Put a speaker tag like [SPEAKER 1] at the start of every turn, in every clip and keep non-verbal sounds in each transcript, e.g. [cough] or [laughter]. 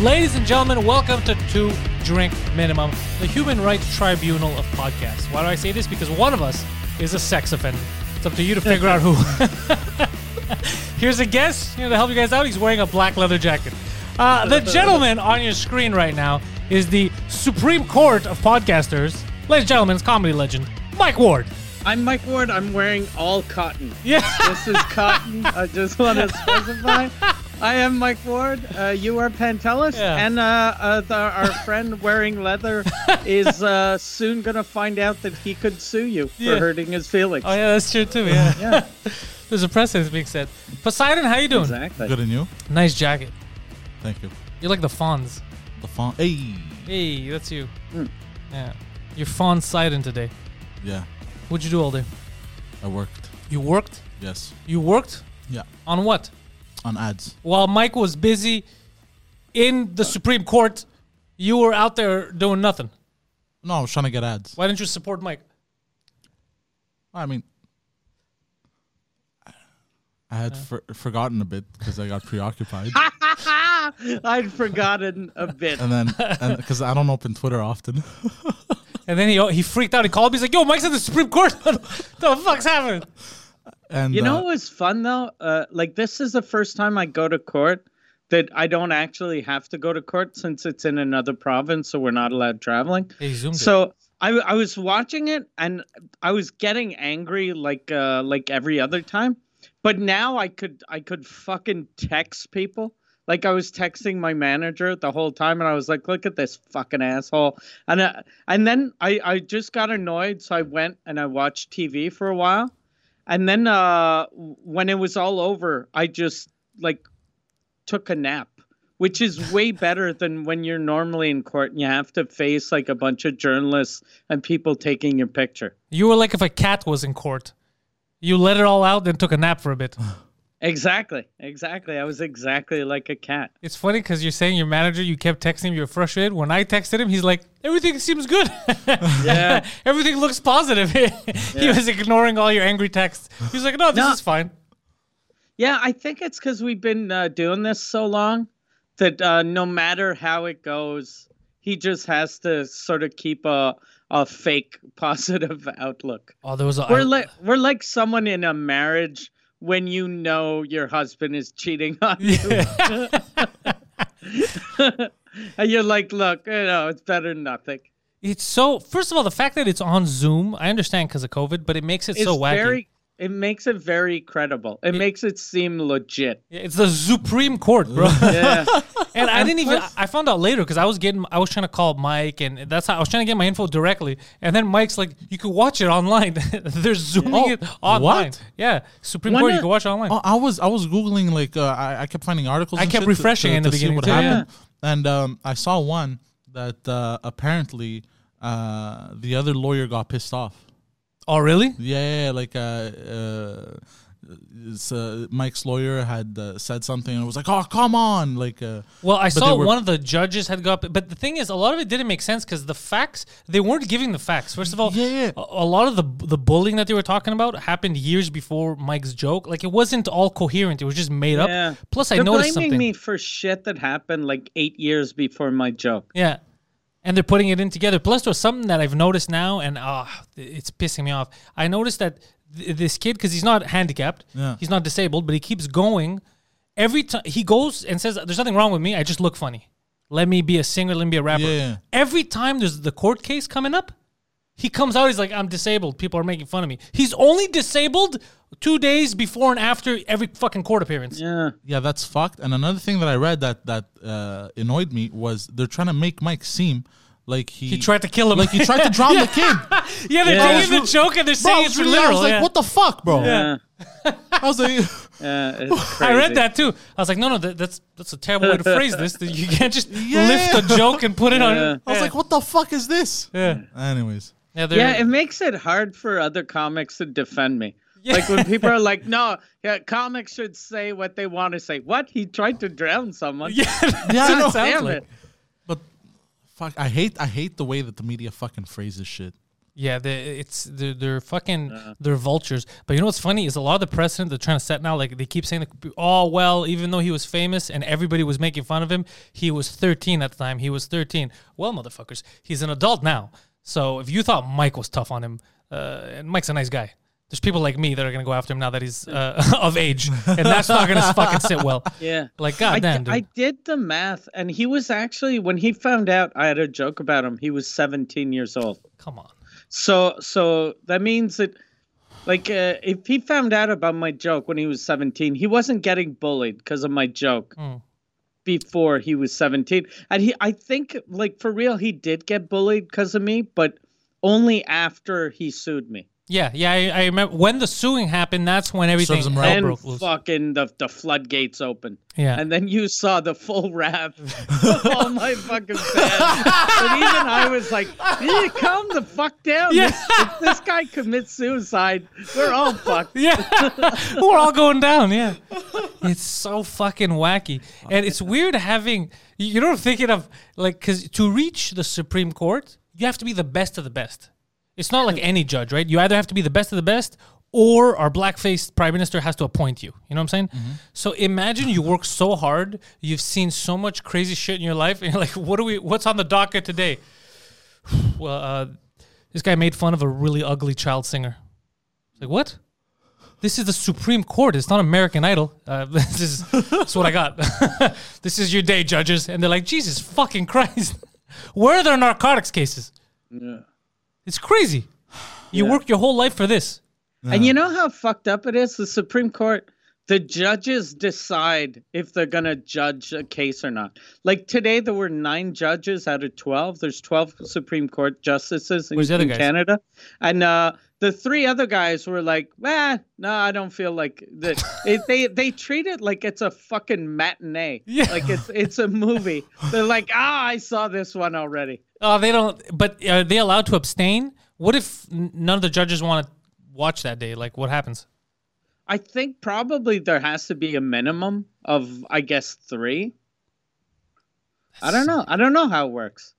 [SPEAKER 1] Ladies and gentlemen, welcome to Two Drink Minimum, the human rights tribunal of podcasts. Why do I say this? Because one of us is a sex offender. It's up to you to figure out who. [laughs] Here's a guess you know, to help you guys out. He's wearing a black leather jacket. Uh, the gentleman on your screen right now is the Supreme Court of Podcasters. Ladies and gentlemen, it's comedy legend Mike Ward.
[SPEAKER 2] I'm Mike Ward. I'm wearing all cotton.
[SPEAKER 1] [laughs] Yeah.
[SPEAKER 2] This is cotton. I just want
[SPEAKER 1] [laughs]
[SPEAKER 2] to specify. I am Mike Ward. Uh, you are Pantelis,
[SPEAKER 1] Yeah.
[SPEAKER 2] and uh, uh, the, our friend
[SPEAKER 1] [laughs]
[SPEAKER 2] wearing leather is uh, soon going to find out that he could sue you for
[SPEAKER 1] Yeah.
[SPEAKER 2] hurting his feelings.
[SPEAKER 1] Oh yeah, that's true too. Yeah.
[SPEAKER 2] Yeah,
[SPEAKER 1] [laughs] There's a precedent being set. Poseidon, how you doing?
[SPEAKER 2] exactly.
[SPEAKER 3] Good and you?
[SPEAKER 1] Nice jacket.
[SPEAKER 3] Thank you.
[SPEAKER 1] You're like the Fonz.
[SPEAKER 3] The font. Hey.
[SPEAKER 1] Hey, that's you.
[SPEAKER 2] Mm.
[SPEAKER 1] Yeah. You're Fonz Sidon today.
[SPEAKER 3] Yeah,
[SPEAKER 1] What'd you do all day?
[SPEAKER 3] I worked.
[SPEAKER 1] You worked?
[SPEAKER 3] Yes.
[SPEAKER 1] You worked?
[SPEAKER 3] Yeah.
[SPEAKER 1] On what?
[SPEAKER 3] On ads.
[SPEAKER 1] While Mike was busy in the Supreme Court, you were out there doing nothing.
[SPEAKER 3] No, I was trying to get ads.
[SPEAKER 1] Why didn't you support Mike?
[SPEAKER 3] I mean, I
[SPEAKER 1] Uh.
[SPEAKER 3] had for- forgotten a bit because
[SPEAKER 1] [laughs]
[SPEAKER 3] I got preoccupied,
[SPEAKER 2] Ah, I'd forgotten a bit.
[SPEAKER 3] and
[SPEAKER 1] [laughs]
[SPEAKER 3] then because I don't open Twitter often.
[SPEAKER 1] And then he he freaked out. He called me. He's like, "Yo, Mike's at the Supreme Court. [laughs] what the fuck's happening?"
[SPEAKER 3] And
[SPEAKER 2] You know
[SPEAKER 3] uh,
[SPEAKER 2] what was fun though? Uh, like this is the first time I go to court that I don't actually have to go to court since it's in another province, so we're not allowed traveling.
[SPEAKER 1] He zoomed it.
[SPEAKER 2] So I, w- I was watching it and I was getting angry like uh, like every other time, but now I could I could fucking text people. Like I was texting my manager the whole time, and I was like, "Look at this fucking asshole!" And uh, and then I I just got annoyed, so I went and I watched TV for a while, and then uh, when it was all over, I just like took a nap, which is way better than when you're normally in court and you have to face like a bunch of journalists and people taking your picture.
[SPEAKER 1] You were like if a cat was in court. You let it all out, then took a nap for a [sighs] bit.
[SPEAKER 2] Exactly, exactly. I was exactly like a cat.
[SPEAKER 1] It's funny because you're saying your manager, you kept texting him, you're frustrated. When I texted him, he's like, everything seems good. [laughs]
[SPEAKER 2] Yeah.
[SPEAKER 1] everything looks positive. [laughs] he was ignoring all your angry texts. He's like, no, this
[SPEAKER 2] No.
[SPEAKER 1] is fine.
[SPEAKER 2] Yeah, I think it's because we've been uh, doing this so long that uh, no matter how it goes, he just has to sort of keep a a fake [laughs] positive outlook.
[SPEAKER 1] Oh, there was a.
[SPEAKER 2] We're like we're like someone in a marriage when you know your husband is cheating on you. [laughs] and you're like, look, you know, it's better than nothing.
[SPEAKER 1] it's so. First of all, the fact that it's on Zoom, I understand because of COVID, but it makes it
[SPEAKER 2] It's
[SPEAKER 1] so wacky.
[SPEAKER 2] very it makes it very credible. It, makes it
[SPEAKER 1] [laughs]
[SPEAKER 2] seem legit.
[SPEAKER 1] Yeah, it's the Supreme Court, bro.
[SPEAKER 2] [laughs] Yeah.
[SPEAKER 1] and I didn't even.
[SPEAKER 2] plus-
[SPEAKER 1] I found out later because I was getting. I was trying to call Mike, and that's how I was trying to get my info directly. And then Mike's like, "You can watch it online. [laughs] They're zooming
[SPEAKER 3] Oh,
[SPEAKER 1] it [laughs] online."
[SPEAKER 3] what?
[SPEAKER 1] Yeah, Supreme
[SPEAKER 2] Why
[SPEAKER 1] Court. You
[SPEAKER 2] not-
[SPEAKER 1] can watch it online.
[SPEAKER 2] Uh,
[SPEAKER 3] Oh, I was I was googling like uh, I, I kept finding articles.
[SPEAKER 1] I
[SPEAKER 3] and
[SPEAKER 1] kept
[SPEAKER 3] shit to-
[SPEAKER 1] refreshing
[SPEAKER 3] to,
[SPEAKER 1] in the
[SPEAKER 3] to see
[SPEAKER 1] beginning
[SPEAKER 3] what
[SPEAKER 1] too, yeah.
[SPEAKER 3] happened, and um, I saw one that uh, apparently uh, the other lawyer got pissed off.
[SPEAKER 1] Oh, really?
[SPEAKER 3] Yeah, yeah, yeah, like uh, uh, it's, uh, Mike's lawyer had uh, said something, and it was like, "Oh, come on!" Like, uh,
[SPEAKER 1] Well, I
[SPEAKER 3] But
[SPEAKER 1] saw
[SPEAKER 3] they were-
[SPEAKER 1] one of the judges had got, but the thing is, a lot of it didn't make sense because the facts they weren't giving the facts. First of all,
[SPEAKER 3] Yeah, yeah.
[SPEAKER 1] A, a lot of the the bullying that they were talking about happened years before Mike's joke. Like it wasn't all coherent; it was just made
[SPEAKER 2] Yeah.
[SPEAKER 1] up. Plus, I
[SPEAKER 2] They're blaming
[SPEAKER 1] noticed something.
[SPEAKER 2] me for shit that happened like eight years before my joke.
[SPEAKER 1] Yeah. And they're putting it in together. Plus, there's something that I've noticed now, and uh, it's pissing me off. I noticed that th- this kid, because he's not handicapped,
[SPEAKER 3] Yeah.
[SPEAKER 1] he's not disabled, but he keeps going. Every time he goes and says, "There's nothing wrong with me. I just look funny. Let me be a singer. Let me be a rapper."
[SPEAKER 3] Yeah.
[SPEAKER 1] Every time there's the court case coming up, he comes out. He's like, "I'm disabled. People are making fun of me." He's only disabled two days before and after every fucking court appearance.
[SPEAKER 2] Yeah.
[SPEAKER 3] yeah, that's fucked. And another thing that I read that that uh, annoyed me was they're trying to make Mike seem like he
[SPEAKER 1] He tried to kill him.
[SPEAKER 3] like
[SPEAKER 1] [laughs]
[SPEAKER 3] he tried to drown the kid. Bro,
[SPEAKER 1] yeah, they're
[SPEAKER 2] Yeah.
[SPEAKER 1] taking the joke and they're
[SPEAKER 3] I
[SPEAKER 1] saying
[SPEAKER 3] was
[SPEAKER 1] it's
[SPEAKER 3] really-
[SPEAKER 1] literal.
[SPEAKER 3] I was like,
[SPEAKER 1] yeah.
[SPEAKER 3] "What the fuck, bro?"
[SPEAKER 2] Yeah.
[SPEAKER 3] [laughs] I was like,
[SPEAKER 2] yeah
[SPEAKER 1] [laughs]
[SPEAKER 2] it's
[SPEAKER 1] I read
[SPEAKER 2] crazy.
[SPEAKER 1] that too. I was like, no, no, that, that's that's a terrible way to phrase this. That you can't just
[SPEAKER 3] Yeah.
[SPEAKER 1] lift a joke and put it on.
[SPEAKER 2] Yeah.
[SPEAKER 3] I was like, "What the fuck is this?"
[SPEAKER 1] yeah,
[SPEAKER 3] Anyways,
[SPEAKER 1] yeah, they're-
[SPEAKER 2] Yeah, it makes it hard for other comics to defend me.
[SPEAKER 1] Yeah.
[SPEAKER 2] Like when people are
[SPEAKER 1] [laughs]
[SPEAKER 2] like, "No, yeah, comics should say what they want to say." What he tried to drown someone?
[SPEAKER 1] [laughs] yeah, that's
[SPEAKER 3] Yeah, I
[SPEAKER 1] what it
[SPEAKER 3] know.
[SPEAKER 1] sounds
[SPEAKER 2] Damn
[SPEAKER 1] like.
[SPEAKER 2] it.
[SPEAKER 3] but fuck, I hate I hate the way that the media fucking phrases shit.
[SPEAKER 1] Yeah, they, it's they're, they're fucking
[SPEAKER 2] Uh-huh.
[SPEAKER 1] they're vultures. But you know what's funny is a lot of the precedent they're trying to set now. Like they keep saying, like, "Oh well, even though he was famous and everybody was making fun of him, he was 13 at the time. He was 13." Well, motherfuckers, he's an adult now. So if you thought Mike was tough on him, uh, and Mike's a nice guy, there's people like me that are gonna go after him now that he's uh, [laughs] of age, and that's not gonna fucking sit well.
[SPEAKER 2] [laughs] Yeah.
[SPEAKER 1] Like
[SPEAKER 2] I,
[SPEAKER 1] goddamn,
[SPEAKER 2] d-
[SPEAKER 1] dude.
[SPEAKER 2] I did the math, and he was actually when he found out I had a joke about him. He was 17 years old.
[SPEAKER 1] Come on.
[SPEAKER 2] So so that means that, like, uh, if he found out about my joke when he was 17, he wasn't getting bullied because of my joke
[SPEAKER 1] Mm.
[SPEAKER 2] before he was 17. And he, I think, like for real, he did get bullied because of me, but only after he sued me.
[SPEAKER 1] Yeah, yeah. I, I remember when the suing happened. That's when everything
[SPEAKER 3] Serves him right.
[SPEAKER 1] hell
[SPEAKER 2] And
[SPEAKER 1] broke loose.
[SPEAKER 2] fucking the the floodgates open.
[SPEAKER 1] Yeah.
[SPEAKER 2] And then you saw the full
[SPEAKER 1] [laughs]
[SPEAKER 2] wrath [laughs] of all my fucking fans. and even I was like, "Eh, calm the fuck down.
[SPEAKER 1] Yeah.
[SPEAKER 2] This, if this guy commits suicide, we're
[SPEAKER 1] [laughs]
[SPEAKER 2] all fucked.
[SPEAKER 1] Yeah, we're all going down. Yeah, it's so fucking wacky, and it's weird having you you know what I'm thinking of like because to reach the Supreme Court, you have to be the best of the best. It's not like any judge, right? You either have to be the best of the best, or our black-faced prime minister has to appoint you. You know what I'm saying? So imagine you work so hard, you've seen so much crazy shit in your life, and you're like, what do we? What's on the docket today? [sighs] well, uh, this guy made fun of a really ugly child singer. It's like what? This is the Supreme Court. It's not American Idol. Uh, [laughs] this is that's what I got. [laughs] this is your day, judges. And they're like, Jesus fucking Christ, [laughs] where are their narcotics cases? It's crazy. You work your whole life for this.
[SPEAKER 2] And you know how fucked up it is? The Supreme Court, the judges decide if they're going to judge a case or not. Like today, there were nine judges out of 12. There's 12 Supreme Court justices in,
[SPEAKER 1] Where's the other
[SPEAKER 2] in
[SPEAKER 1] guys?
[SPEAKER 2] Canada. And uh, the three other guys were like, "Well, no, I don't feel like
[SPEAKER 1] [laughs]
[SPEAKER 2] that. it, they, they treat it like it's a fucking matinee.
[SPEAKER 1] Yeah.
[SPEAKER 2] Like it's, it's a movie. They're like, ah, I saw this one already.
[SPEAKER 1] Oh, they don't. But are they allowed to abstain? What if n- none of the judges want to watch that day? Like, what happens?
[SPEAKER 2] I think probably there has to be a minimum of, I guess, three. I don't know. I don't know how it works.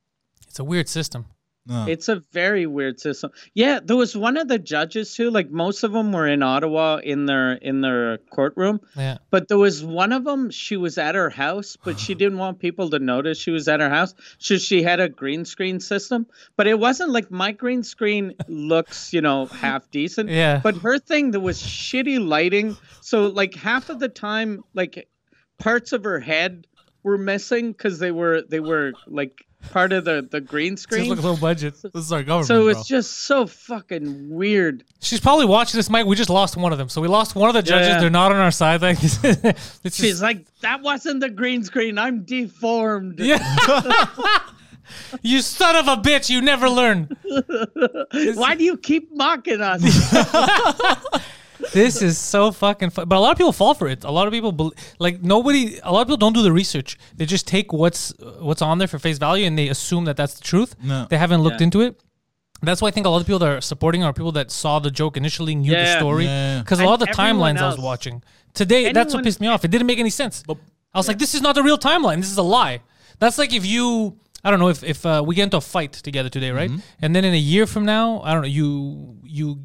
[SPEAKER 1] It's a weird system.
[SPEAKER 3] No.
[SPEAKER 2] It's a very weird system. Yeah, there was one of the judges too. Like most of them were in Ottawa in their in their courtroom,
[SPEAKER 1] Yeah.
[SPEAKER 2] but there was one of them. She was at her house, but she didn't want people to notice she was at her house, so she had a green screen system. But it wasn't like my green screen looks, you know, half decent.
[SPEAKER 1] Yeah.
[SPEAKER 2] But her thing there was shitty lighting, so like half of the time, like parts of her head were missing because they were they were like part of the the green
[SPEAKER 1] Just
[SPEAKER 2] screen.
[SPEAKER 1] look low budget.
[SPEAKER 3] this is our government.
[SPEAKER 2] So
[SPEAKER 3] bro.
[SPEAKER 2] it's just so fucking weird.
[SPEAKER 1] She's probably watching this, Mike. We just lost one of them, so we lost one of the judges.
[SPEAKER 2] yeah.
[SPEAKER 1] They're not on our side. [laughs] Like, this is- it's
[SPEAKER 2] She's
[SPEAKER 1] just,
[SPEAKER 2] like, that wasn't the green screen. I'm deformed.
[SPEAKER 1] yeah. you son of a bitch! You never learn.
[SPEAKER 2] Why do you keep mocking us?
[SPEAKER 1] This is so fucking. Fu- but a lot of people fall for it. A lot of people bel like nobody. A lot of people don't do the research. They just take what's what's on there for face value and they assume that that's the truth.
[SPEAKER 3] No.
[SPEAKER 1] They haven't looked
[SPEAKER 2] Yeah.
[SPEAKER 1] into it. That's why I think a lot of people that are supporting are people that saw the joke initially, knew the
[SPEAKER 2] Yeah.
[SPEAKER 1] story,
[SPEAKER 3] Yeah.
[SPEAKER 1] because a lot of the
[SPEAKER 2] And everyone
[SPEAKER 1] timelines I was
[SPEAKER 2] else.
[SPEAKER 1] watching today. that's what
[SPEAKER 2] Anyone-
[SPEAKER 1] pissed me off. It didn't make any sense. I was like, this is not the real timeline. This is a lie. That's like if you, I don't know, if if uh, we get into a fight together today, right?
[SPEAKER 3] Mm-hmm.
[SPEAKER 1] And then in a year from now, I don't know, you you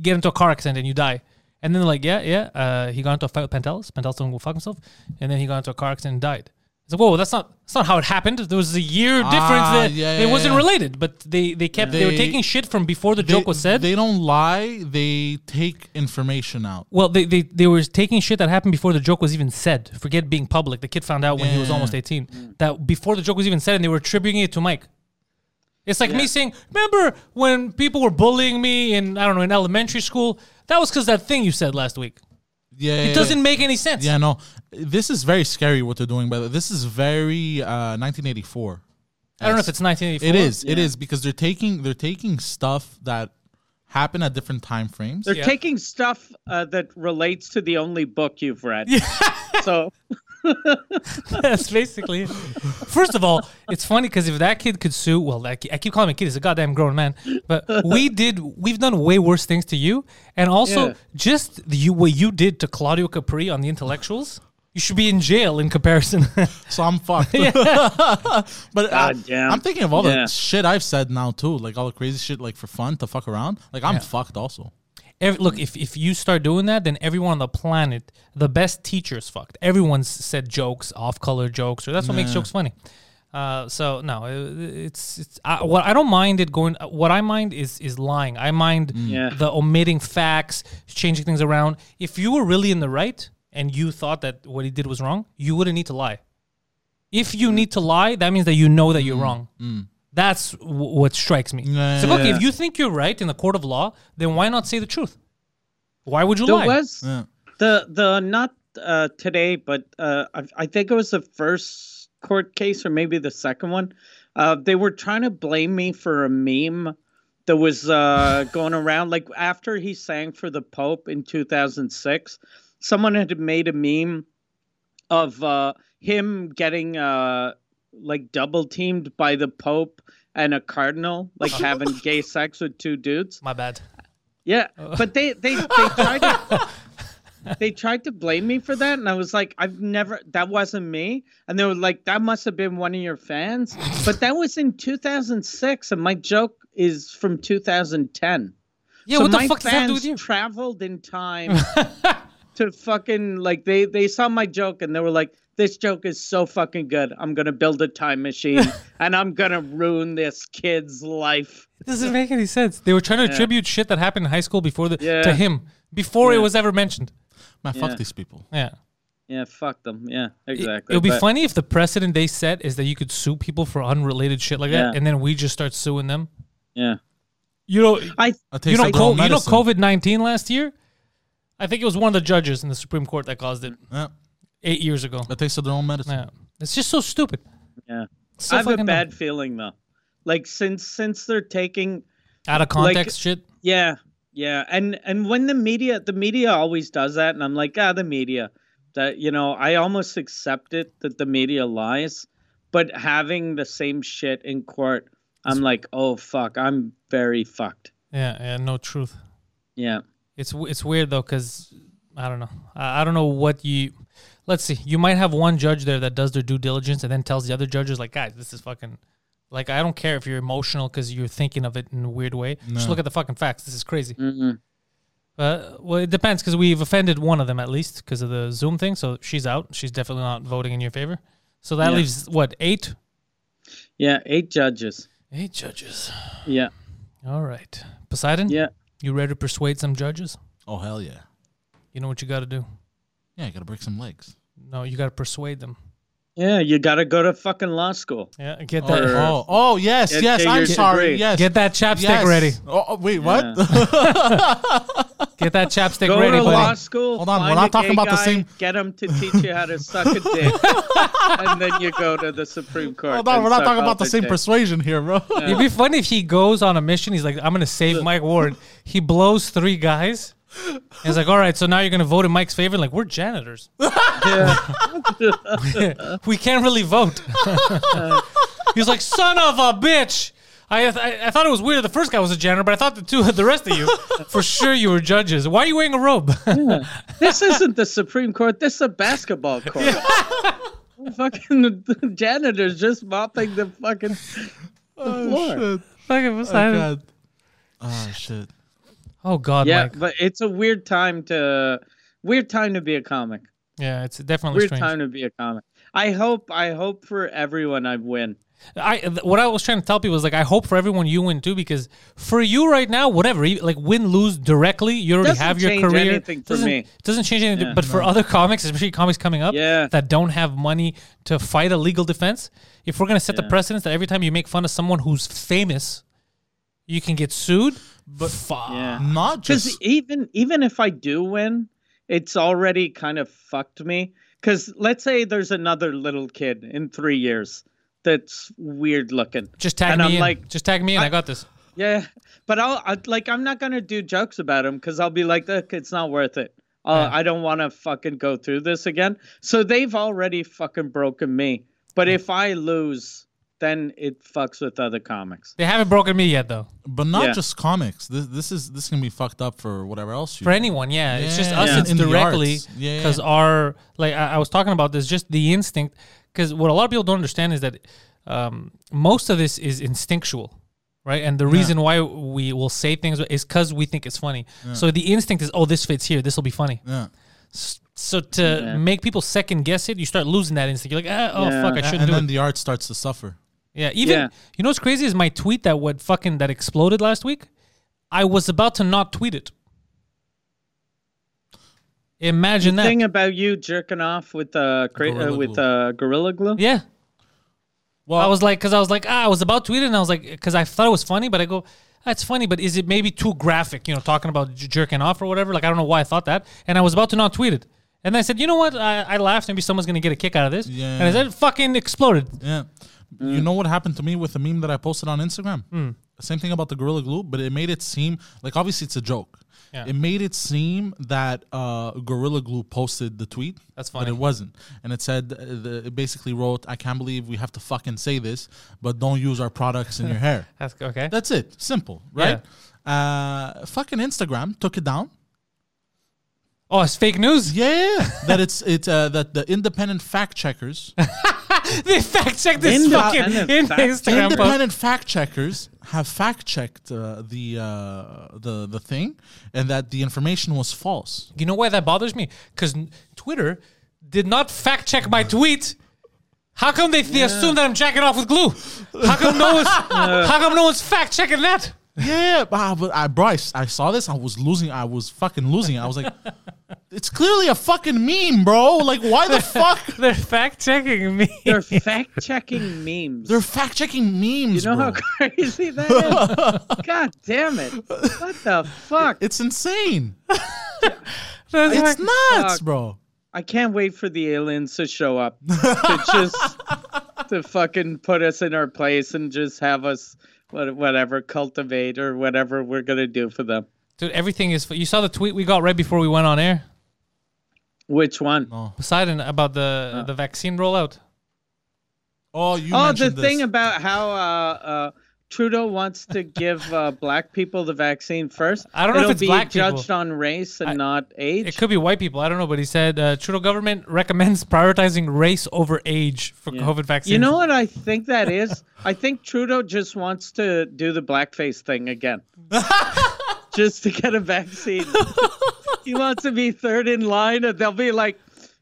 [SPEAKER 1] get into a car accident and you die. And then they're like, yeah, yeah, uh, he got into a fight with Pantelis. Pantelis told him to go fuck himself. And then he got into a car accident and died. It's like, whoa, that's not that's not how it happened. There was a year difference
[SPEAKER 3] Ah,
[SPEAKER 1] that
[SPEAKER 3] yeah,
[SPEAKER 1] it
[SPEAKER 3] yeah,
[SPEAKER 1] wasn't
[SPEAKER 3] yeah.
[SPEAKER 1] related, but they they kept they, were
[SPEAKER 3] They-
[SPEAKER 1] taking shit from before the
[SPEAKER 3] They-
[SPEAKER 1] joke was said.
[SPEAKER 3] They don't lie. They take information out.
[SPEAKER 1] well, they, they they were taking shit that happened before the joke was even said. Forget being public. The kid found out when he was
[SPEAKER 3] Yeah.
[SPEAKER 1] almost 18 that before the joke was even said, and they were attributing it to Mike. It's like me saying, "Remember when people were bullying me in I don't know in elementary school? That was because that thing you said last week.
[SPEAKER 3] Yeah.
[SPEAKER 1] It doesn't make any sense."
[SPEAKER 3] Yeah, no. This is very scary what they're doing. By the way, this is very uh, 1984.
[SPEAKER 1] I don't know if it's 1984.
[SPEAKER 3] It is. It is because they're taking they're taking stuff that happened at different time frames.
[SPEAKER 2] They're
[SPEAKER 1] Yeah.
[SPEAKER 2] taking stuff uh, that relates to the only book you've read. So
[SPEAKER 1] [laughs] [laughs] That's basically. it. First of all, it's funny because if that kid could sue, well, that, ki- I keep calling him a kid. He's a goddamn grown man. But we did. We've done way worse things to you, and also
[SPEAKER 2] Yeah.
[SPEAKER 1] just the, you what you did to Claudio Capri on the intellectuals. You should be in jail in comparison. [laughs]
[SPEAKER 3] so I'm fucked. [laughs] but uh,
[SPEAKER 2] Goddamn.
[SPEAKER 3] I'm thinking of all
[SPEAKER 2] Yeah.
[SPEAKER 3] the shit I've said now too, like all the crazy shit, like for fun to fuck around. Like I'm fucked also.
[SPEAKER 1] Every, look, if, if you start doing that, then everyone on the planet, the best teachers fucked. Everyone's said jokes, off color jokes, or that's what makes jokes funny. Uh, so no, it, it's it's I, what I don't mind it going. uh, What I mind is is lying. I mind
[SPEAKER 2] Yeah.
[SPEAKER 1] the omitting facts, changing things around. If you were really in the right and you thought that what he did was wrong, you wouldn't need to lie. If you need to lie, that means that you know that you're wrong. That's w- what strikes me.
[SPEAKER 3] Mm. Yeah,
[SPEAKER 1] so look,
[SPEAKER 2] yeah, yeah.
[SPEAKER 1] if you think you're right in the court of law, then why not say the truth? Why would you
[SPEAKER 2] There
[SPEAKER 1] lie?
[SPEAKER 2] was
[SPEAKER 3] Yeah.
[SPEAKER 2] the the not uh, today, but uh, I, I think it was the first court case or maybe the second one. Uh, they were trying to blame me for a meme that was uh, going around. Like after he sang for the Pope in 2006, someone had made a meme of uh, him getting uh, like double teamed by the Pope and a cardinal, like having gay sex with two dudes.
[SPEAKER 1] My bad.
[SPEAKER 2] Yeah,
[SPEAKER 1] Oh.
[SPEAKER 2] but they they they
[SPEAKER 1] [laughs]
[SPEAKER 2] tried to they tried to blame me for that, and I was like, I've never that wasn't me, and they were like, that must have been one of your fans, but that was in 2006, and my joke is from 2010.
[SPEAKER 1] Yeah,
[SPEAKER 2] so
[SPEAKER 1] what the
[SPEAKER 2] my
[SPEAKER 1] fuck does that have to do
[SPEAKER 2] fans
[SPEAKER 1] with you?
[SPEAKER 2] traveled
[SPEAKER 1] [laughs]
[SPEAKER 2] in time to fucking like they they saw my joke and they were like. This joke is so fucking good. I'm gonna build a time machine
[SPEAKER 1] [laughs]
[SPEAKER 2] and I'm gonna ruin this kid's life.
[SPEAKER 1] It doesn't make any sense. They were trying to attribute shit that happened in high school before the to
[SPEAKER 2] Yeah.
[SPEAKER 1] him before it was ever mentioned.
[SPEAKER 3] Man,
[SPEAKER 2] Yeah.
[SPEAKER 3] fuck these people.
[SPEAKER 1] Yeah.
[SPEAKER 2] Yeah, fuck them. Yeah,
[SPEAKER 1] It-
[SPEAKER 2] exactly.
[SPEAKER 1] It would be
[SPEAKER 2] but-
[SPEAKER 1] funny if the precedent they set is that you could sue people for unrelated shit like that,
[SPEAKER 2] Yeah.
[SPEAKER 1] and then we just start suing them.
[SPEAKER 2] Yeah.
[SPEAKER 1] You know,
[SPEAKER 2] I
[SPEAKER 3] That
[SPEAKER 1] you
[SPEAKER 3] tastes
[SPEAKER 1] know,
[SPEAKER 3] like
[SPEAKER 1] co-
[SPEAKER 3] wrong
[SPEAKER 1] you know,
[SPEAKER 3] medicine.
[SPEAKER 1] COVID nineteen last year. I think it was one of the judges in the Supreme Court that caused it
[SPEAKER 3] Yeah,
[SPEAKER 1] eight years ago.
[SPEAKER 3] that tastes of their own medicine.
[SPEAKER 1] Yeah, it's just so stupid.
[SPEAKER 2] yeah.
[SPEAKER 1] So
[SPEAKER 2] I have a
[SPEAKER 1] fucking dumb.
[SPEAKER 2] bad feeling though. Like since since they're taking
[SPEAKER 1] out of
[SPEAKER 2] like-
[SPEAKER 1] context shit.
[SPEAKER 2] yeah, yeah. And and when the media the media always does that and I'm like, ah the media. That you know, I almost accept it that the media lies, but having the same shit in court, I'm like, oh fuck, I'm very fucked.
[SPEAKER 1] Yeah, yeah, no truth.
[SPEAKER 2] Yeah.
[SPEAKER 1] It's w- it's weird though, cause I don't know. I, I don't know what you. Let's see. You might have one judge there that does their due diligence and then tells the other judges, like, guys, this is fucking. Like, I don't care if you're emotional because you're thinking of it in a weird way. Just
[SPEAKER 3] No.
[SPEAKER 1] look at the fucking facts. This is crazy.
[SPEAKER 2] Mhm.
[SPEAKER 1] Uh, well, it depends because we've offended one of them at least because of the Zoom thing. So she's out. She's definitely not voting in your favor. So that
[SPEAKER 2] Yeah.
[SPEAKER 1] leaves what eight?
[SPEAKER 2] Yeah, eight judges.
[SPEAKER 1] Eight judges.
[SPEAKER 2] Yeah.
[SPEAKER 1] All right, Poseidon.
[SPEAKER 2] Yeah.
[SPEAKER 1] You ready to persuade some judges?
[SPEAKER 3] Oh hell yeah.
[SPEAKER 1] You know what you got to do.
[SPEAKER 3] Yeah, I gotta break some legs.
[SPEAKER 1] No, you got to persuade them.
[SPEAKER 2] Yeah, you got to go to fucking law school.
[SPEAKER 1] Yeah, get
[SPEAKER 3] Oh,
[SPEAKER 1] that.
[SPEAKER 3] oh, oh, yes,
[SPEAKER 2] Get-
[SPEAKER 3] yes.
[SPEAKER 2] get
[SPEAKER 3] I'm
[SPEAKER 2] your
[SPEAKER 3] sorry.
[SPEAKER 2] degree.
[SPEAKER 3] Yes,
[SPEAKER 1] Get that chapstick
[SPEAKER 3] yes.
[SPEAKER 1] ready.
[SPEAKER 3] Oh, oh, wait, what?
[SPEAKER 1] Get that chapstick
[SPEAKER 2] Go
[SPEAKER 1] ready,
[SPEAKER 2] to law
[SPEAKER 1] buddy.
[SPEAKER 2] school.
[SPEAKER 3] Hold on,
[SPEAKER 2] find
[SPEAKER 3] we're not
[SPEAKER 2] a
[SPEAKER 3] talking
[SPEAKER 2] gay
[SPEAKER 3] about the
[SPEAKER 2] guy,
[SPEAKER 3] same-
[SPEAKER 2] Get him to teach you how to suck a [laughs] dick, and then you go to the Supreme Court.
[SPEAKER 3] Hold on,
[SPEAKER 2] and
[SPEAKER 3] we're not
[SPEAKER 2] suck
[SPEAKER 3] talking
[SPEAKER 2] all
[SPEAKER 3] about the
[SPEAKER 2] their
[SPEAKER 3] same
[SPEAKER 2] dick.
[SPEAKER 3] persuasion here, bro. [laughs]
[SPEAKER 1] It'd be funny if he goes on a mission. He's like, I'm gonna save Mike Ward. He blows three guys. He's like, all right, so now you're gonna vote in Mike's favor. Like, we're janitors. [laughs] we can't really vote. He's like, son of a bitch. I, I, I thought it was weird. The first guy was a janitor, but I thought the two, the rest of you, for sure you were judges. Why are you wearing a robe? [laughs]
[SPEAKER 2] This isn't the Supreme Court. This is a basketball [laughs] court. fucking janitors just mopping the fucking the floor.
[SPEAKER 3] shit.
[SPEAKER 1] Fucking
[SPEAKER 3] Oh,
[SPEAKER 1] Poseidon.
[SPEAKER 3] God. Oh, shit.
[SPEAKER 1] Oh God,
[SPEAKER 2] Yeah,
[SPEAKER 1] Mike.
[SPEAKER 2] but it's a weird time to weird time to be a comic.
[SPEAKER 1] Yeah, it's definitely
[SPEAKER 2] Weird
[SPEAKER 1] strange.
[SPEAKER 2] time to be a comic. I hope I hope for everyone I win.
[SPEAKER 1] I th- what I was trying to tell people is like I hope for everyone you win too because for you right now whatever you- like win lose directly you already
[SPEAKER 2] Doesn't
[SPEAKER 1] have your
[SPEAKER 2] change
[SPEAKER 1] career
[SPEAKER 2] anything for
[SPEAKER 1] doesn't
[SPEAKER 2] me.
[SPEAKER 1] doesn't change anything but for other comics especially comics coming up
[SPEAKER 2] Yeah.
[SPEAKER 1] that don't have money to fight a legal defense if we're gonna set the precedence that every time you make fun of someone who's famous you can get sued but fuck
[SPEAKER 2] Yeah.
[SPEAKER 3] Not
[SPEAKER 2] because
[SPEAKER 3] just.
[SPEAKER 2] even even if I do win, it's already kind of fucked me. Because let's say there's another little kid in three years that's weird looking.
[SPEAKER 1] just tag
[SPEAKER 2] And
[SPEAKER 1] me
[SPEAKER 2] I'm
[SPEAKER 1] in
[SPEAKER 2] like-
[SPEAKER 1] just tag me in I, got this
[SPEAKER 2] Yeah, but I'll I, like I'm not gonna do jokes about him because I'll be like, look, it's not worth it. Uh, I don't want to fucking go through this again. So they've already fucking broken me. But if I lose, then it fucks with other comics.
[SPEAKER 1] They haven't broken me yet, though.
[SPEAKER 3] But not
[SPEAKER 2] Yeah.
[SPEAKER 3] just comics. This this is this can be fucked up for whatever else you
[SPEAKER 1] For anyone, yeah, it's just us.
[SPEAKER 3] Yeah.
[SPEAKER 1] It's
[SPEAKER 3] In the
[SPEAKER 1] directly
[SPEAKER 3] arts. Yeah, yeah.
[SPEAKER 1] because our like I, I was talking about this, just the instinct. Because what a lot of people don't understand is that um, most of this is instinctual, right? And the reason why we will say things is because we think it's funny. So the instinct is, oh, this fits here. This will be funny.
[SPEAKER 3] Yeah.
[SPEAKER 1] S- So to
[SPEAKER 2] Yeah.
[SPEAKER 1] make people second guess it, you start losing that instinct. You're like, ah, oh
[SPEAKER 2] Yeah.
[SPEAKER 1] fuck, I
[SPEAKER 3] A-
[SPEAKER 1] shouldn't
[SPEAKER 3] and
[SPEAKER 1] do
[SPEAKER 3] then
[SPEAKER 1] it.
[SPEAKER 3] the art starts to suffer.
[SPEAKER 1] Yeah, even
[SPEAKER 2] Yeah.
[SPEAKER 1] you know what's crazy is my tweet that what fucking that exploded last week. I was about to not tweet it. Imagine that.
[SPEAKER 2] Thing about you jerking off with uh, cra- uh
[SPEAKER 3] Gorilla
[SPEAKER 2] with
[SPEAKER 3] glue.
[SPEAKER 2] uh, gorilla glue.
[SPEAKER 1] Yeah,
[SPEAKER 3] Well,
[SPEAKER 1] I was like, because I was like, ah, I was about to tweet it, and I was like, because I thought it was funny, but I go, that's funny, but is it maybe too graphic? You know, talking about j- jerking off or whatever. Like I don't know why I thought that, and I was about to not tweet it, and I said, you know what? I, I laughed. Maybe someone's gonna get a kick out of this.
[SPEAKER 3] Yeah.
[SPEAKER 1] And I said, fucking exploded.
[SPEAKER 3] yeah. You know what happened to me with the meme that I posted on Instagram?
[SPEAKER 1] Mm.
[SPEAKER 3] Same thing about the Gorilla Glue, but it made it seem like obviously it's a joke.
[SPEAKER 1] Yeah.
[SPEAKER 3] It made it seem that uh, Gorilla Glue posted the tweet.
[SPEAKER 1] That's
[SPEAKER 3] But
[SPEAKER 1] funny.
[SPEAKER 3] it wasn't. And it said, uh, the, it basically wrote, I can't believe we have to fucking say this, but don't use our products in your
[SPEAKER 1] [laughs]
[SPEAKER 3] hair.
[SPEAKER 1] That's okay.
[SPEAKER 3] That's it. Simple, right? Uh, fucking Instagram took it down.
[SPEAKER 1] oh, it's fake news.
[SPEAKER 3] Yeah, that it's it's uh, that the independent fact checkers,
[SPEAKER 1] they fact checked this fucking
[SPEAKER 2] Independent
[SPEAKER 1] in
[SPEAKER 2] fact-
[SPEAKER 1] Instagram post.
[SPEAKER 3] independent fact checkers have fact checked uh, the uh, the the thing, and that the information was false.
[SPEAKER 1] You know why that bothers me? Because Twitter did not fact check my tweet. How come they, they assume that I'm jacking off with glue? How come no one's How come no one's fact checking that?
[SPEAKER 3] Yeah, but I, but I Bryce, I saw this. I was losing. I was fucking losing. I was like, [laughs] it's clearly a fucking meme, bro. Like, why [laughs] the fuck?
[SPEAKER 1] They're fact checking me.
[SPEAKER 2] They're fact checking memes.
[SPEAKER 3] They're fact checking memes,
[SPEAKER 2] you know
[SPEAKER 3] bro.
[SPEAKER 2] how crazy that is?
[SPEAKER 1] [laughs]
[SPEAKER 2] God damn it. What the fuck?
[SPEAKER 3] it's
[SPEAKER 2] [laughs]
[SPEAKER 3] insane.
[SPEAKER 1] [laughs] That's
[SPEAKER 3] It's
[SPEAKER 1] why-
[SPEAKER 3] nuts,
[SPEAKER 2] Fuck.
[SPEAKER 3] bro.
[SPEAKER 2] I can't wait for the aliens to show up
[SPEAKER 1] [laughs]
[SPEAKER 2] to just to fucking put us in our place and just have us what- whatever cultivate or whatever we're gonna do for them.
[SPEAKER 1] Dude, everything is. You saw the tweet we got right before we went on air,
[SPEAKER 2] Which one?
[SPEAKER 1] Poseidon, about the the vaccine rollout.
[SPEAKER 3] Oh, you.
[SPEAKER 2] oh, the
[SPEAKER 3] mentioned this.
[SPEAKER 2] thing about how uh, uh, Trudeau wants to give uh, black people the vaccine first.
[SPEAKER 1] I don't know if
[SPEAKER 2] It'll
[SPEAKER 1] it's
[SPEAKER 2] be
[SPEAKER 1] black people.
[SPEAKER 2] judged on race and not age.
[SPEAKER 1] It could be white people. I don't know, but he said uh, Trudeau government recommends prioritizing race over age for COVID vaccines.
[SPEAKER 2] You know what I think that is? I think Trudeau just wants to do the blackface thing [laughs] again. just to get a vaccine. he wants to be third in line and they'll be like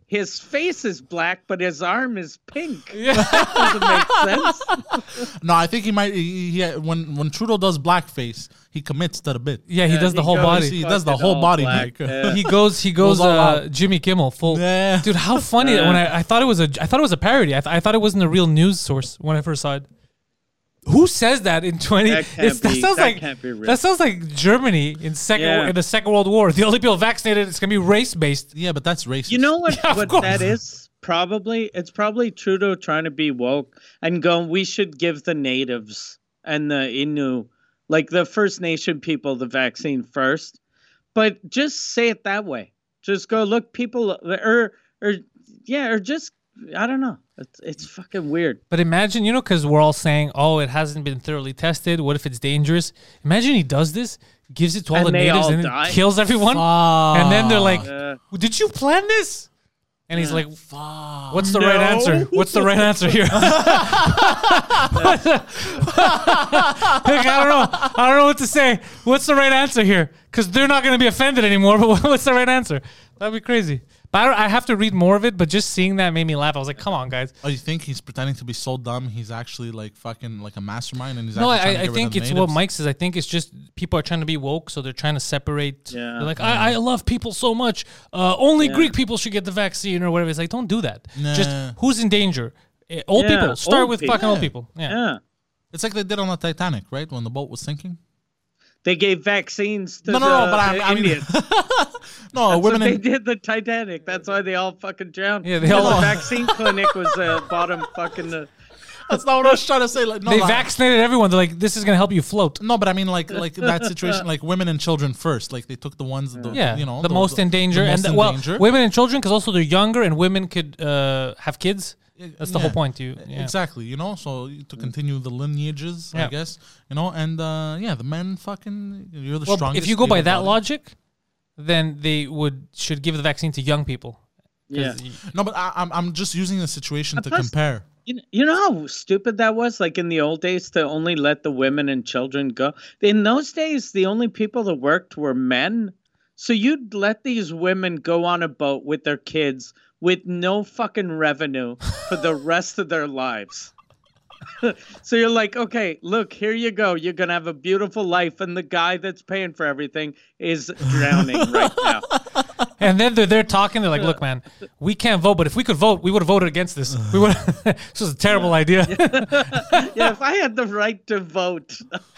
[SPEAKER 2] his face is black but his arm is pink. that doesn't make sense.
[SPEAKER 3] No, I think he might. He, he, when when Trudeau does blackface, he commits to the bit.
[SPEAKER 1] Yeah, he does the
[SPEAKER 2] he
[SPEAKER 1] whole
[SPEAKER 2] goes-
[SPEAKER 1] body.
[SPEAKER 3] He does the
[SPEAKER 2] Fucking
[SPEAKER 3] whole
[SPEAKER 2] all
[SPEAKER 3] body,
[SPEAKER 2] black,
[SPEAKER 3] Nick.
[SPEAKER 2] yeah.
[SPEAKER 1] he goes he goes
[SPEAKER 3] Goes all
[SPEAKER 1] uh,
[SPEAKER 3] out.
[SPEAKER 1] Jimmy Kimmel full.
[SPEAKER 3] Yeah.
[SPEAKER 1] Dude, how funny when I, I thought it was a I thought it was a parody. I, th- I thought it wasn't a real news source when I first saw it. Who says that in 20
[SPEAKER 2] That can't
[SPEAKER 1] that
[SPEAKER 2] be-
[SPEAKER 1] sounds
[SPEAKER 2] that
[SPEAKER 1] like
[SPEAKER 2] can't be real.
[SPEAKER 1] that sounds like Germany in second
[SPEAKER 2] Yeah.
[SPEAKER 1] in the second world war. The only people vaccinated it's going to be race based.
[SPEAKER 3] Yeah, but that's racist.
[SPEAKER 2] You know
[SPEAKER 3] [laughs]
[SPEAKER 2] what,
[SPEAKER 1] Yeah, of
[SPEAKER 2] what
[SPEAKER 1] course.
[SPEAKER 2] that is? Probably it's probably Trudeau trying to be woke and going, we should give the natives and the Innu, like the First Nation people, the vaccine first. But just say it that way. Just go look, people, or or yeah, or just I don't know. It's it's fucking weird.
[SPEAKER 1] But imagine, you know cuz we're all saying, "Oh, it hasn't been thoroughly tested. What if it's dangerous?" Imagine he does this, gives it to all
[SPEAKER 2] And
[SPEAKER 1] the
[SPEAKER 2] they
[SPEAKER 1] natives
[SPEAKER 2] all
[SPEAKER 1] and
[SPEAKER 2] die.
[SPEAKER 1] then kills everyone.
[SPEAKER 3] Ah,
[SPEAKER 1] And then they're like,
[SPEAKER 2] Uh,
[SPEAKER 1] "Did you plan this?" And he's like,
[SPEAKER 3] Fuck.
[SPEAKER 1] What's the right answer? What's the right answer
[SPEAKER 2] [laughs]
[SPEAKER 1] here? [laughs] Like, I don't know. I don't know what to say. What's the right answer here? Because they're not going to be offended anymore. [laughs] But what's the right answer? That'd be crazy. But I, don't- I have to read more of it. But just seeing that made me laugh. I was like, come on, guys.
[SPEAKER 3] Oh, you think he's pretending to be so dumb? He's actually like fucking like a mastermind, and he's
[SPEAKER 1] No,
[SPEAKER 3] actually trying
[SPEAKER 1] I,
[SPEAKER 3] to
[SPEAKER 1] I
[SPEAKER 3] get rid
[SPEAKER 1] think
[SPEAKER 3] of
[SPEAKER 1] it's what
[SPEAKER 3] natives?
[SPEAKER 1] Mike says. I think it's just people are trying to be woke, so they're trying to separate.
[SPEAKER 2] Yeah.
[SPEAKER 1] They're like, I, I love people so much. Uh, only Greek people should get the vaccine or whatever. It's like, don't do that.
[SPEAKER 3] Nah.
[SPEAKER 1] Just who's in danger? Eh, Old
[SPEAKER 2] Yeah,
[SPEAKER 1] people. Start
[SPEAKER 2] old
[SPEAKER 1] with
[SPEAKER 2] people.
[SPEAKER 1] fucking old people. Yeah.
[SPEAKER 2] yeah.
[SPEAKER 3] It's like they did on the Titanic, right? When the boat was sinking.
[SPEAKER 2] They gave vaccines to
[SPEAKER 3] No,
[SPEAKER 2] the,
[SPEAKER 3] no, no, but I-
[SPEAKER 2] the
[SPEAKER 3] I mean-
[SPEAKER 2] Indians.
[SPEAKER 3] [laughs] No, women.
[SPEAKER 2] so
[SPEAKER 3] [laughs]
[SPEAKER 2] they
[SPEAKER 3] In,
[SPEAKER 2] did the Titanic. That's why they all fucking drowned.
[SPEAKER 1] Yeah, they
[SPEAKER 2] Because
[SPEAKER 1] all-
[SPEAKER 2] the vaccine clinic was uh, bottom fucking.
[SPEAKER 3] [laughs]
[SPEAKER 2] Uh,
[SPEAKER 3] that's not what I was trying to say. Like, no,
[SPEAKER 1] They
[SPEAKER 3] like-
[SPEAKER 1] vaccinated everyone. They're like, this is gonna help you float.
[SPEAKER 3] No, but I mean, like, like that situation, like women and children first. Like they took the ones, that the,
[SPEAKER 1] Yeah,
[SPEAKER 3] you know,
[SPEAKER 1] the, most in danger,
[SPEAKER 3] the
[SPEAKER 1] and
[SPEAKER 3] most
[SPEAKER 1] the,
[SPEAKER 3] in
[SPEAKER 1] well,
[SPEAKER 3] danger.
[SPEAKER 1] women and children, because also they're younger, and women could uh, have kids. That's the whole point. You yeah.
[SPEAKER 3] Exactly, you know. So to continue the lineages,
[SPEAKER 1] Yeah.
[SPEAKER 3] I guess, you know, and uh, yeah, the men fucking you're the
[SPEAKER 1] Well,
[SPEAKER 3] strongest.
[SPEAKER 1] if you go by
[SPEAKER 3] able
[SPEAKER 1] that
[SPEAKER 3] body.
[SPEAKER 1] logic, then they would should give the vaccine to young people. 'Cause
[SPEAKER 2] Yeah.
[SPEAKER 1] y-
[SPEAKER 3] no, but I, I'm I'm just using the situation to
[SPEAKER 2] plus-
[SPEAKER 3] compare.
[SPEAKER 2] You kn- you know how stupid that was? Like in the old days, to only let the women and children go. In those days, the only people that worked were men. So you'd let these women go on a boat with their kids with no fucking revenue for the rest of their lives. [laughs] so you're like, okay, look, here you go. You're going to have a beautiful life. And the guy that's paying for everything is drowning right now.
[SPEAKER 1] And then they're there talking. They're like, "Look, man, we can't vote, but if we could vote, we would have voted against this. We would. [laughs] this was a terrible idea.
[SPEAKER 2] yeah, if I had the right to vote, [laughs]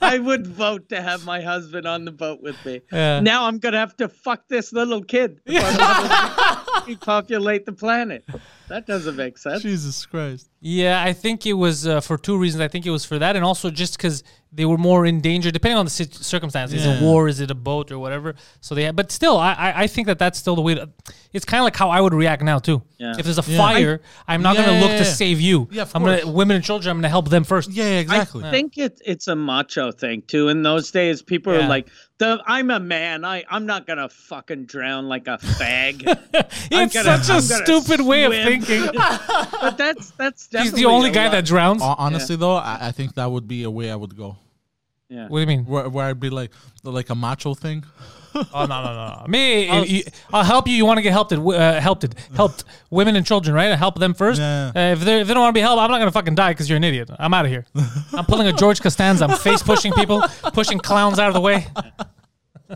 [SPEAKER 2] I would vote to have my husband on the boat with me.
[SPEAKER 1] Yeah.
[SPEAKER 2] Now I'm gonna have to fuck this little
[SPEAKER 1] [laughs]
[SPEAKER 2] kid. if I wanna repopulate the planet. That doesn't make sense.
[SPEAKER 3] Jesus Christ!
[SPEAKER 1] Yeah, I think it was uh, for two reasons. I think it was for that, and also just because they were more in danger, depending on the sit- circumstances. Is
[SPEAKER 3] Yeah.
[SPEAKER 1] it war? Is it a boat or whatever? So they, but still, I, I, I think that that's still the way. To, it's kind of like how I would react now too.
[SPEAKER 2] Yeah.
[SPEAKER 1] If there's a fire, I, am not
[SPEAKER 3] Yeah,
[SPEAKER 1] gonna look
[SPEAKER 3] yeah,
[SPEAKER 1] to
[SPEAKER 3] yeah.
[SPEAKER 1] save you.
[SPEAKER 3] Yeah, of
[SPEAKER 1] I'm gonna
[SPEAKER 3] course.
[SPEAKER 1] women and children. I'm gonna help them first.
[SPEAKER 3] Yeah, yeah, exactly.
[SPEAKER 2] I think it, it's a macho thing too. In those days, people were
[SPEAKER 1] Yeah.
[SPEAKER 2] like, the, "I'm a man. I I'm not gonna fucking drown like a fag."
[SPEAKER 1] [laughs] [laughs]
[SPEAKER 2] I'm
[SPEAKER 1] It's
[SPEAKER 2] gonna-
[SPEAKER 1] such a
[SPEAKER 2] I'm gonna
[SPEAKER 1] stupid way of
[SPEAKER 2] swim.
[SPEAKER 1] thinking.
[SPEAKER 2] but that's that's
[SPEAKER 1] He's
[SPEAKER 2] definitely
[SPEAKER 1] the only
[SPEAKER 2] a
[SPEAKER 1] guy
[SPEAKER 2] lot-
[SPEAKER 1] that drowns.
[SPEAKER 3] Hon- Honestly, though, I, I think that would be a way I would go,
[SPEAKER 2] Yeah.
[SPEAKER 1] What do you mean?
[SPEAKER 3] where, where I'd be like, like a macho thing.
[SPEAKER 1] Oh no no no! no.
[SPEAKER 3] [laughs]
[SPEAKER 1] Me, I'll, I'll help you. You want to get helped? It uh, helped it helped women and children, right? I help them first.
[SPEAKER 3] Yeah.
[SPEAKER 1] Uh, if they if they don't want to be helped, I'm not gonna fucking die because you're an idiot. I'm out of here. I'm pulling a George Costanza. I'm face pushing people, pushing clowns out of the way, [laughs]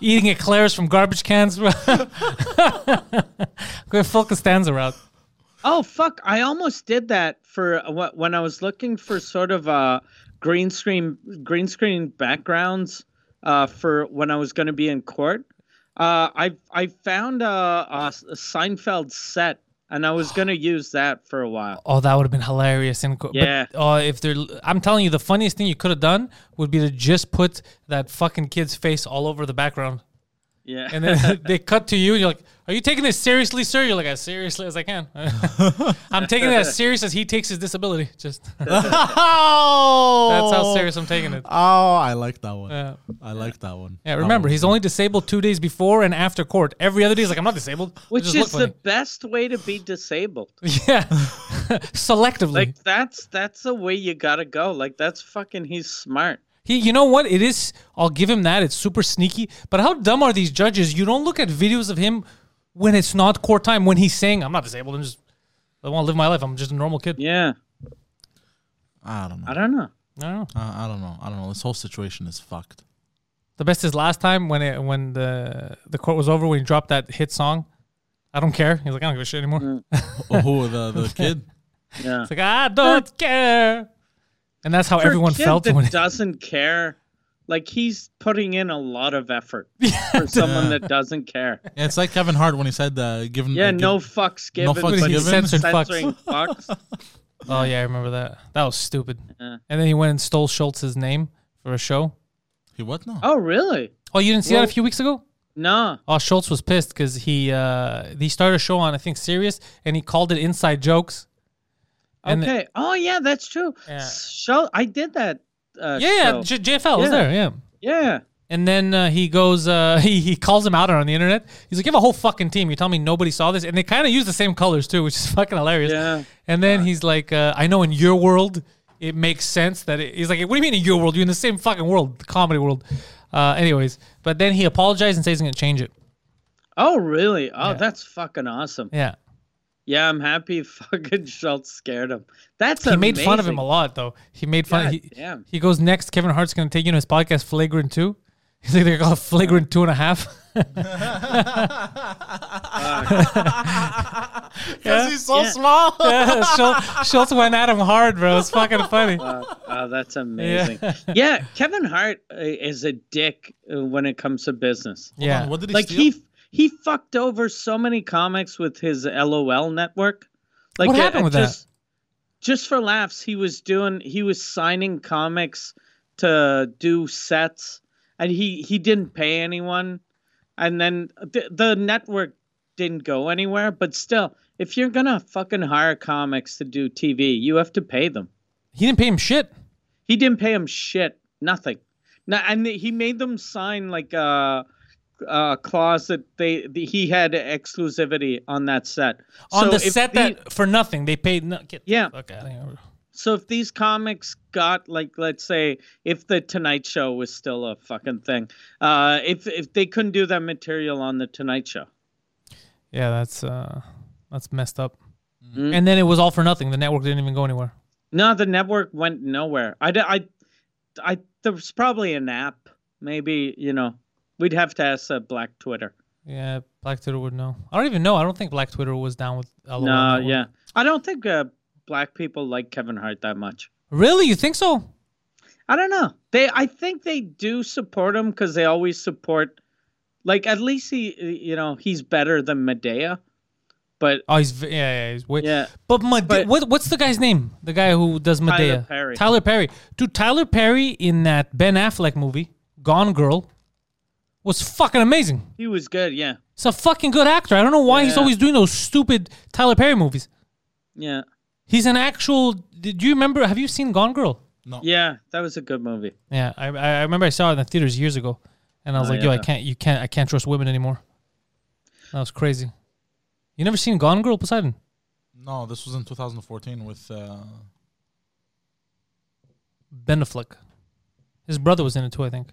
[SPEAKER 1] eating eclairs from garbage cans. [laughs] Going full Costanza route.
[SPEAKER 2] Oh fuck! I almost did that for what when I was looking for sort of uh, green screen green screen backgrounds uh, for when I was going to be in court. Uh, I I found a, a Seinfeld set and I was going to use that for a while.
[SPEAKER 1] Oh, that would have been hilarious. And go-
[SPEAKER 2] Yeah.
[SPEAKER 1] but, uh, if they're, I'm telling you, the funniest thing you could have done would be to just put that fucking kid's face all over the background.
[SPEAKER 2] Yeah, [laughs]
[SPEAKER 1] And then they cut to you, and you're like, "Are you taking this seriously, sir?" You're like, "As seriously as I can. [laughs] I'm taking it as serious as he takes his disability. Just [laughs] that's
[SPEAKER 3] oh,
[SPEAKER 1] how serious I'm taking it."
[SPEAKER 3] [laughs] Oh, I like that one.
[SPEAKER 1] Yeah.
[SPEAKER 3] I like that one.
[SPEAKER 1] Yeah,
[SPEAKER 3] That
[SPEAKER 1] remember,
[SPEAKER 3] one.
[SPEAKER 1] he's only disabled two days before and after court. Every other day, he's like, "I'm not disabled." I
[SPEAKER 2] which
[SPEAKER 1] just look
[SPEAKER 2] is the best way to be
[SPEAKER 1] [laughs]
[SPEAKER 2] disabled.
[SPEAKER 1] funny." yeah, [laughs] selectively.
[SPEAKER 2] Like that's that's the way you got to go. Like that's fucking he's smart.
[SPEAKER 1] He, you know what? It is. I'll give him that. It's super sneaky. But how dumb are these judges? You don't look at videos of him when it's not court time. When he's saying, "I'm not disabled. I'm just, I want to live my life. I'm just a normal kid."
[SPEAKER 2] Yeah,
[SPEAKER 3] I don't know.
[SPEAKER 2] I don't know.
[SPEAKER 1] I don't know.
[SPEAKER 3] I, I don't know. I don't know. This whole situation is fucked.
[SPEAKER 1] The best is last time when it when the the court was over when he dropped that hit song. I don't care. He's like, I don't give a shit anymore.
[SPEAKER 2] Mm.
[SPEAKER 3] Oh, who the the
[SPEAKER 1] [laughs]
[SPEAKER 3] kid?
[SPEAKER 2] Yeah,
[SPEAKER 1] It's like I don't care. And that's how
[SPEAKER 2] For a
[SPEAKER 1] everyone
[SPEAKER 2] kid
[SPEAKER 1] felt
[SPEAKER 2] that
[SPEAKER 1] when it,
[SPEAKER 2] doesn't care like he's putting in a lot
[SPEAKER 1] [laughs]
[SPEAKER 2] of effort for someone that doesn't care
[SPEAKER 3] Yeah, it's like Kevin Hart when he said, uh, "Given
[SPEAKER 2] yeah
[SPEAKER 3] uh,
[SPEAKER 2] no
[SPEAKER 3] give-
[SPEAKER 2] fucks
[SPEAKER 1] [laughs]
[SPEAKER 2] given
[SPEAKER 3] fucks
[SPEAKER 2] but
[SPEAKER 1] he
[SPEAKER 2] he's
[SPEAKER 3] given.
[SPEAKER 1] censored fucks.
[SPEAKER 2] censoring
[SPEAKER 1] [laughs]
[SPEAKER 2] fucks
[SPEAKER 1] Oh yeah, I remember that. That was stupid.
[SPEAKER 2] Yeah.
[SPEAKER 1] And then he went and stole Schultz's name for a show.
[SPEAKER 3] he what now?
[SPEAKER 2] oh really
[SPEAKER 1] Oh, you didn't see
[SPEAKER 2] Well-
[SPEAKER 1] that a few weeks ago?
[SPEAKER 2] no
[SPEAKER 1] Oh, Schultz was pissed because he uh he started a show on I think Sirius and he called it Inside Jokes. And
[SPEAKER 2] okay oh yeah that's true
[SPEAKER 1] Yeah.
[SPEAKER 2] so i did that uh,
[SPEAKER 1] Yeah, yeah,
[SPEAKER 2] show.
[SPEAKER 1] J- JFL was
[SPEAKER 2] Yeah.
[SPEAKER 1] there. Yeah.
[SPEAKER 2] yeah
[SPEAKER 1] And then uh, he goes, uh, [laughs] he, he calls him out on the internet. He's like, you have a whole fucking team. You tell me nobody saw this. And they kind of use the same colors too, which is [laughs] fucking hilarious.
[SPEAKER 2] Yeah.
[SPEAKER 1] And then he's like, uh, I know in your world, it makes sense that it, he's like, what do you mean in your world? You're in the same fucking world, the comedy world. Uh, anyways, but then he apologized and says he's going to change it.
[SPEAKER 2] oh really oh
[SPEAKER 1] Yeah.
[SPEAKER 2] that's fucking awesome
[SPEAKER 1] Yeah.
[SPEAKER 2] yeah i'm happy [laughs] fucking schultz scared him that's
[SPEAKER 1] he made fun of
[SPEAKER 2] amazing.
[SPEAKER 1] him a lot though. He made fun.
[SPEAKER 2] God
[SPEAKER 1] he, [laughs]
[SPEAKER 2] damn.
[SPEAKER 1] he goes next. Kevin Hart's gonna take you to his podcast, Flagrant Two. [laughs] He's like they're called Flagrant Two and a
[SPEAKER 2] [laughs]
[SPEAKER 1] Half. [laughs]
[SPEAKER 3] Because he's so small.
[SPEAKER 1] Schultz, Schultz went at him hard, bro. It's fucking funny.
[SPEAKER 2] Oh, that's amazing. Yeah. Kevin Hart uh, is a dick uh, when it comes to business.
[SPEAKER 1] yeah.
[SPEAKER 3] What did he
[SPEAKER 2] Like
[SPEAKER 3] steal?
[SPEAKER 2] he f- he fucked over so many comics with his LOL network. Like
[SPEAKER 1] What happened with that?
[SPEAKER 2] just, Just for laughs, he was doing he was signing comics to do sets, and he he didn't pay anyone, and then the, the network didn't go anywhere. But still, if you're gonna fucking hire comics to do TV, you have to pay them.
[SPEAKER 1] He didn't pay him shit.
[SPEAKER 2] He didn't pay them shit, nothing. No, and he made them sign like a, a clause that they the, he had exclusivity on that set.
[SPEAKER 1] On
[SPEAKER 2] So
[SPEAKER 1] the
[SPEAKER 2] if
[SPEAKER 1] set
[SPEAKER 2] the-
[SPEAKER 1] that for nothing they paid. No, get the
[SPEAKER 2] Yeah.
[SPEAKER 1] fuck outta here.
[SPEAKER 2] So if these comics got like, let's say, if the Tonight Show was still a fucking thing, uh, if if they couldn't do that material on the Tonight Show,
[SPEAKER 1] Yeah, that's uh, that's messed up.
[SPEAKER 2] Mm-hmm.
[SPEAKER 1] And then it was all for nothing. The network didn't even go anywhere.
[SPEAKER 2] no, the network went nowhere. I, d- I, I, there was probably an app. Maybe you know, we'd have to ask uh, Black Twitter.
[SPEAKER 1] Yeah, Black Twitter would know. I don't even know. I don't think Black Twitter was down with. LOL
[SPEAKER 2] No,
[SPEAKER 1] Network.
[SPEAKER 2] yeah, I don't think uh, black people like Kevin Hart that much.
[SPEAKER 1] Really, you think so?
[SPEAKER 2] I don't know. They, I think they do support him because they always support. Like at least he, you know, he's better than Medea, but
[SPEAKER 1] Oh, he's v- yeah, yeah, he's way.
[SPEAKER 2] Yeah.
[SPEAKER 1] But, Made-
[SPEAKER 2] But-
[SPEAKER 1] what, what's the guy's name? The guy who does Medea.
[SPEAKER 2] Perry.
[SPEAKER 1] Tyler Perry. Dude, Tyler Perry in that Ben Affleck movie, Gone Girl, was fucking amazing.
[SPEAKER 2] he was good. Yeah,
[SPEAKER 1] He's a fucking good actor. I don't know why he's
[SPEAKER 2] Yeah.
[SPEAKER 1] always doing those stupid Tyler Perry movies.
[SPEAKER 2] yeah,
[SPEAKER 1] He's an actual. Did you remember? Have you seen Gone Girl?
[SPEAKER 2] yeah. That was a good movie.
[SPEAKER 1] Yeah, I I I remember I saw it in the theaters years ago, and I was
[SPEAKER 2] Oh,
[SPEAKER 1] like, yo, I
[SPEAKER 2] yeah.
[SPEAKER 1] can't, you can't, I can't trust women anymore. That was crazy. You never seen Gone Girl, Poseidon?
[SPEAKER 3] No, this was in 2014 with. Uh,
[SPEAKER 1] Ben Affleck. His brother was in it too, I think.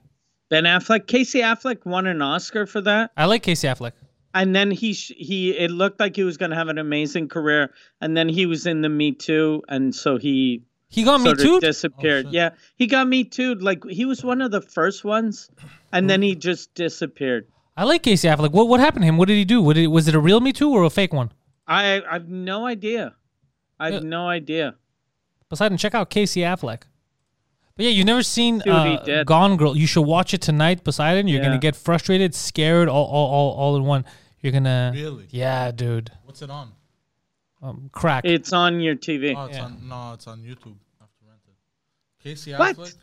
[SPEAKER 2] Ben Affleck, Casey Affleck won an Oscar for that,
[SPEAKER 1] I like Casey Affleck.
[SPEAKER 2] and then he sh- he it looked like he was going to have an amazing career, and then he was in the Me Too, and so he
[SPEAKER 1] He got
[SPEAKER 2] sort
[SPEAKER 1] me too.
[SPEAKER 2] of disappeared.
[SPEAKER 3] Oh, shit.
[SPEAKER 2] yeah, he got Me Too. Like he was one of the first ones, and then he just disappeared.
[SPEAKER 1] I like Casey Affleck. What what happened to him? What did he do? What did, was it a real Me Too or a fake one?
[SPEAKER 2] I I've no idea. I've
[SPEAKER 1] Yeah.
[SPEAKER 2] no idea.
[SPEAKER 1] Poseidon, check out Casey Affleck. But yeah, you've never seen
[SPEAKER 2] he
[SPEAKER 1] uh,
[SPEAKER 2] did.
[SPEAKER 1] Gone Girl. You should watch it tonight, Poseidon. You're gonna
[SPEAKER 2] Yeah.
[SPEAKER 1] get frustrated, scared, all all all, all in one. You're gonna
[SPEAKER 3] Really?
[SPEAKER 1] yeah, dude.
[SPEAKER 3] what's it on?
[SPEAKER 1] Um, crack.
[SPEAKER 2] It's on your TV.
[SPEAKER 3] Oh, it's
[SPEAKER 1] Yeah.
[SPEAKER 3] on. No, it's on YouTube. I have to rent it. Casey
[SPEAKER 2] What?
[SPEAKER 3] Affleck.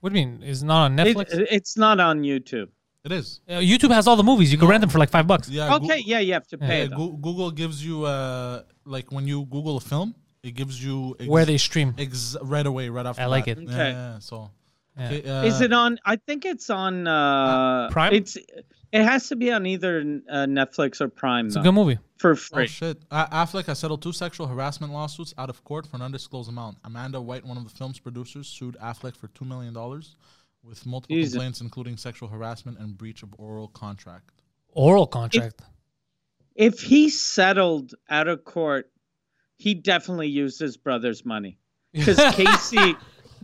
[SPEAKER 1] what do you mean? It's not on
[SPEAKER 2] It,
[SPEAKER 1] Netflix.
[SPEAKER 2] it's not on YouTube.
[SPEAKER 3] It is.
[SPEAKER 1] Uh, YouTube has all the movies. You can rent them for like five bucks.
[SPEAKER 3] Yeah. Uh, Goo-
[SPEAKER 2] Okay, yeah, you have to pay.
[SPEAKER 3] yeah,
[SPEAKER 2] though.
[SPEAKER 3] Goo- Google gives you uh, like when you Google a film, it gives you ex-
[SPEAKER 1] Where they stream.
[SPEAKER 3] ex- right away, right after.
[SPEAKER 1] I like it.
[SPEAKER 2] Okay.
[SPEAKER 3] Yeah, yeah, so.
[SPEAKER 1] Yeah.
[SPEAKER 3] Okay, uh,
[SPEAKER 2] Is it on? I think it's on uh,
[SPEAKER 1] Prime?
[SPEAKER 2] It's it has to be on either uh, Netflix or Prime
[SPEAKER 1] It's a
[SPEAKER 2] though,
[SPEAKER 1] good movie.
[SPEAKER 2] for
[SPEAKER 3] Oh
[SPEAKER 2] free.
[SPEAKER 3] shit! A- Affleck has settled two sexual harassment lawsuits out of court for an undisclosed amount. Amanda White, one of the film's producers, sued Affleck for two million dollars, with multiple
[SPEAKER 2] Jesus.
[SPEAKER 3] complaints including sexual harassment and breach of oral contract.
[SPEAKER 1] Oral contract.
[SPEAKER 2] if he settled out of court, he definitely used his brother's money because Casey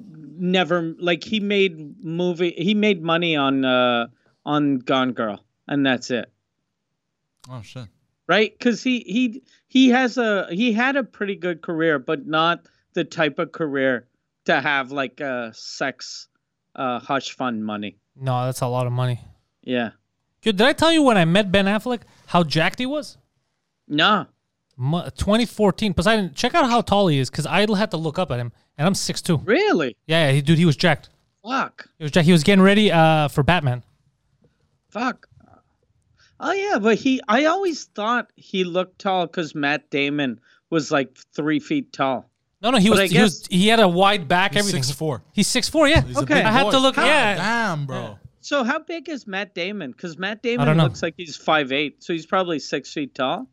[SPEAKER 2] never like he made movie. He made money on uh, on Gone Girl, and that's it.
[SPEAKER 3] Oh shit!
[SPEAKER 2] right because he he he has a he had a pretty good career but not the type of career to have like uh sex uh hush fund money
[SPEAKER 1] No, that's a lot of money.
[SPEAKER 2] yeah
[SPEAKER 1] Dude, did I tell you when I met Ben Affleck how jacked he was?
[SPEAKER 2] no
[SPEAKER 1] Mu- 2014. Poseidon, check out how tall he is, because I had to look up at him, and I'm 6'2".
[SPEAKER 2] really
[SPEAKER 1] Yeah, yeah, he, dude, he was jacked.
[SPEAKER 2] fuck
[SPEAKER 1] He was jacked. He was getting ready uh, for Batman.
[SPEAKER 2] fuck oh yeah but he i always thought he looked tall because matt damon was like three feet tall
[SPEAKER 1] No, no, he
[SPEAKER 2] But
[SPEAKER 1] was,
[SPEAKER 2] I
[SPEAKER 1] he was.
[SPEAKER 2] guess-
[SPEAKER 1] He had a wide back.
[SPEAKER 3] He's
[SPEAKER 1] everything.
[SPEAKER 3] six four.
[SPEAKER 1] He's six four. Yeah.
[SPEAKER 3] He's a
[SPEAKER 2] Okay.
[SPEAKER 3] big
[SPEAKER 1] I had to
[SPEAKER 3] boy.
[SPEAKER 1] look.
[SPEAKER 3] God
[SPEAKER 1] yeah.
[SPEAKER 3] Damn, bro.
[SPEAKER 2] so how big is matt damon because matt
[SPEAKER 1] don't
[SPEAKER 2] damon
[SPEAKER 1] know.
[SPEAKER 2] looks like he's five eight so he's probably six feet tall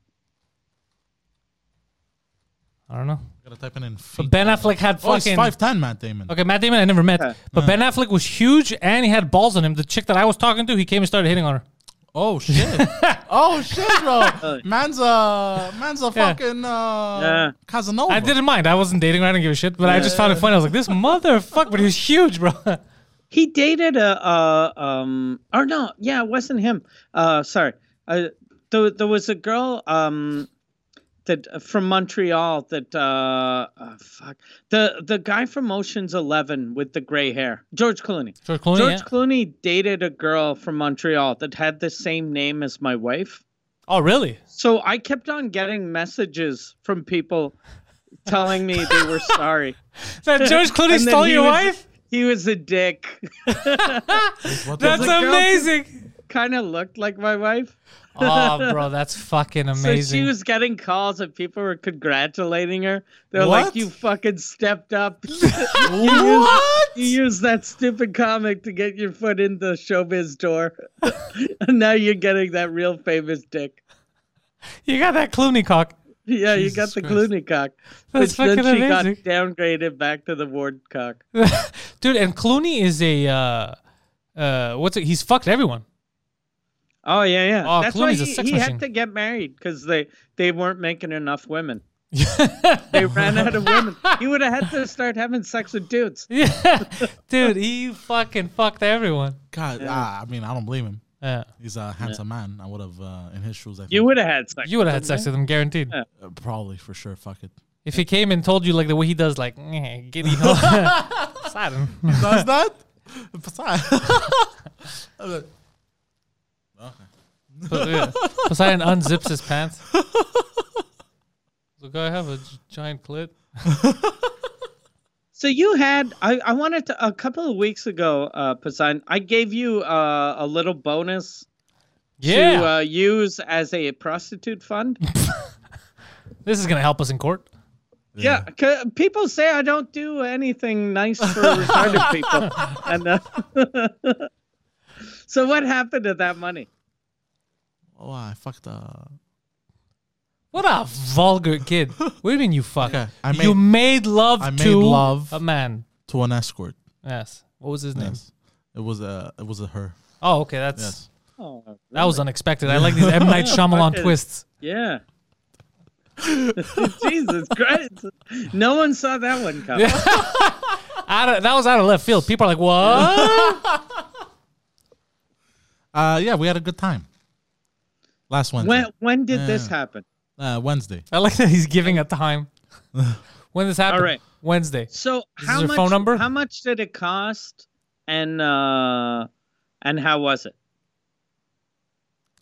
[SPEAKER 1] I don't know.
[SPEAKER 3] Gotta type it in. Feet.
[SPEAKER 1] But Ben Affleck had
[SPEAKER 3] oh, he's
[SPEAKER 1] fucking.
[SPEAKER 3] five ten, Matt Damon.
[SPEAKER 1] Okay, Matt Damon I never met,
[SPEAKER 2] Yeah.
[SPEAKER 1] but Ben Affleck was huge and he had balls on him. The chick that I was talking to, he came and started hitting on her.
[SPEAKER 3] Oh shit! [laughs] oh shit,
[SPEAKER 1] [laughs]
[SPEAKER 3] bro. Man's a man's a
[SPEAKER 1] Yeah.
[SPEAKER 3] fucking uh,
[SPEAKER 2] Uh, Yeah.
[SPEAKER 3] Casanova.
[SPEAKER 1] I didn't mind. I wasn't dating her. I didn't give a shit. But I just found it funny. I was like, this motherfucker, but he was huge, bro.
[SPEAKER 2] he dated a, a um or no yeah it wasn't him uh sorry uh, there, there was a girl um that uh, from montreal that uh oh, fuck the the guy from oceans 11 with the gray hair george clooney
[SPEAKER 1] George Clooney.
[SPEAKER 2] george
[SPEAKER 1] Oh, yeah.
[SPEAKER 2] clooney dated a girl from montreal that had the same name as my wife
[SPEAKER 1] Oh, really?
[SPEAKER 2] so i kept on getting messages from people telling me they were sorry
[SPEAKER 1] That George Clooney
[SPEAKER 2] And then
[SPEAKER 1] stole
[SPEAKER 2] he
[SPEAKER 1] your
[SPEAKER 2] was-
[SPEAKER 1] wife?
[SPEAKER 2] he was a dick [laughs]
[SPEAKER 3] What the
[SPEAKER 1] That's
[SPEAKER 3] fuck?
[SPEAKER 2] like, girl,
[SPEAKER 1] amazing.
[SPEAKER 2] kind of looked like my wife.
[SPEAKER 1] Oh, bro, that's fucking amazing.
[SPEAKER 2] So she was getting calls and people were congratulating her. They're
[SPEAKER 3] What?
[SPEAKER 2] like, "You fucking stepped up. [laughs]
[SPEAKER 3] what?
[SPEAKER 2] you used that stupid comic to get your foot in the showbiz door, [laughs] and now you're getting that real famous dick."
[SPEAKER 1] you got that Clooney cock.
[SPEAKER 2] [laughs] Yeah,
[SPEAKER 1] Jesus
[SPEAKER 2] you got the
[SPEAKER 1] Christ.
[SPEAKER 2] Clooney cock.
[SPEAKER 1] That's
[SPEAKER 2] which then
[SPEAKER 1] fucking
[SPEAKER 2] she got
[SPEAKER 1] amazing.
[SPEAKER 2] downgraded back to the Ward cock.
[SPEAKER 1] [laughs] Dude, and Clooney is a uh uh what's it? He's fucked everyone. [laughs]
[SPEAKER 2] Oh yeah, yeah.
[SPEAKER 1] Oh,
[SPEAKER 2] That's
[SPEAKER 1] Clooney's a
[SPEAKER 2] why he,
[SPEAKER 1] sex
[SPEAKER 2] he
[SPEAKER 1] machine.
[SPEAKER 2] had to get married because they they weren't making enough
[SPEAKER 1] [laughs]
[SPEAKER 2] women. They ran out of women. He would have had to start having sex with dudes.
[SPEAKER 1] yeah. Dude, he fucking fucked everyone. Uh,
[SPEAKER 3] God, ah, I mean, I don't blame him.
[SPEAKER 1] Yeah.
[SPEAKER 3] He's a handsome man. I would have uh, in his shoes. I think.
[SPEAKER 2] You would have had sex.
[SPEAKER 1] You would have had sex with him, guaranteed.
[SPEAKER 2] Yeah.
[SPEAKER 3] Uh, probably for sure. Fuck it.
[SPEAKER 1] If he came and told you like the way he does, like "Eh, giddy ho.
[SPEAKER 2] [laughs]
[SPEAKER 1] Poseidon. [laughs]
[SPEAKER 3] Does that? Poseidon.
[SPEAKER 1] Poseidon unzips his pants. Look, I have a gi- giant clit.
[SPEAKER 2] So you had I, I wanted to a couple of weeks ago, uh, Poseidon. I gave you uh, a little bonus
[SPEAKER 1] Yeah,
[SPEAKER 2] to uh, use as a prostitute fund.
[SPEAKER 1] this is gonna help us in court.
[SPEAKER 2] yeah, 'cause people say I don't do anything nice for
[SPEAKER 1] [laughs]
[SPEAKER 2] retarded people, and uh, [laughs] so what happened to that money?
[SPEAKER 3] [laughs] Oh, I fucked up.
[SPEAKER 1] What a vulgar kid! What do you mean you fuck?
[SPEAKER 3] Okay, I
[SPEAKER 1] you
[SPEAKER 3] made-
[SPEAKER 1] made love
[SPEAKER 3] I made
[SPEAKER 1] to
[SPEAKER 3] love.
[SPEAKER 1] a man.
[SPEAKER 3] To an escort.
[SPEAKER 1] Yes. What was his name?
[SPEAKER 3] Yes. It was a. It was a her.
[SPEAKER 1] Oh, okay. That's
[SPEAKER 3] Yes.
[SPEAKER 2] Oh,
[SPEAKER 1] that was unexpected. I like these M
[SPEAKER 2] [laughs]
[SPEAKER 1] Night Shyamalan twists.
[SPEAKER 2] yeah. [laughs] Jesus Christ! No one saw that one coming.
[SPEAKER 1] Out of, that was out of left field. People are like, "What?"
[SPEAKER 3] Uh, yeah, we had a good time. Last Wednesday.
[SPEAKER 2] When when did this
[SPEAKER 3] Yeah.
[SPEAKER 2] happen?
[SPEAKER 3] uh, Wednesday.
[SPEAKER 1] I like that he's giving a
[SPEAKER 3] [laughs]
[SPEAKER 1] time. when this happened?
[SPEAKER 2] All right.
[SPEAKER 1] Wednesday.
[SPEAKER 2] So
[SPEAKER 1] This is
[SPEAKER 2] how
[SPEAKER 1] your
[SPEAKER 2] much?
[SPEAKER 1] phone number?
[SPEAKER 2] How much did it cost? And uh, and how was it?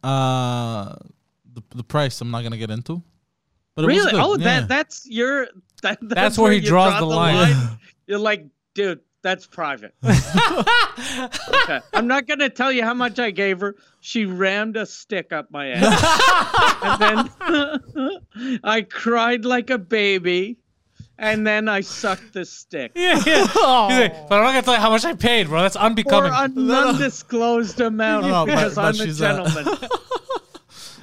[SPEAKER 3] Uh, the, the price I'm not gonna get into. But it was
[SPEAKER 2] really?
[SPEAKER 3] good,
[SPEAKER 2] Oh,
[SPEAKER 3] yeah.
[SPEAKER 2] that that's your. That, that's,
[SPEAKER 1] That's where he
[SPEAKER 2] you
[SPEAKER 1] draws
[SPEAKER 2] draw
[SPEAKER 1] the line.
[SPEAKER 3] [laughs]
[SPEAKER 2] You're like, dude, that's private. okay. I'm not gonna tell you how much I gave her. She rammed a stick up my
[SPEAKER 3] [laughs]
[SPEAKER 2] ass, and then [laughs] I cried like a baby, and then I sucked the stick.
[SPEAKER 1] Yeah, yeah. He's
[SPEAKER 3] Oh.
[SPEAKER 1] like, but I'm not gonna tell you how much I paid, bro. That's
[SPEAKER 2] For
[SPEAKER 1] unbecoming.
[SPEAKER 3] [laughs]
[SPEAKER 2] an undisclosed amount
[SPEAKER 3] No, no, Oh, but-
[SPEAKER 2] because
[SPEAKER 3] but
[SPEAKER 2] I'm a
[SPEAKER 3] she's, uh,
[SPEAKER 2] gentleman.
[SPEAKER 3] [laughs]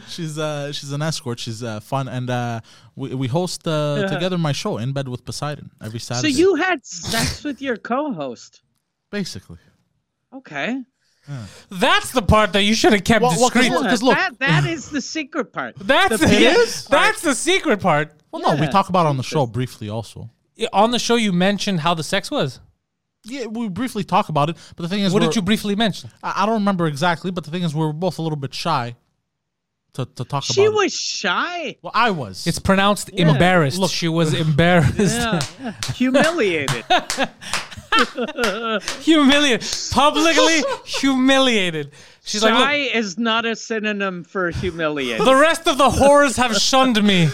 [SPEAKER 3] She's uh she's an escort. She's uh, fun and uh we, we host uh, together my show in bed with Poseidon every
[SPEAKER 2] So
[SPEAKER 3] Saturday.
[SPEAKER 2] you had sex with your co-host.
[SPEAKER 3] basically.
[SPEAKER 2] Okay.
[SPEAKER 1] That's the part that you should have kept
[SPEAKER 3] Well, well, 'cause
[SPEAKER 1] discreet.
[SPEAKER 3] look-
[SPEAKER 2] Yeah,
[SPEAKER 3] look-
[SPEAKER 2] that, that is the secret
[SPEAKER 3] [laughs]
[SPEAKER 2] part.
[SPEAKER 1] that's
[SPEAKER 2] the
[SPEAKER 1] [laughs] the,
[SPEAKER 2] best
[SPEAKER 1] is? that's the secret part.
[SPEAKER 3] Well, no, we
[SPEAKER 2] Yeah.
[SPEAKER 3] talk about it on the show briefly also.
[SPEAKER 1] Yeah, On the show, you mentioned how the sex was.
[SPEAKER 3] Yeah, we briefly talk about it. But the thing is,
[SPEAKER 1] What
[SPEAKER 3] we're-
[SPEAKER 1] did you briefly mention?
[SPEAKER 3] I, I don't remember exactly. But the thing is, we were both a little bit shy to to talk
[SPEAKER 2] She
[SPEAKER 3] about. it.
[SPEAKER 2] was
[SPEAKER 3] [laughs]
[SPEAKER 2] shy.
[SPEAKER 3] Well, I was.
[SPEAKER 1] It's pronounced embarrassed.
[SPEAKER 3] Look.
[SPEAKER 1] she was embarrassed,
[SPEAKER 2] Yeah. Humiliated.
[SPEAKER 1] [laughs] humiliated, publicly
[SPEAKER 2] [laughs]
[SPEAKER 1] humiliated. She's
[SPEAKER 2] shy
[SPEAKER 1] like, Look,
[SPEAKER 2] is not a synonym for humiliated.
[SPEAKER 1] the rest of the whores have shunned me.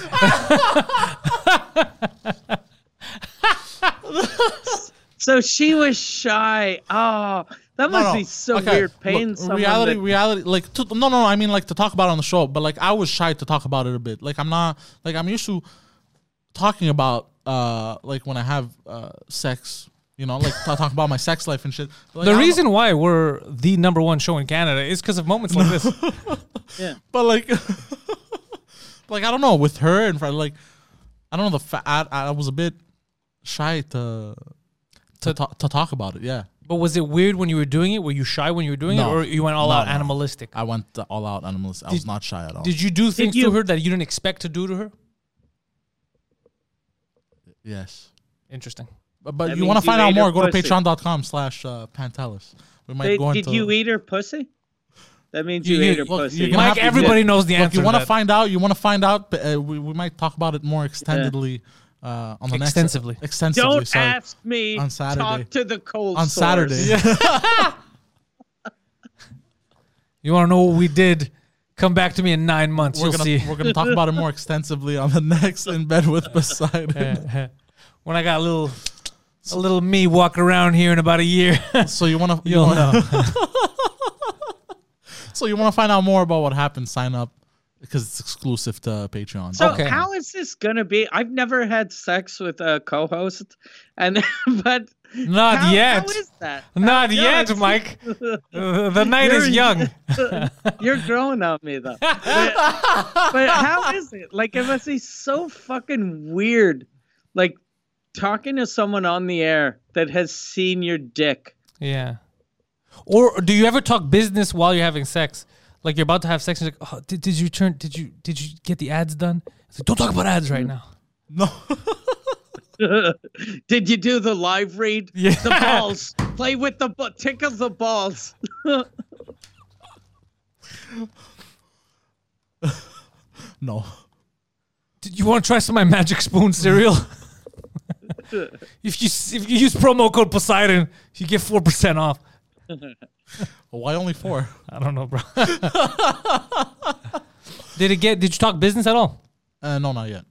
[SPEAKER 2] so she was shy. Oh, that must
[SPEAKER 3] No, no.
[SPEAKER 2] be so
[SPEAKER 3] Okay,
[SPEAKER 2] weird. Paying
[SPEAKER 3] look,
[SPEAKER 2] someone.
[SPEAKER 3] reality,
[SPEAKER 2] that-
[SPEAKER 3] reality. Like, to, no, no, no. I mean, like to talk about it on the show, but like I was shy to talk about it a bit. Like, I'm not like I'm used to talking about uh like when I have uh sex. You know, like to talk about my sex life and shit. Like, I
[SPEAKER 1] The
[SPEAKER 3] don't-
[SPEAKER 1] reason why we're the number one show in Canada is because of moments like [laughs] this.
[SPEAKER 3] but like, [laughs] like I don't know with her and for like, I don't know the fa- I, I was a bit shy to to ta- to talk about it. Yeah,
[SPEAKER 1] But was it weird when you were doing it? Were you shy when you were doing
[SPEAKER 3] No.
[SPEAKER 1] it, or you went all
[SPEAKER 3] No,
[SPEAKER 1] out
[SPEAKER 3] no.
[SPEAKER 1] animalistic?
[SPEAKER 3] I went uh, all out animalist. I was not shy at all.
[SPEAKER 1] Did you do things to
[SPEAKER 2] you-
[SPEAKER 1] her that you didn't expect to do to her?
[SPEAKER 3] yes.
[SPEAKER 1] Interesting.
[SPEAKER 3] But, but
[SPEAKER 2] That
[SPEAKER 3] you want to
[SPEAKER 2] means you
[SPEAKER 3] find out
[SPEAKER 2] ate her
[SPEAKER 3] more, go to
[SPEAKER 2] pussy.
[SPEAKER 3] patreon.com slash uh, Pantelis. We might
[SPEAKER 2] Did,
[SPEAKER 3] go
[SPEAKER 2] did
[SPEAKER 3] into...
[SPEAKER 2] you eat her pussy? That means
[SPEAKER 1] You-
[SPEAKER 2] you,
[SPEAKER 1] you-
[SPEAKER 2] ate her
[SPEAKER 1] look,
[SPEAKER 2] pussy.
[SPEAKER 3] you're gonna have
[SPEAKER 1] Mike,
[SPEAKER 3] to-
[SPEAKER 1] everybody knows the
[SPEAKER 3] Look,
[SPEAKER 1] answer.
[SPEAKER 3] you
[SPEAKER 1] want
[SPEAKER 3] want to find out, you want to find out, but uh, we, we might talk about it more extendedly uh, on the next...
[SPEAKER 1] Extensively.
[SPEAKER 3] Extensively,
[SPEAKER 2] Don't
[SPEAKER 3] sorry.
[SPEAKER 2] ask me.
[SPEAKER 3] On Saturday.
[SPEAKER 2] Talk to the cold
[SPEAKER 3] on
[SPEAKER 2] sores.
[SPEAKER 3] Saturday.
[SPEAKER 1] You want to know what we did? Come back to me in nine months.
[SPEAKER 3] we're
[SPEAKER 1] You'll
[SPEAKER 3] gonna
[SPEAKER 1] see.
[SPEAKER 3] we're gonna talk about it more extensively on the [laughs] next in bed with
[SPEAKER 1] [laughs]
[SPEAKER 3] Poseidon.
[SPEAKER 1] when I got a little, a little me walk around here in about a year, [laughs]
[SPEAKER 3] so you wanna you
[SPEAKER 1] you'll
[SPEAKER 3] wanna,
[SPEAKER 1] know.
[SPEAKER 3] So you want to find out more about what happened? Sign up because it's exclusive to Patreon.
[SPEAKER 2] So
[SPEAKER 1] Okay.
[SPEAKER 2] how is this gonna be? I've never had sex with a co-host, and [laughs] but
[SPEAKER 1] Not
[SPEAKER 2] how-
[SPEAKER 1] yet.
[SPEAKER 2] How is that?
[SPEAKER 1] Not
[SPEAKER 2] No,
[SPEAKER 1] yet,
[SPEAKER 2] it's- [laughs]
[SPEAKER 1] Mike. Uh, the night is young.
[SPEAKER 2] You're- You're growing on
[SPEAKER 1] [laughs]
[SPEAKER 2] me though. But, but how is it? Like it must be so fucking weird, like talking to someone on the air that has seen your dick.
[SPEAKER 1] Yeah. Or do you ever talk business while you're having sex? Like you're about to have sex and you're like, oh, did, did you turn? Did you did you get the ads done? It's like, don't talk about ads right now.
[SPEAKER 3] no, [laughs]
[SPEAKER 2] Did you do the live read?
[SPEAKER 1] [laughs] Yeah.
[SPEAKER 2] The balls. Play with the ba- tickle the balls.
[SPEAKER 3] no.
[SPEAKER 1] Did you want to try some of my magic spoon [laughs] cereal? if you s- if you use promo code Poseidon, you get four percent off.
[SPEAKER 3] Why only four?
[SPEAKER 1] I don't know, bro. [laughs] did it get? Did you talk business at all?
[SPEAKER 3] Uh, no, not yet.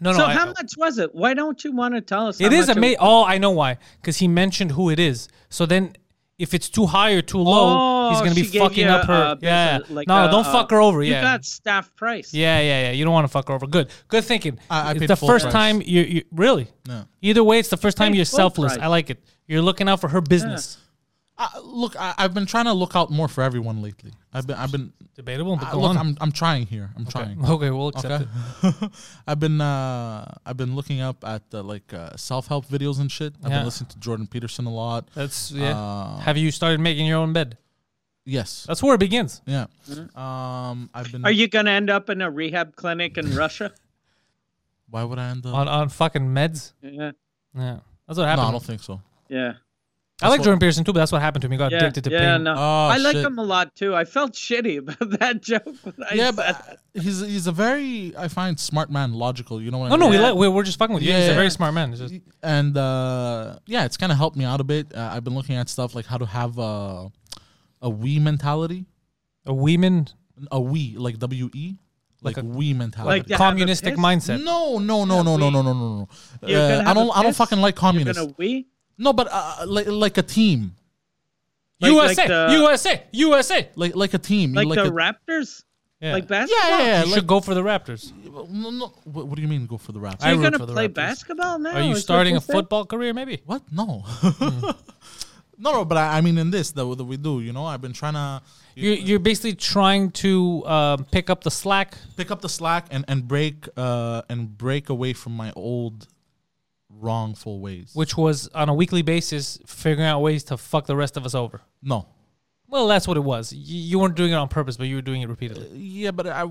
[SPEAKER 1] No, no.
[SPEAKER 2] so
[SPEAKER 1] I-
[SPEAKER 2] how much was it? Why don't you want to tell us?
[SPEAKER 1] It
[SPEAKER 2] how
[SPEAKER 1] is
[SPEAKER 2] much
[SPEAKER 1] amazing. Oh, I know why. Because he mentioned who it is. So then, if it's too high or too low, he's
[SPEAKER 2] Oh,
[SPEAKER 1] gonna be
[SPEAKER 2] she gave
[SPEAKER 1] fucking
[SPEAKER 2] you
[SPEAKER 1] up her.
[SPEAKER 2] a- a
[SPEAKER 1] yeah.
[SPEAKER 2] business- like
[SPEAKER 1] no,
[SPEAKER 2] a-
[SPEAKER 1] don't
[SPEAKER 2] a-
[SPEAKER 1] fuck her over.
[SPEAKER 2] You
[SPEAKER 1] Yeah.
[SPEAKER 2] got staff price.
[SPEAKER 1] yeah, yeah, yeah. You don't want to fuck her over. Good, good thinking.
[SPEAKER 3] I- I
[SPEAKER 1] it's
[SPEAKER 3] paid
[SPEAKER 1] the
[SPEAKER 3] full
[SPEAKER 1] first
[SPEAKER 3] price.
[SPEAKER 1] time you, you really.
[SPEAKER 3] No.
[SPEAKER 1] Either way, it's the first time
[SPEAKER 2] Paid
[SPEAKER 1] you're
[SPEAKER 2] full
[SPEAKER 1] selfless.
[SPEAKER 2] price.
[SPEAKER 1] I like it. You're looking out for her business.
[SPEAKER 3] I, Uh, look, I, I've been trying to look out more for everyone lately. I've been, I've been.
[SPEAKER 1] Debatable, but
[SPEAKER 3] I,
[SPEAKER 1] go
[SPEAKER 3] look,
[SPEAKER 1] on.
[SPEAKER 3] I'm, I'm trying here. I'm trying.
[SPEAKER 1] okay, [laughs] we'll accept
[SPEAKER 3] Okay.
[SPEAKER 1] it.
[SPEAKER 3] [laughs] I've been, uh, I've been looking up at the, like uh, self-help videos and shit. I've
[SPEAKER 1] Yeah.
[SPEAKER 3] been listening to Jordan Peterson a lot.
[SPEAKER 1] That's yeah.
[SPEAKER 3] Uh,
[SPEAKER 1] Have you started making your own bed?
[SPEAKER 3] Yes.
[SPEAKER 1] That's where it begins.
[SPEAKER 3] Yeah.
[SPEAKER 1] Mm-hmm.
[SPEAKER 3] Um, I've been.
[SPEAKER 2] Are you gonna end up in a rehab clinic in
[SPEAKER 1] [laughs]
[SPEAKER 2] Russia?
[SPEAKER 3] why would I end up?
[SPEAKER 1] On on fucking meds.
[SPEAKER 2] Yeah.
[SPEAKER 1] Yeah, that's what
[SPEAKER 3] no,
[SPEAKER 1] happened.
[SPEAKER 3] I don't think so.
[SPEAKER 2] Yeah.
[SPEAKER 1] I like
[SPEAKER 3] what-
[SPEAKER 1] Jordan Peterson too, but that's what happened to me. Got
[SPEAKER 2] Yeah.
[SPEAKER 1] addicted to
[SPEAKER 2] yeah
[SPEAKER 1] pain.
[SPEAKER 2] no.
[SPEAKER 3] Oh,
[SPEAKER 2] I like
[SPEAKER 3] shit.
[SPEAKER 2] him a lot too. I felt shitty [laughs] about that joke. when I
[SPEAKER 3] yeah,
[SPEAKER 2] said that.
[SPEAKER 3] but uh, he's he's a very I find smart man, logical. You know what
[SPEAKER 1] No,
[SPEAKER 3] I
[SPEAKER 1] Oh, no,
[SPEAKER 3] mean?
[SPEAKER 1] we
[SPEAKER 2] Yeah.
[SPEAKER 1] like, we- we're just fucking with you.
[SPEAKER 3] Yeah,
[SPEAKER 1] He's a
[SPEAKER 3] yeah,
[SPEAKER 1] very
[SPEAKER 3] yeah.
[SPEAKER 1] smart man. It's just-
[SPEAKER 3] And uh, yeah, it's kind of helped me out a bit. Uh, I've been looking at stuff like how to have a a we mentality,
[SPEAKER 1] a women
[SPEAKER 3] a we like W E, like,
[SPEAKER 1] Like a-
[SPEAKER 3] we mentality.
[SPEAKER 2] Like to have a
[SPEAKER 1] communistic
[SPEAKER 2] piss?
[SPEAKER 1] mindset.
[SPEAKER 3] no, no, no, no, no, no, no, no, no.
[SPEAKER 2] You're gonna have
[SPEAKER 3] Uh, I
[SPEAKER 2] a
[SPEAKER 3] don't. I don't
[SPEAKER 2] piss?
[SPEAKER 3] fucking like
[SPEAKER 2] You're
[SPEAKER 3] communists.
[SPEAKER 2] gonna we?
[SPEAKER 3] No, but uh, like like a team,
[SPEAKER 2] Like-
[SPEAKER 1] USA,
[SPEAKER 2] like the-
[SPEAKER 1] USA, USA.
[SPEAKER 3] like like a team,
[SPEAKER 2] Like,
[SPEAKER 3] a,
[SPEAKER 2] the Raptors?
[SPEAKER 1] Yeah.
[SPEAKER 2] Like
[SPEAKER 3] yeah,
[SPEAKER 2] basketball?
[SPEAKER 3] yeah, yeah.
[SPEAKER 1] you
[SPEAKER 3] Like,
[SPEAKER 1] should go for the Raptors.
[SPEAKER 3] no, no. What, what do you mean go for the Raptors?
[SPEAKER 1] I
[SPEAKER 2] You're
[SPEAKER 1] root
[SPEAKER 2] gonna
[SPEAKER 1] for the
[SPEAKER 2] play
[SPEAKER 1] Raptors.
[SPEAKER 2] basketball now?
[SPEAKER 1] Are you
[SPEAKER 2] is what
[SPEAKER 1] starting a
[SPEAKER 2] said?
[SPEAKER 1] football career? Maybe.
[SPEAKER 3] What? No. [laughs] no, no, but I, I mean, in this that, that we do, you know, I've been trying to
[SPEAKER 1] You're, you're basically trying to um, pick up the slack.
[SPEAKER 3] pick up the slack and and break uh and break away from my old wrongful ways.
[SPEAKER 1] which was on a weekly basis figuring out ways to fuck the rest of us over.
[SPEAKER 3] no.
[SPEAKER 1] Well, that's what it was. You, you weren't doing it on purpose, but you were doing it repeatedly.
[SPEAKER 3] Yeah, but I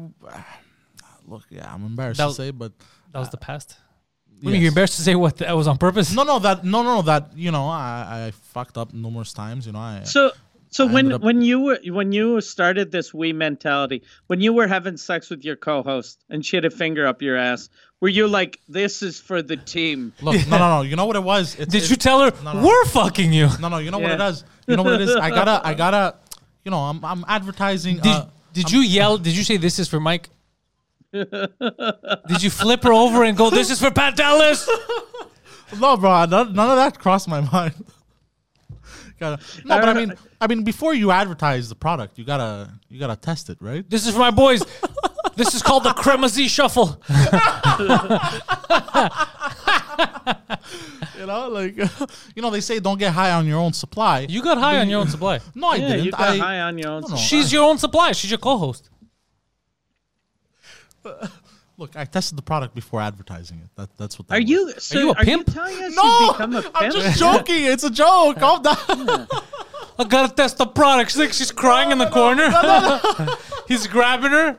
[SPEAKER 3] [sighs] look. Yeah, I'm embarrassed
[SPEAKER 1] That
[SPEAKER 3] to
[SPEAKER 1] was-
[SPEAKER 3] say, but
[SPEAKER 1] That was the past. What do you mean,
[SPEAKER 3] Uh, yes.
[SPEAKER 1] You're embarrassed to say what that was on purpose.
[SPEAKER 3] no, no, that no, no, no, that you know, I I fucked up numerous times. You know, I
[SPEAKER 2] So so when
[SPEAKER 3] ended up-
[SPEAKER 2] when you were when you started this we mentality, when you were having sex with your co-host and she had a finger up your ass, were you like, "This is for the team"?
[SPEAKER 3] look. No, no, no. You know what it was? It's,
[SPEAKER 1] Did
[SPEAKER 3] it's-
[SPEAKER 1] you tell her
[SPEAKER 3] No, no.
[SPEAKER 1] we're fucking you?
[SPEAKER 3] No, no. You know what
[SPEAKER 2] Yeah.
[SPEAKER 3] it does? You know what it is? I gotta, I gotta. You know, I'm I'm advertising.
[SPEAKER 1] Did,
[SPEAKER 3] uh,
[SPEAKER 1] did you yell? Did you say this is for Mike? did you flip her over and go, "This is for Pat Dallas"?
[SPEAKER 3] No, bro, none, none of that crossed my [laughs] mind. gotta, no, but I mean, I mean, before you advertise the product, you gotta, you gotta test it, right?
[SPEAKER 1] This is for my boys. this is called the Cremazy Shuffle.
[SPEAKER 3] You
[SPEAKER 2] [laughs]
[SPEAKER 3] know, like, you know, they say don't get high on your own supply.
[SPEAKER 1] You got high on your own supply.
[SPEAKER 3] no, I
[SPEAKER 2] Yeah,
[SPEAKER 3] didn't.
[SPEAKER 2] you got
[SPEAKER 3] I,
[SPEAKER 2] high on your own.
[SPEAKER 3] no, no,
[SPEAKER 1] She's your own supply. She's your co-host.
[SPEAKER 3] look, I tested the product before advertising it. That, that's what. That
[SPEAKER 2] Are
[SPEAKER 3] was.
[SPEAKER 2] you? So are
[SPEAKER 1] you
[SPEAKER 2] you,
[SPEAKER 1] a pimp?
[SPEAKER 2] telling us you
[SPEAKER 3] No,
[SPEAKER 2] become a pimp?
[SPEAKER 3] I'm just joking. It's a joke.
[SPEAKER 2] [laughs]
[SPEAKER 3] Calm down.
[SPEAKER 1] I gotta test the product. She's like, she's crying in the corner. [laughs] He's grabbing her.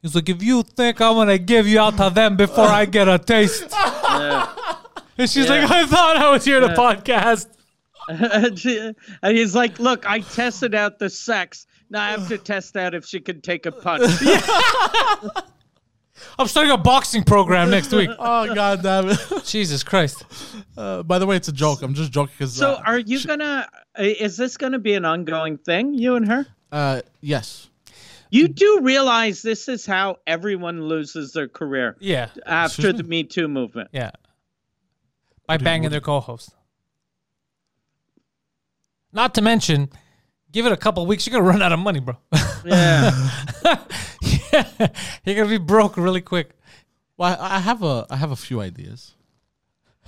[SPEAKER 1] He's like, if you think I'm gonna give you out to them before I get a taste. And she's
[SPEAKER 2] Yeah.
[SPEAKER 1] like, I thought I was here to podcast.
[SPEAKER 2] and, she- and he's like, "Look, I tested out the sex. Now I have to test out if she can take a punch."
[SPEAKER 1] I'm starting a boxing program next week.
[SPEAKER 3] oh God damn it!
[SPEAKER 1] [laughs] Jesus Christ.
[SPEAKER 3] Uh, by the way, it's a joke. I'm just joking because.
[SPEAKER 2] So,
[SPEAKER 3] uh,
[SPEAKER 2] are you gonna? Is this gonna be an ongoing thing, you and her?
[SPEAKER 3] uh, yes.
[SPEAKER 2] You do realize this is how everyone loses their career
[SPEAKER 1] Yeah.
[SPEAKER 2] after the Me Too movement.
[SPEAKER 1] Yeah. By banging their co host. Not to mention Give it a couple weeks, you're gonna run out of money, bro. [laughs]
[SPEAKER 2] Yeah.
[SPEAKER 1] yeah, you're gonna be broke really quick.
[SPEAKER 3] Well, I I have a I have a few ideas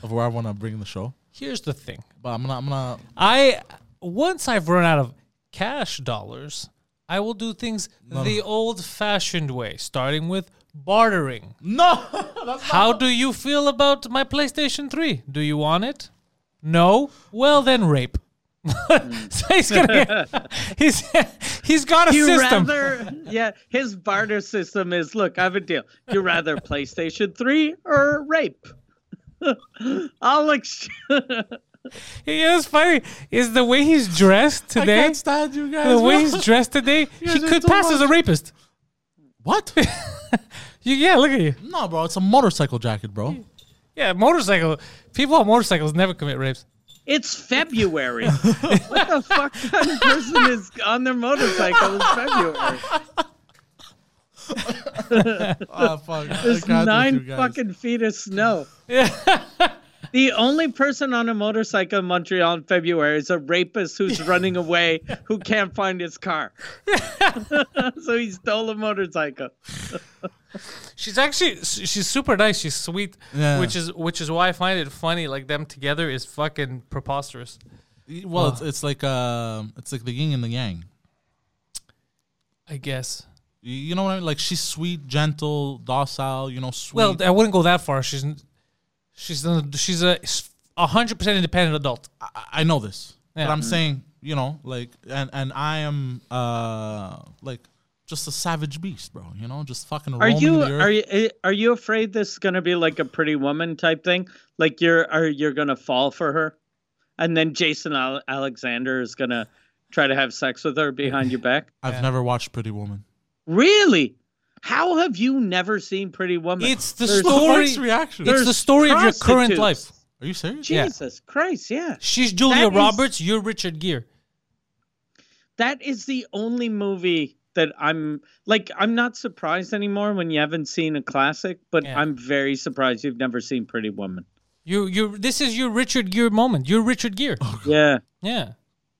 [SPEAKER 3] of where I want to bring the show,
[SPEAKER 1] Here's the thing.
[SPEAKER 3] but I'm not I'm not [laughs]
[SPEAKER 1] I once I've run out of cash dollars, I will do things the old-fashioned way, starting with bartering.
[SPEAKER 3] no.
[SPEAKER 1] How do you feel about my PlayStation 3? Do you want it? No? Well, then rape. [laughs] so he's gonna
[SPEAKER 3] [laughs]
[SPEAKER 1] get, he's he's got a
[SPEAKER 2] You
[SPEAKER 1] system.
[SPEAKER 2] rather yeah, his barter system is look, I have a deal. You rather [laughs] PlayStation 3 or rape? [laughs] I'll ex- [laughs]
[SPEAKER 1] He is funny. Is the way he's dressed
[SPEAKER 3] I
[SPEAKER 1] today?
[SPEAKER 3] can't stand you guys.
[SPEAKER 1] The way
[SPEAKER 3] bro.
[SPEAKER 1] he's dressed today, he
[SPEAKER 3] guys are
[SPEAKER 1] could
[SPEAKER 3] too
[SPEAKER 1] pass as a
[SPEAKER 3] much.
[SPEAKER 1] rapist.
[SPEAKER 3] [laughs]
[SPEAKER 1] [laughs]
[SPEAKER 3] what?
[SPEAKER 1] You, yeah, look at you.
[SPEAKER 3] no, bro, it's a motorcycle
[SPEAKER 2] [laughs]
[SPEAKER 3] jacket, bro.
[SPEAKER 1] Yeah, motorcycle. People on motorcycles never commit rapes.
[SPEAKER 2] It's February. [laughs] what the fuck kind of person is on their motorcycle in
[SPEAKER 3] [laughs]
[SPEAKER 2] February?
[SPEAKER 3] Oh fuck! I
[SPEAKER 2] There's
[SPEAKER 3] can't with you
[SPEAKER 2] nine
[SPEAKER 3] guys.
[SPEAKER 2] fucking feet of
[SPEAKER 3] [laughs]
[SPEAKER 2] snow. the only person on a motorcycle in Montreal in February is a rapist
[SPEAKER 3] [laughs]
[SPEAKER 2] who's running away who can't find his car. [laughs] so he stole a motorcycle.
[SPEAKER 1] She's actually she's super nice. She's sweet,
[SPEAKER 3] Yeah.
[SPEAKER 1] which is which is why I find it funny. Like them together is fucking preposterous.
[SPEAKER 3] Well,
[SPEAKER 2] Ah.
[SPEAKER 3] it's, it's like um, it's like the yin and the yang.
[SPEAKER 1] I guess.
[SPEAKER 3] You- You know what I mean? Like she's sweet, gentle, docile. You know, sweet.
[SPEAKER 1] Well, I wouldn't go that far. She's n- she's n- she's a a hundred percent independent adult.
[SPEAKER 3] I, I know
[SPEAKER 1] Yeah.
[SPEAKER 3] this, but
[SPEAKER 2] Mm-hmm.
[SPEAKER 3] I'm saying, you know, like, and and I am uh like just a savage beast, bro. You know, just fucking.
[SPEAKER 2] Are
[SPEAKER 3] roaming
[SPEAKER 2] you
[SPEAKER 3] the earth.
[SPEAKER 2] are you eh, are you afraid this is gonna be like a pretty woman type thing? Like you're are you're gonna fall for her, and then Jason Al- Alexander is gonna try to have sex with her behind your back?
[SPEAKER 3] I've never watched Pretty
[SPEAKER 2] [laughs]
[SPEAKER 3] Woman.
[SPEAKER 2] Really? How have you never seen Pretty Woman?
[SPEAKER 1] It's the
[SPEAKER 2] There's-
[SPEAKER 1] story.
[SPEAKER 3] First reaction.
[SPEAKER 1] It's the
[SPEAKER 2] There's
[SPEAKER 1] story of your current
[SPEAKER 2] prostitutes.
[SPEAKER 1] life.
[SPEAKER 3] Are you serious?
[SPEAKER 1] Yeah.
[SPEAKER 2] Jesus Christ, yeah.
[SPEAKER 1] She's Julia
[SPEAKER 2] That is-
[SPEAKER 1] Roberts. You're Richard Gere.
[SPEAKER 2] That is the only movie that I'm like I'm not surprised anymore when you haven't seen a classic, but
[SPEAKER 1] Yeah.
[SPEAKER 2] I'm very surprised you've never seen Pretty Woman.
[SPEAKER 1] You you. This is your Richard Gere moment. You're Richard Gere.
[SPEAKER 2] Yeah.
[SPEAKER 1] Yeah.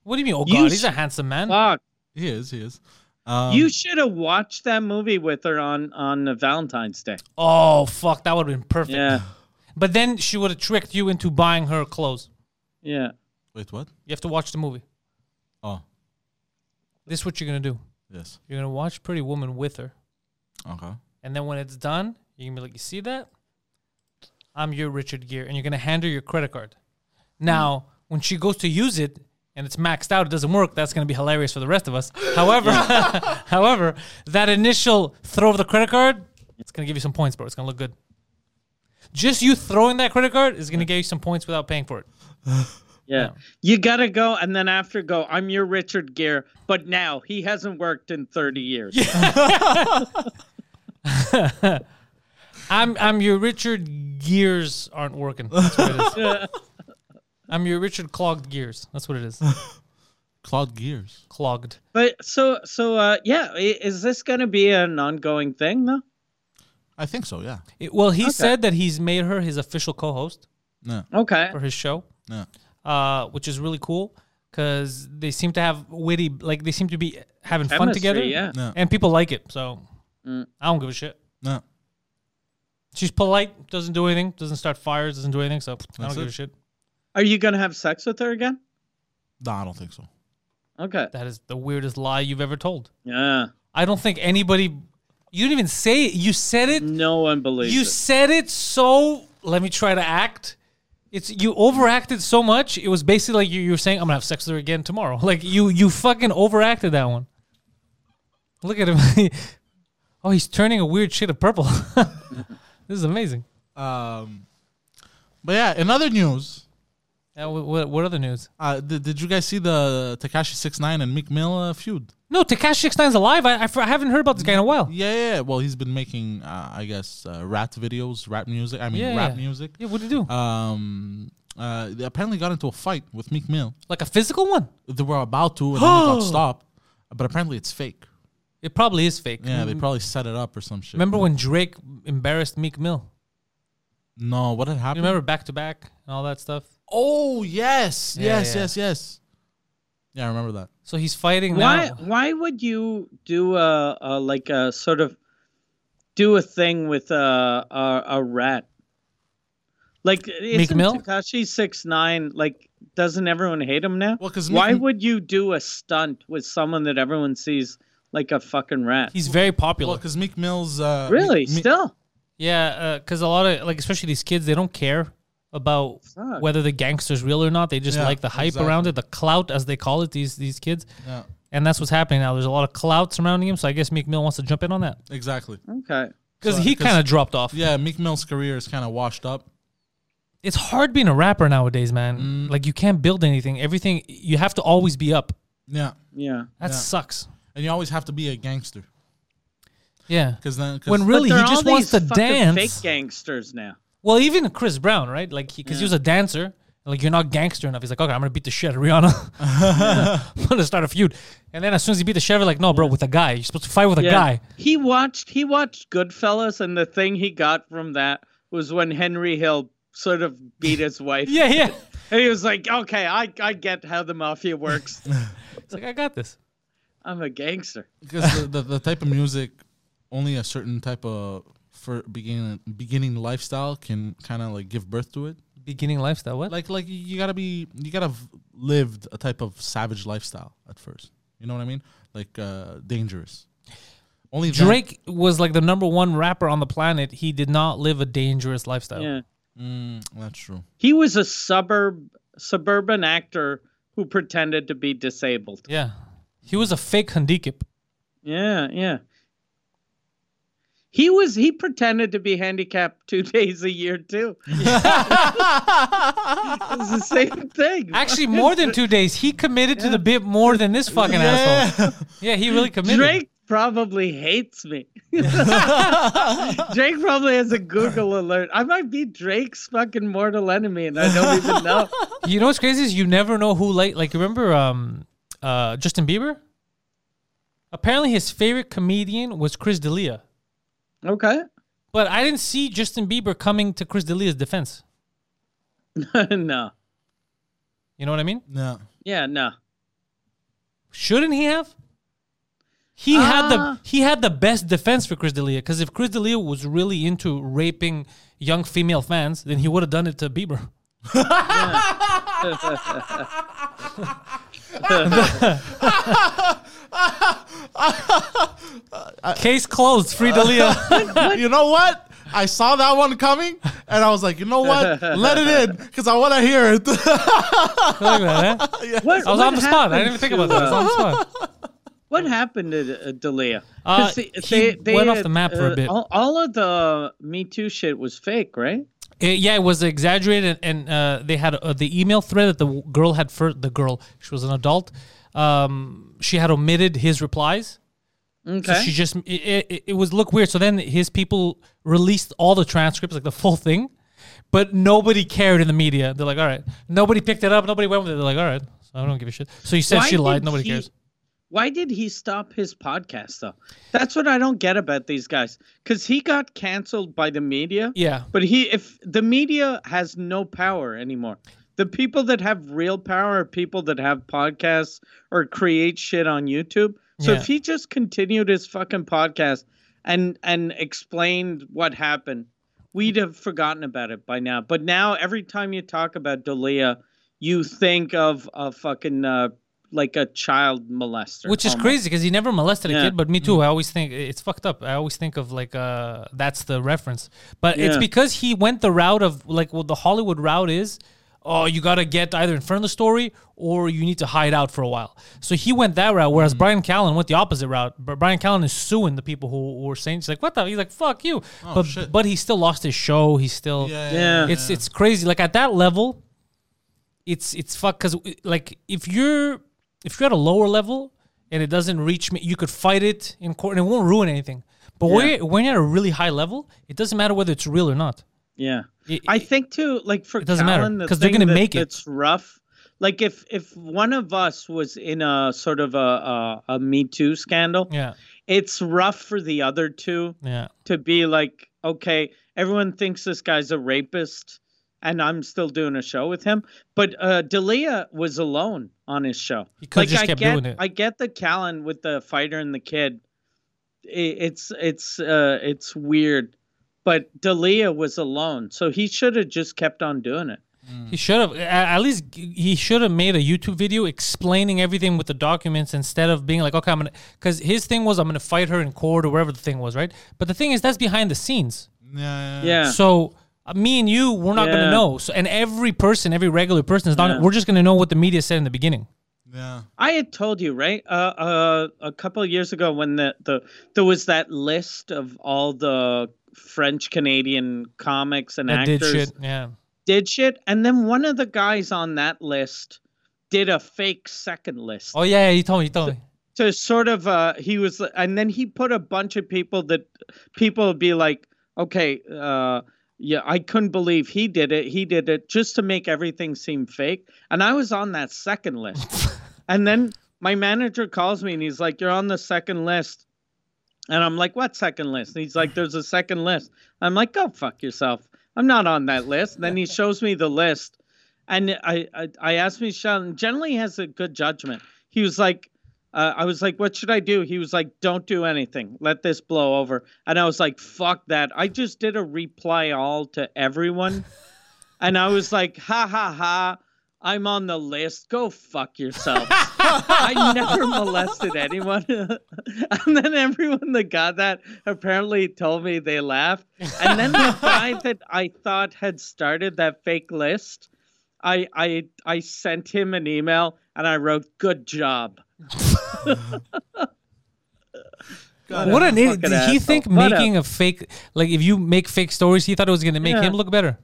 [SPEAKER 1] What do you mean? Oh
[SPEAKER 2] Oh. You
[SPEAKER 1] God,
[SPEAKER 2] s- Uh,
[SPEAKER 1] he's a handsome man.
[SPEAKER 2] Fuck.
[SPEAKER 3] He is. He is. Um,
[SPEAKER 2] you should have watched that movie with her on on uh, Valentine's Day.
[SPEAKER 1] oh fuck, that would have been perfect.
[SPEAKER 2] Yeah.
[SPEAKER 1] But then she would have tricked you into buying her clothes.
[SPEAKER 2] Yeah.
[SPEAKER 3] wait. What?
[SPEAKER 1] You have to watch the movie.
[SPEAKER 3] Oh,
[SPEAKER 1] This is what you're gonna do.
[SPEAKER 3] yes.
[SPEAKER 1] You're gonna watch Pretty Woman with her,
[SPEAKER 3] Okay.
[SPEAKER 1] and then when it's done, you're gonna be like, "You see that? I'm your Richard Gere," and you're gonna hand her your credit card. Now, when she goes to use it and it's maxed out, it doesn't work. That's gonna be hilarious for the rest of us. However, [laughs] however, that initial throw of the credit card, it's gonna give you some points, bro. It's gonna look good. Just you throwing that credit card is gonna give you some points without paying for it.
[SPEAKER 2] Yeah. You got to go and then after go, I'm your Richard Gere, but now he hasn't worked in 30 years.
[SPEAKER 1] I'm I'm your Richard gears aren't working. That's what it is. I'm your Richard clogged gears. That's what it is.
[SPEAKER 3] Claude Gears.
[SPEAKER 1] Clogged.
[SPEAKER 2] But so so uh yeah, i- is this going to be an ongoing thing though?
[SPEAKER 3] I think so. Yeah.
[SPEAKER 1] It- well, he said that he's made her his official co-host
[SPEAKER 3] No.
[SPEAKER 2] Okay.
[SPEAKER 1] for his show,
[SPEAKER 3] No.
[SPEAKER 1] uh, which is really cool because they seem to have witty, like they seem to be having fun
[SPEAKER 2] Chemistry,
[SPEAKER 1] together,
[SPEAKER 2] yeah. Mm.
[SPEAKER 3] No.
[SPEAKER 1] and people like it. So I don't give a shit.
[SPEAKER 3] No.
[SPEAKER 1] She's polite, doesn't do anything, doesn't start fires, doesn't do anything. So I don't
[SPEAKER 3] That's
[SPEAKER 1] give
[SPEAKER 3] it.
[SPEAKER 1] a shit.
[SPEAKER 2] Are you going to have sex with her again?
[SPEAKER 3] No. I don't think so.
[SPEAKER 2] Okay.
[SPEAKER 1] That is the weirdest lie you've ever told.
[SPEAKER 2] Yeah.
[SPEAKER 1] I don't think anybody. You didn't even say it. You said it.
[SPEAKER 2] No one believes
[SPEAKER 1] You
[SPEAKER 2] it.
[SPEAKER 1] said it so. Let me try to act. It's you overacted so much. It was basically like you, you were saying, "I'm gonna have sex with her again tomorrow." [laughs] Like you, you fucking overacted that one. Look at him. [laughs] oh, he's turning a weird shade of purple. [laughs] this is amazing.
[SPEAKER 3] Um. But yeah, in other news,
[SPEAKER 1] Uh, what, what, what other news?
[SPEAKER 3] uh, did, did you guys see the Takashi Six Nine and Meek Mill uh, feud?
[SPEAKER 1] No, Takashi 69's alive. I, I, f- I haven't heard about this guy in a while.
[SPEAKER 3] Yeah, yeah, yeah. Well, he's been making, uh, I guess, uh, rap videos, rap music. I mean,
[SPEAKER 1] Yeah.
[SPEAKER 3] rap music.
[SPEAKER 1] Yeah, what did
[SPEAKER 3] Uh,
[SPEAKER 1] he do?
[SPEAKER 3] Um, uh, they apparently got into a fight with Meek Mill.
[SPEAKER 1] like a physical one?
[SPEAKER 3] They were about to, and
[SPEAKER 1] [gasps]
[SPEAKER 3] then they got stopped. But apparently, it's fake.
[SPEAKER 1] It probably is fake.
[SPEAKER 3] Yeah, they probably set it up or some shit.
[SPEAKER 1] Remember when Drake embarrassed Meek Mill?
[SPEAKER 3] No, what had
[SPEAKER 1] You
[SPEAKER 3] happened?
[SPEAKER 1] remember back to back and all that stuff?
[SPEAKER 3] Oh yes,
[SPEAKER 1] Yeah,
[SPEAKER 3] yes,
[SPEAKER 1] yeah.
[SPEAKER 3] yes, yes. Yeah, I remember that.
[SPEAKER 1] So he's fighting
[SPEAKER 2] why
[SPEAKER 1] now.
[SPEAKER 2] why would you do a, a like a sort of do a thing with a a, a rat like isn't
[SPEAKER 1] Mill?
[SPEAKER 2] takashi 69 like doesn't everyone hate him now
[SPEAKER 3] Well, 'cause Meek
[SPEAKER 2] why
[SPEAKER 3] M-
[SPEAKER 2] would you do a stunt with someone that everyone sees like a fucking rat
[SPEAKER 1] He's very
[SPEAKER 3] Well,
[SPEAKER 1] popular.
[SPEAKER 3] because Meek Mill's uh,
[SPEAKER 2] really
[SPEAKER 3] Meek-
[SPEAKER 2] still
[SPEAKER 1] yeah, because a lot of like especially these kids, they don't care about
[SPEAKER 2] Fuck.
[SPEAKER 1] whether the gangster's real or not. They just
[SPEAKER 3] Yeah,
[SPEAKER 1] like the hype
[SPEAKER 3] exactly.
[SPEAKER 1] around it, the clout as they call it. These these kids,
[SPEAKER 3] yeah,
[SPEAKER 1] and that's what's happening now. There's a lot of clout surrounding him. So I guess Meek Mill wants to jump in on that
[SPEAKER 3] exactly.
[SPEAKER 2] okay
[SPEAKER 1] because
[SPEAKER 3] So-
[SPEAKER 1] he
[SPEAKER 3] 'cause-
[SPEAKER 1] kind of dropped off.
[SPEAKER 3] Yeah, Meek Mill's career is kind of washed up.
[SPEAKER 1] It's hard being a rapper nowadays, man. Like you can't build anything. Everything you have to always be up.
[SPEAKER 3] Yeah,
[SPEAKER 2] yeah
[SPEAKER 1] That
[SPEAKER 3] Yeah.
[SPEAKER 1] sucks.
[SPEAKER 3] and you always have to be a gangster
[SPEAKER 1] Yeah.
[SPEAKER 3] because then cause,
[SPEAKER 1] When
[SPEAKER 2] But
[SPEAKER 1] really he
[SPEAKER 2] there are all
[SPEAKER 1] just wants to
[SPEAKER 2] these fucking
[SPEAKER 1] dance.
[SPEAKER 2] fake gangsters now
[SPEAKER 1] Well, even Chris Brown, right? Like, because he, was a dancer. Like, you're not gangster enough. He's like, okay, I'm gonna beat the shit out of Rihanna. [laughs] I'm gonna start a feud. And then as soon as he beat the shit, out of her, like, no, bro, with a guy. You're supposed to fight with a guy. [laughs]
[SPEAKER 2] He watched he watched Goodfellas, and the thing he got from that was when Henry Hill sort of beat his
[SPEAKER 1] [laughs]
[SPEAKER 2] wife.
[SPEAKER 1] Yeah, yeah.
[SPEAKER 2] and he was like, "Okay, I I get how the
[SPEAKER 1] [laughs]
[SPEAKER 2] mafia works.
[SPEAKER 1] It's like I got this.
[SPEAKER 2] I'm a gangster."
[SPEAKER 3] because the, the, the type of music only a certain type of for beginning beginning lifestyle can kind of like give birth to it.
[SPEAKER 1] Beginning lifestyle. What? Like,
[SPEAKER 3] Like like you gotta be you gotta have lived a type of savage lifestyle at first. You know what I mean? Like uh dangerous. Only then-
[SPEAKER 1] Drake was like the number one rapper on the planet. He did not live a dangerous lifestyle.
[SPEAKER 2] Yeah,
[SPEAKER 3] Mm, that's true.
[SPEAKER 2] he was a suburb suburban actor who pretended to be disabled.
[SPEAKER 1] Yeah. He was a fake handicap.
[SPEAKER 2] Yeah, yeah. He was he pretended to be handicapped [laughs] two days a year
[SPEAKER 1] [laughs]
[SPEAKER 2] too. it's the same thing. [laughs]
[SPEAKER 1] Actually, more than two days. He committed to the bit more than this fucking asshole. Yeah, he really committed.
[SPEAKER 2] Drake probably hates me. [laughs] Drake probably has a Google alert. I might be Drake's fucking mortal enemy, and I
[SPEAKER 1] [laughs]
[SPEAKER 2] don't even know.
[SPEAKER 1] You know what's crazy is you never know who like like remember um uh Justin Bieber? Apparently his favorite comedian was Chris D'Elia.
[SPEAKER 2] Okay. [laughs]
[SPEAKER 1] But I didn't see Justin Bieber coming to Chris D'Elia's defense.
[SPEAKER 2] no.
[SPEAKER 1] You know what I mean?
[SPEAKER 3] [laughs] Yeah.
[SPEAKER 2] Yeah, no.
[SPEAKER 1] Shouldn't he have? He had the
[SPEAKER 2] Ah.
[SPEAKER 1] he had the best defense for Chris D'Elia because if Chris D'Elia was really into raping young female fans, then he would have done it to Bieber. [laughs] Case closed, free D'Elia.
[SPEAKER 2] [laughs]
[SPEAKER 3] you know what? I saw that one coming and I was like, you know what? Let it in because I want to hear it. [laughs]
[SPEAKER 1] Look at that, eh?
[SPEAKER 2] What,
[SPEAKER 1] I was
[SPEAKER 2] what
[SPEAKER 1] on the spot. I didn't even
[SPEAKER 2] happened
[SPEAKER 1] think
[SPEAKER 2] to,
[SPEAKER 1] about that. I was
[SPEAKER 2] uh,
[SPEAKER 1] on the spot.
[SPEAKER 2] what happened to uh, D'Elia?
[SPEAKER 1] Uh,
[SPEAKER 2] 'Cause they-
[SPEAKER 1] he
[SPEAKER 2] they- they
[SPEAKER 1] went off
[SPEAKER 2] had, uh,
[SPEAKER 1] the map for a bit.
[SPEAKER 2] All, all of the Me Too shit was fake, right?
[SPEAKER 1] It- Eh, yeah, it was exaggerated, and, and uh, they had uh, the email thread that the w- girl had for the girl. She was an adult. Um, she had omitted his replies,
[SPEAKER 2] Okay.
[SPEAKER 1] so she just it, it, it was look weird. So then his people released all the transcripts, like the full thing, but nobody cared in the media. They're like, all right, nobody picked it up, nobody went with it. They're like, all right, so I don't give a shit. So you said
[SPEAKER 2] Why
[SPEAKER 1] she lied,
[SPEAKER 2] did
[SPEAKER 1] nobody
[SPEAKER 2] he-
[SPEAKER 1] cares.
[SPEAKER 2] Why did he stop his podcast though? That's what I don't get about these guys. Because he got canceled by the media.
[SPEAKER 1] Yeah.
[SPEAKER 2] But he, if the media has no power anymore, the people that have real power are people that have podcasts or create shit on YouTube. So
[SPEAKER 1] Yeah.
[SPEAKER 2] if he just continued his fucking podcast and and explained what happened, we'd have forgotten about it by now. But now every time you talk about Dalia, you think of a fucking uh, like a child molester, Oh
[SPEAKER 1] Which is
[SPEAKER 2] almost.
[SPEAKER 1] crazy because he never molested a
[SPEAKER 2] Yeah. Mm-hmm.
[SPEAKER 1] kid. But me too. I always think it's fucked up. I always think of like uh, that's the reference. But it's
[SPEAKER 2] Yeah.
[SPEAKER 1] because he went the route of like what the Hollywood route is. Oh, you gotta get either in front of the story or you need to hide out for a while. So he went that route, whereas
[SPEAKER 2] Mm-hmm.
[SPEAKER 1] Brian Callen went the opposite route. But Brian Callen is suing the people who were saying she's like, "What the?" He's like, "Fuck you." but
[SPEAKER 3] shit.
[SPEAKER 1] but he still lost his show. He still
[SPEAKER 2] Yeah.
[SPEAKER 1] it's it's crazy. Like at that level, it's it's fuck. Cause like if you're if you're at a lower level and it doesn't reach me, you could fight it in court and it won't ruin anything. But when,
[SPEAKER 2] Yeah.
[SPEAKER 1] you're, when you're at a really high level, it doesn't matter whether it's real or not.
[SPEAKER 2] Yeah,
[SPEAKER 1] It-
[SPEAKER 2] I think too. Like for
[SPEAKER 1] doesn't matter,
[SPEAKER 2] Colin, the
[SPEAKER 1] 'cause they're
[SPEAKER 2] thing
[SPEAKER 1] gonna
[SPEAKER 2] that-
[SPEAKER 1] make it.
[SPEAKER 2] That's rough. Like if if one of us was in a sort of a a, a Me Too scandal,
[SPEAKER 1] Yeah,
[SPEAKER 2] it's rough for the other two
[SPEAKER 1] yeah,
[SPEAKER 2] to be like, okay, everyone thinks this guy's a rapist, and I'm still doing a show with him. But uh, Dalia was alone on his show.
[SPEAKER 1] He could just
[SPEAKER 2] I
[SPEAKER 1] kept
[SPEAKER 2] get,
[SPEAKER 1] doing it.
[SPEAKER 2] I get the Callan with the fighter and the kid. I- It's it's uh, it's weird, but Dalia was alone, so he should have just kept on doing it.
[SPEAKER 1] He should have at least he should have made a YouTube video explaining everything with the documents instead of being like, okay, I'm gonna because his thing was I'm gonna fight her in court or wherever the thing was, right? But the thing is that's behind the scenes.
[SPEAKER 3] Yeah,
[SPEAKER 2] Yeah,
[SPEAKER 1] So uh, me and you, we're not
[SPEAKER 2] Yeah.
[SPEAKER 1] gonna know. So and every person, every regular person is not.
[SPEAKER 2] Yeah.
[SPEAKER 1] We're just gonna know what the media said in the beginning.
[SPEAKER 3] yeah.
[SPEAKER 2] I had told you right uh, uh, a couple of years ago when the, the there was that list of all the French Canadian comics and
[SPEAKER 1] That
[SPEAKER 2] actors
[SPEAKER 1] did shit. Yeah.
[SPEAKER 2] did shit, and then one of the guys on that list did a fake second list
[SPEAKER 1] Oh yeah, yeah. He told me. He told me.
[SPEAKER 2] to sort of uh he was and then he put a bunch of people that people would be like okay uh yeah i couldn't believe he did it he did it just to make everything seem fake and i was on that second list and then my manager calls me and he's like you're on the second list and i'm like what second list and he's like there's a second list i'm like go fuck yourself i'm not on that list and then he shows me the list and i i, I asked michelle and generally he has a good judgment he was like uh, I was like, what should I do? He was like, don't do anything. Let this blow over. And I was like, fuck that. I just did a reply all to everyone. And I was like, ha ha ha. I'm on the list. Go fuck yourself. I never molested anyone. [laughs] and then everyone that got that apparently told me they laughed. And then the guy that I thought had started that fake list, I I I sent him an email and I wrote, good job.
[SPEAKER 1] What an idiot! Did
[SPEAKER 2] fucking
[SPEAKER 1] he
[SPEAKER 2] asshole.
[SPEAKER 1] think
[SPEAKER 2] What a-
[SPEAKER 1] making a fake like if you make fake stories, he thought it was gonna make
[SPEAKER 2] Yeah.
[SPEAKER 1] him look better.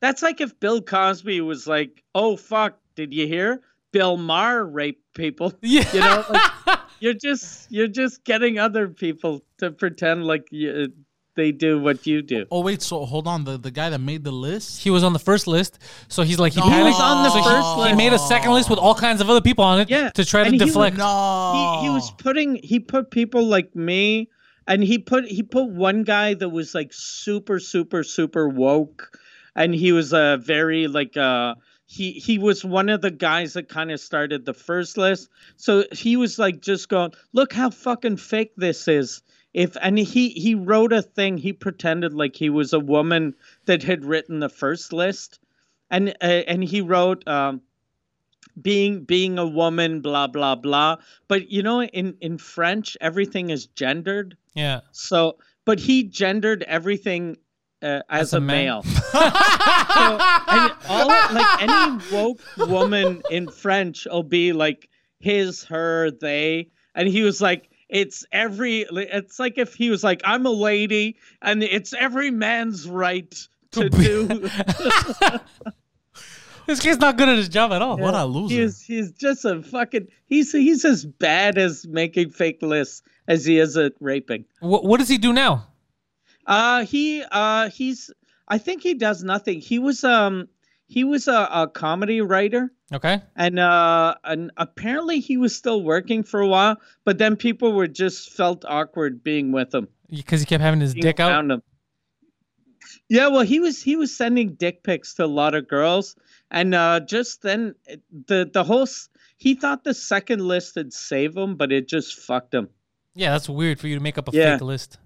[SPEAKER 2] That's like if Bill Cosby was like, "Oh fuck, did you hear? Bill Maher raped people." [laughs]
[SPEAKER 1] Yeah.
[SPEAKER 2] You know, like, you're just you're just getting other people to pretend like you, they do what you do.
[SPEAKER 3] Oh wait, so hold on. The the guy that made the list.
[SPEAKER 1] He was on the first list, so he's like he,
[SPEAKER 3] He was
[SPEAKER 1] panicked.
[SPEAKER 3] on the
[SPEAKER 1] so he-
[SPEAKER 3] first
[SPEAKER 1] he,
[SPEAKER 3] list.
[SPEAKER 1] made a second list with all kinds of other people on it
[SPEAKER 2] Yeah,
[SPEAKER 1] to try to
[SPEAKER 2] and he was
[SPEAKER 1] deflect.
[SPEAKER 3] No.
[SPEAKER 2] He, he
[SPEAKER 3] Oh.
[SPEAKER 2] was putting he put people like me, and he put he put one guy that was like super super super woke, and he was a very like uh he he was one of the guys that kind of started the first list. So he was like just going, look how fucking fake this is. If and he he wrote a thing. He pretended like he was a woman that had written the first list, and uh, and he wrote. Um, being being a woman blah blah blah but you know in in french everything is gendered
[SPEAKER 1] Yeah.
[SPEAKER 2] so but he gendered everything uh, as,
[SPEAKER 1] a
[SPEAKER 2] a,
[SPEAKER 1] man.
[SPEAKER 2] [laughs] male so, and all, like any woke woman in french will be like his her they and he was like it's every it's like if he was like i'm a lady and it's every man's right to [laughs] do
[SPEAKER 1] This kid's not good at his job at all.
[SPEAKER 3] What a
[SPEAKER 2] He
[SPEAKER 3] loser.
[SPEAKER 2] is, he's just a fucking he's he's as bad as making fake lists as he is at raping.
[SPEAKER 1] What, what does he do now?
[SPEAKER 2] Uh he uh he's I think he does nothing. He was um he was a, a comedy writer
[SPEAKER 1] Okay.
[SPEAKER 2] and uh and apparently he was still working for a while, but then people were just felt awkward being with him.
[SPEAKER 1] Because he kept having his
[SPEAKER 2] being
[SPEAKER 1] dick out.
[SPEAKER 2] around him. Yeah, well, he was he was sending dick pics to a lot of girls, and uh, just then it- the the whole s- he thought the second list would save him, but it just fucked him.
[SPEAKER 1] Yeah, that's weird for you to make up a
[SPEAKER 2] Yeah.
[SPEAKER 1] fake list.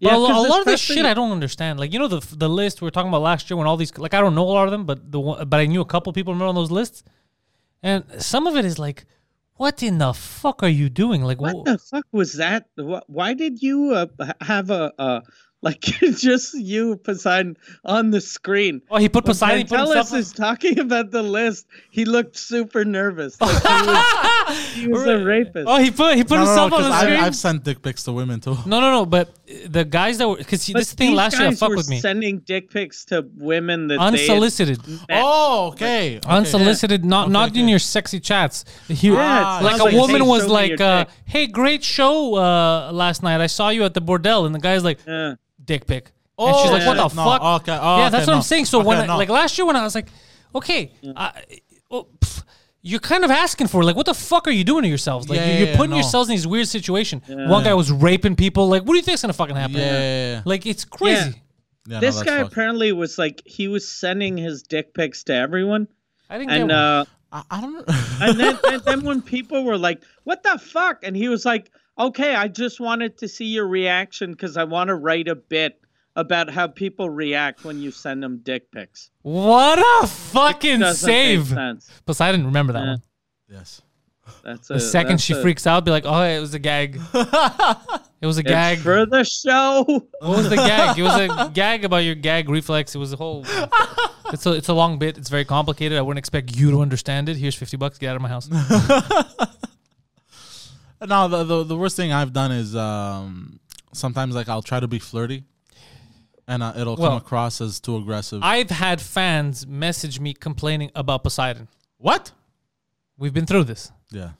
[SPEAKER 1] But
[SPEAKER 2] Yeah,
[SPEAKER 1] a, lo-
[SPEAKER 2] 'cause
[SPEAKER 1] a lot of this
[SPEAKER 2] especially-
[SPEAKER 1] shit I don't understand. Like you know the f- the list we were talking about last year when all these like I don't know a lot of them, but the one, but I knew a couple people remember on those lists, and some of it is like, what in the fuck are you doing? Like
[SPEAKER 2] What
[SPEAKER 1] wh-
[SPEAKER 2] the fuck was that? Wh- Why did you uh, h- have a uh, like [laughs] just you Poseidon on the screen?
[SPEAKER 1] Oh, he put Poseidon. he put himself
[SPEAKER 2] Pantelis
[SPEAKER 1] on-
[SPEAKER 2] is talking about the list. He looked super nervous. Like he was,
[SPEAKER 1] [laughs]
[SPEAKER 2] he was a rapist.
[SPEAKER 1] Oh, he put he put
[SPEAKER 3] No, no, no,
[SPEAKER 1] himself
[SPEAKER 3] 'cause
[SPEAKER 1] on the
[SPEAKER 3] I've,
[SPEAKER 1] screen.
[SPEAKER 3] I've sent dick pics to women too.
[SPEAKER 1] no, no, no. But uh, the guys that were because
[SPEAKER 2] But
[SPEAKER 1] this thing
[SPEAKER 2] these
[SPEAKER 1] last year
[SPEAKER 2] guys
[SPEAKER 1] fucked
[SPEAKER 2] were
[SPEAKER 1] with me
[SPEAKER 2] Sending dick pics to women that they had
[SPEAKER 1] unsolicited,
[SPEAKER 2] met.
[SPEAKER 3] [laughs] Oh, okay. okay.
[SPEAKER 1] unsolicited, not not in
[SPEAKER 3] okay.
[SPEAKER 1] your sexy chats. He-
[SPEAKER 3] Ah,
[SPEAKER 2] Yeah, it's
[SPEAKER 1] like
[SPEAKER 2] not
[SPEAKER 1] a
[SPEAKER 2] like,
[SPEAKER 1] woman
[SPEAKER 2] "Hey,
[SPEAKER 1] was
[SPEAKER 2] show me your
[SPEAKER 1] like, uh,
[SPEAKER 2] dick."
[SPEAKER 1] "Hey, great show uh, last night. I saw you at the bordel," and the guy's like,
[SPEAKER 2] Yeah.
[SPEAKER 1] "Dick pic." And she's like, "What the
[SPEAKER 3] shit. No,
[SPEAKER 1] fuck?"
[SPEAKER 3] okay, oh,
[SPEAKER 1] yeah,
[SPEAKER 3] okay,
[SPEAKER 1] that's what
[SPEAKER 3] no.
[SPEAKER 1] I'm saying. So when
[SPEAKER 3] Okay,
[SPEAKER 1] I-
[SPEAKER 3] no. Mm.
[SPEAKER 1] like last year when I was like, "Okay, I- oh, pff, you're kind of asking for it. like what the fuck are you doing to yourselves? Like you-
[SPEAKER 3] Yeah, yeah,
[SPEAKER 1] you're
[SPEAKER 3] yeah,
[SPEAKER 1] putting
[SPEAKER 3] no.
[SPEAKER 1] yourselves in these weird situation. One guy was raping people. Like what do you think's gonna fucking happen?
[SPEAKER 3] Yeah.
[SPEAKER 1] Like it's crazy.
[SPEAKER 3] Yeah, no,
[SPEAKER 2] this
[SPEAKER 3] that's
[SPEAKER 2] guy
[SPEAKER 3] fucked.
[SPEAKER 2] apparently was like he was sending his dick pics to everyone,
[SPEAKER 1] I didn't
[SPEAKER 2] and
[SPEAKER 1] get one.
[SPEAKER 2] uh,
[SPEAKER 3] I, I don't.
[SPEAKER 2] and
[SPEAKER 1] [laughs]
[SPEAKER 2] then and then when people were like, "What the fuck?" and he was like, "Okay, I just wanted to see your reaction because I want to write a bit about how people react when you send them dick pics."
[SPEAKER 1] What a fucking
[SPEAKER 2] Doesn't make
[SPEAKER 1] save!
[SPEAKER 2] sense.
[SPEAKER 1] Poseidon, remember that
[SPEAKER 2] Yeah.
[SPEAKER 1] one.
[SPEAKER 3] [laughs] yes.
[SPEAKER 2] That's
[SPEAKER 1] The second she
[SPEAKER 2] freaks.
[SPEAKER 1] freaks out, be like, "Oh, it was a
[SPEAKER 2] [laughs]
[SPEAKER 1] gag. It was a gag.
[SPEAKER 2] It's for the show.
[SPEAKER 1] What was the gag? It was
[SPEAKER 2] [laughs]
[SPEAKER 1] a gag about your gag reflex. It was a whole. It's a it's a long bit. It's very complicated. I wouldn't expect you to understand it. Here's fifty bucks. Get out of my
[SPEAKER 2] [laughs]
[SPEAKER 1] house.
[SPEAKER 3] No, the, the the worst thing I've done is um, sometimes like I'll try to be flirty, and uh, it'll
[SPEAKER 1] Well-
[SPEAKER 3] come across as too aggressive.
[SPEAKER 1] I've had fans message me complaining about Poseidon.
[SPEAKER 3] what?
[SPEAKER 1] We've been through this,
[SPEAKER 3] Yeah.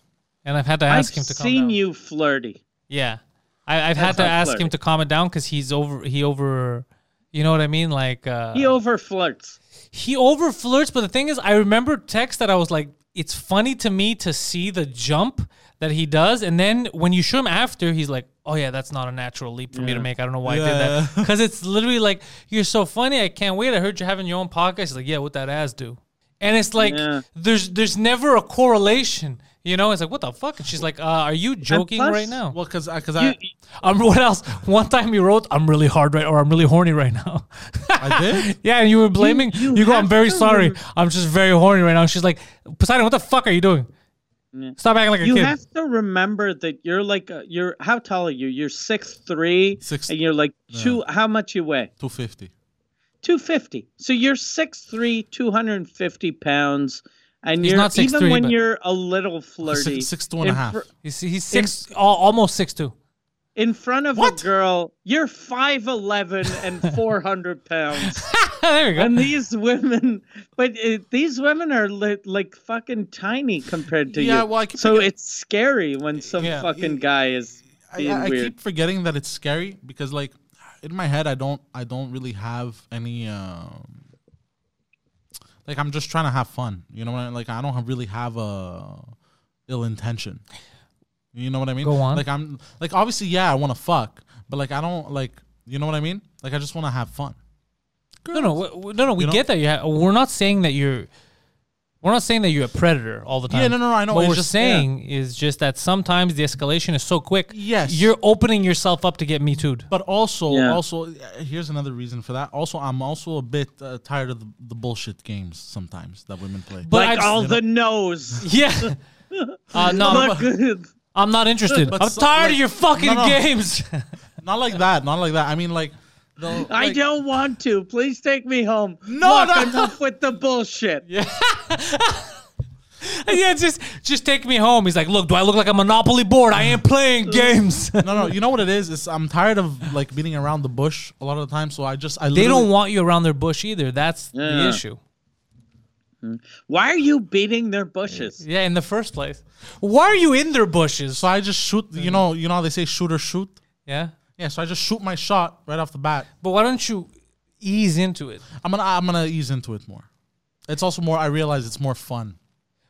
[SPEAKER 1] and I've had to
[SPEAKER 2] I've
[SPEAKER 1] ask him to calm
[SPEAKER 2] seen
[SPEAKER 1] down.
[SPEAKER 2] you flirty.
[SPEAKER 1] Yeah, I, I've had
[SPEAKER 2] That's
[SPEAKER 1] to
[SPEAKER 2] not
[SPEAKER 1] ask him
[SPEAKER 2] flirting.
[SPEAKER 1] to calm it down because he's over. He over. You know what I mean? Like uh,
[SPEAKER 2] He over flirts.
[SPEAKER 1] he over flirts but the thing is i remember text that i was like it's funny to me to see the jump that he does and then when you show him after he's like oh yeah that's not a natural leap for me to make i don't know why i
[SPEAKER 3] Yeah.
[SPEAKER 1] did that because it's literally like you're so funny i can't wait i heard you're having your own podcast he's like yeah what that ass do and it's like
[SPEAKER 2] Yeah.
[SPEAKER 1] there's there's never a correlation you know it's like what the fuck and she's like uh, are you joking
[SPEAKER 2] plus-
[SPEAKER 1] right now
[SPEAKER 3] Well, cause I, cause
[SPEAKER 2] You,
[SPEAKER 3] I,
[SPEAKER 1] um, [laughs] what else one time he wrote i'm really hard right or i'm really horny right now [laughs]
[SPEAKER 3] I [laughs] did.
[SPEAKER 1] yeah, and you were blaming. You,
[SPEAKER 2] you
[SPEAKER 1] go, I'm
[SPEAKER 2] have
[SPEAKER 1] very
[SPEAKER 2] to
[SPEAKER 1] sorry.
[SPEAKER 2] remember-
[SPEAKER 1] I'm just very horny right now. She's like, Poseidon, what the fuck are you doing? Stop acting like a
[SPEAKER 2] you
[SPEAKER 1] kid.
[SPEAKER 2] have to remember that you're like a, you're how tall are you? You're six three,
[SPEAKER 3] Six-
[SPEAKER 2] and you're like two. How much you weigh?
[SPEAKER 3] Two fifty.
[SPEAKER 2] Two fifty. So you're six three, two hundred and fifty pounds, and
[SPEAKER 1] He's
[SPEAKER 2] you're
[SPEAKER 1] not 6'3",
[SPEAKER 2] even when
[SPEAKER 1] but-
[SPEAKER 2] you're a little flirty,
[SPEAKER 3] Six, six two and a
[SPEAKER 2] in
[SPEAKER 3] half.
[SPEAKER 2] fr-
[SPEAKER 1] he's, he's six, al- almost six two. [laughs]
[SPEAKER 2] in front of
[SPEAKER 3] What?
[SPEAKER 2] a girl, you're five eleven
[SPEAKER 3] [laughs]
[SPEAKER 2] and four hundred pounds.
[SPEAKER 1] there you go.
[SPEAKER 2] And these women, but it, these women are li- like fucking tiny compared to
[SPEAKER 3] Yeah,
[SPEAKER 2] you.
[SPEAKER 3] well, I keep
[SPEAKER 2] so
[SPEAKER 3] thinking-
[SPEAKER 2] it's scary when some
[SPEAKER 3] Yeah.
[SPEAKER 2] fucking guy is
[SPEAKER 3] I,
[SPEAKER 2] being
[SPEAKER 3] I, I
[SPEAKER 2] weird.
[SPEAKER 3] keep forgetting that it's scary because like in my head I don't I don't really have any um like I'm just trying to have fun. You know what I mean? Like I don't have- really have a ill intention. You know what I mean?
[SPEAKER 1] Go on.
[SPEAKER 3] Like I'm like obviously yeah, I want to fuck, but like I don't like you know what I mean? Like I just want to have fun.
[SPEAKER 1] No, no, w- w- no, no. We
[SPEAKER 3] You know?
[SPEAKER 1] get that. You ha- we're not saying that you're. We're not saying that you're a predator all the time.
[SPEAKER 3] Yeah, no, no, no, I know.
[SPEAKER 1] What
[SPEAKER 3] It's
[SPEAKER 1] we're
[SPEAKER 3] just-
[SPEAKER 1] saying is just that sometimes the escalation is so quick.
[SPEAKER 3] Yes.
[SPEAKER 1] you're opening yourself up to get me too'd. [laughs]
[SPEAKER 3] But also,
[SPEAKER 2] Yeah.
[SPEAKER 3] also, uh, here's another reason for that. Also, I'm also a bit uh, tired of the, the bullshit games sometimes that women play.
[SPEAKER 1] But
[SPEAKER 2] like
[SPEAKER 1] I've-
[SPEAKER 2] all the
[SPEAKER 3] [laughs]
[SPEAKER 2] nose. [laughs]
[SPEAKER 1] yeah. Uh, no, I'm,
[SPEAKER 2] Look good.
[SPEAKER 1] I'm not interested.
[SPEAKER 3] But
[SPEAKER 1] I'm
[SPEAKER 3] so-
[SPEAKER 1] tired of
[SPEAKER 3] like-
[SPEAKER 1] your fucking
[SPEAKER 3] no, no.
[SPEAKER 1] games. [laughs]
[SPEAKER 3] not like that. Not like that. I mean, like, the,
[SPEAKER 2] [laughs] I
[SPEAKER 3] like-
[SPEAKER 2] don't want to. Please take me home.
[SPEAKER 3] No,
[SPEAKER 2] Look,
[SPEAKER 3] no.
[SPEAKER 2] enough with the
[SPEAKER 3] [laughs]
[SPEAKER 2] bullshit.
[SPEAKER 1] [laughs] yeah, just just take me home. He's like, look, do I look like a Monopoly board? I ain't
[SPEAKER 2] [laughs]
[SPEAKER 1] playing games. [laughs]
[SPEAKER 3] No, no. You know what it is? It's I'm tired of like beating around the bush a lot of the time. So I just I
[SPEAKER 1] they don't
[SPEAKER 3] literally-
[SPEAKER 1] want you around their bush either. That's the
[SPEAKER 2] Yeah.
[SPEAKER 1] issue.
[SPEAKER 2] Why are you beating their
[SPEAKER 3] [laughs]
[SPEAKER 2] bushes?
[SPEAKER 1] Yeah, in the first place. Why are you in their bushes?
[SPEAKER 3] So I just shoot. You know. You know how they say shoot or shoot.
[SPEAKER 1] Yeah,
[SPEAKER 3] Yeah. So I just shoot my shot right off the bat.
[SPEAKER 1] but why don't you ease into it?
[SPEAKER 3] I'm gonna I'm gonna ease into it more. It's also more. I realize it's more fun.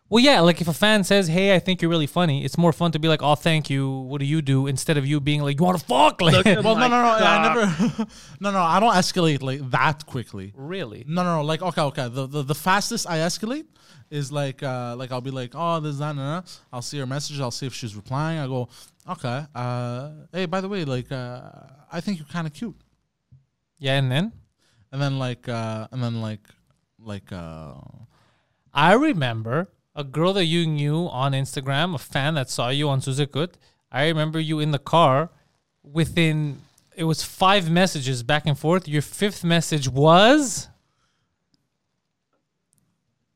[SPEAKER 1] Well, yeah, like if a fan says, "Hey, I think you're really funny," it's more fun to be like, "Oh, thank you. What do you do?" Instead of you being like, "You want to fuck?" [laughs] Like,
[SPEAKER 2] Look at
[SPEAKER 3] Well,
[SPEAKER 2] my
[SPEAKER 3] no, no, no. I
[SPEAKER 2] cock.
[SPEAKER 3] never. [laughs] no, no. I don't escalate like that quickly.
[SPEAKER 1] really?
[SPEAKER 3] No, no, no. Like, okay, okay. The, the, the fastest I escalate is like, uh, like I'll be like, oh, this, that, and that. I'll see her message. I'll see if she's replying. I go, okay. Uh, hey, by the way, like, uh, I think you're kind of cute.
[SPEAKER 1] Yeah, and then
[SPEAKER 3] And then like, uh, and then like, like, uh,
[SPEAKER 1] I remember a girl that you knew on Instagram, a fan that saw you on Suzukut. I remember you in the car within it was five messages back and forth. Your fifth message was [laughs]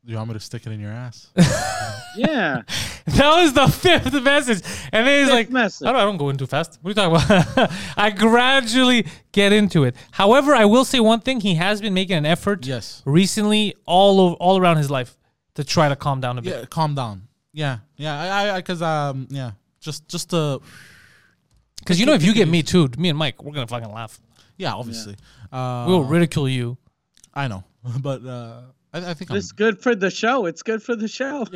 [SPEAKER 3] do you want me to stick it in your [laughs] ass?
[SPEAKER 2] [laughs]
[SPEAKER 3] [laughs]
[SPEAKER 2] Yeah.
[SPEAKER 1] that was the fifth message. And then he's
[SPEAKER 2] Fifth
[SPEAKER 1] like
[SPEAKER 2] message.
[SPEAKER 1] I don't, I don't go in too fast. What are you talking about? [laughs] I gradually get into it. However, I will say one thing, he has been making an effort
[SPEAKER 3] Yes.
[SPEAKER 1] recently all over, all around his life to try to calm down a bit.
[SPEAKER 3] yeah, calm down. Yeah, yeah. I, I, I cause um, yeah. Just, just uh,
[SPEAKER 1] Because you know if you get me too, me and Mike, we're gonna fucking laugh.
[SPEAKER 3] yeah. Obviously, Uh,
[SPEAKER 1] We will ridicule you.
[SPEAKER 3] I know, [laughs] but uh, I, I think I'm
[SPEAKER 2] It's good for the show. It's good for the show.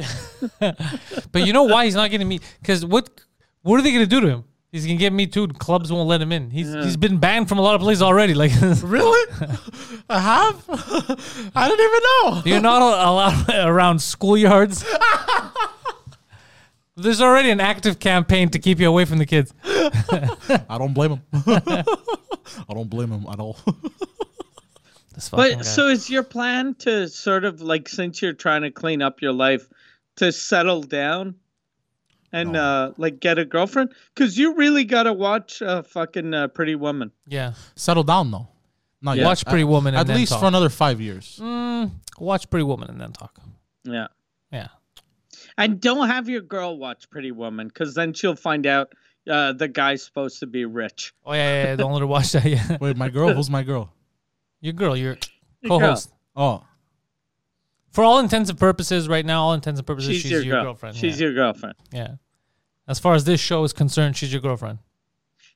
[SPEAKER 1] But you know why he's not getting me? Because what what are they gonna do to him? He's gonna get me too. Clubs won't let him in. He's he's been banned from a lot of places already. Like
[SPEAKER 3] [laughs]
[SPEAKER 1] [laughs]
[SPEAKER 3] Really? [laughs] I have? [laughs] I didn't even know.
[SPEAKER 1] you're not a- allowed [laughs] around
[SPEAKER 2] [laughs]
[SPEAKER 1] schoolyards. There's already an active campaign to keep you away from the kids.
[SPEAKER 3] I don't blame him. [laughs] I don't blame him at all. [laughs]
[SPEAKER 1] This fucking guy.
[SPEAKER 2] But so is your plan to sort of like since you're trying to clean up your life to settle down and uh like get a girlfriend cuz you really got to watch uh, fucking uh, Pretty Woman.
[SPEAKER 1] yeah,
[SPEAKER 3] Settle down though. Not yet.
[SPEAKER 1] Watch Pretty Woman and
[SPEAKER 3] At
[SPEAKER 1] then
[SPEAKER 3] least
[SPEAKER 1] talk.
[SPEAKER 3] for another five years.
[SPEAKER 2] Mm.
[SPEAKER 1] watch Pretty Woman and then talk.
[SPEAKER 2] Yeah.
[SPEAKER 1] Yeah,
[SPEAKER 2] And don't have your girl watch Pretty Woman cuz then she'll find out uh, the guy's supposed to be rich.
[SPEAKER 1] Oh yeah, yeah, yeah. Don't let her watch that. [laughs] Yeah,
[SPEAKER 3] Wait, my girl? Who's my girl?
[SPEAKER 1] your girl, your
[SPEAKER 2] girl.
[SPEAKER 1] co-host.
[SPEAKER 3] Oh,
[SPEAKER 1] For all intents and purposes, right now, all intents and purposes,
[SPEAKER 2] She's,
[SPEAKER 1] she's,
[SPEAKER 2] your, girl.
[SPEAKER 1] girlfriend.
[SPEAKER 2] She's
[SPEAKER 1] yeah.
[SPEAKER 2] your girlfriend.
[SPEAKER 1] yeah. As far as this show is concerned, she's your girlfriend.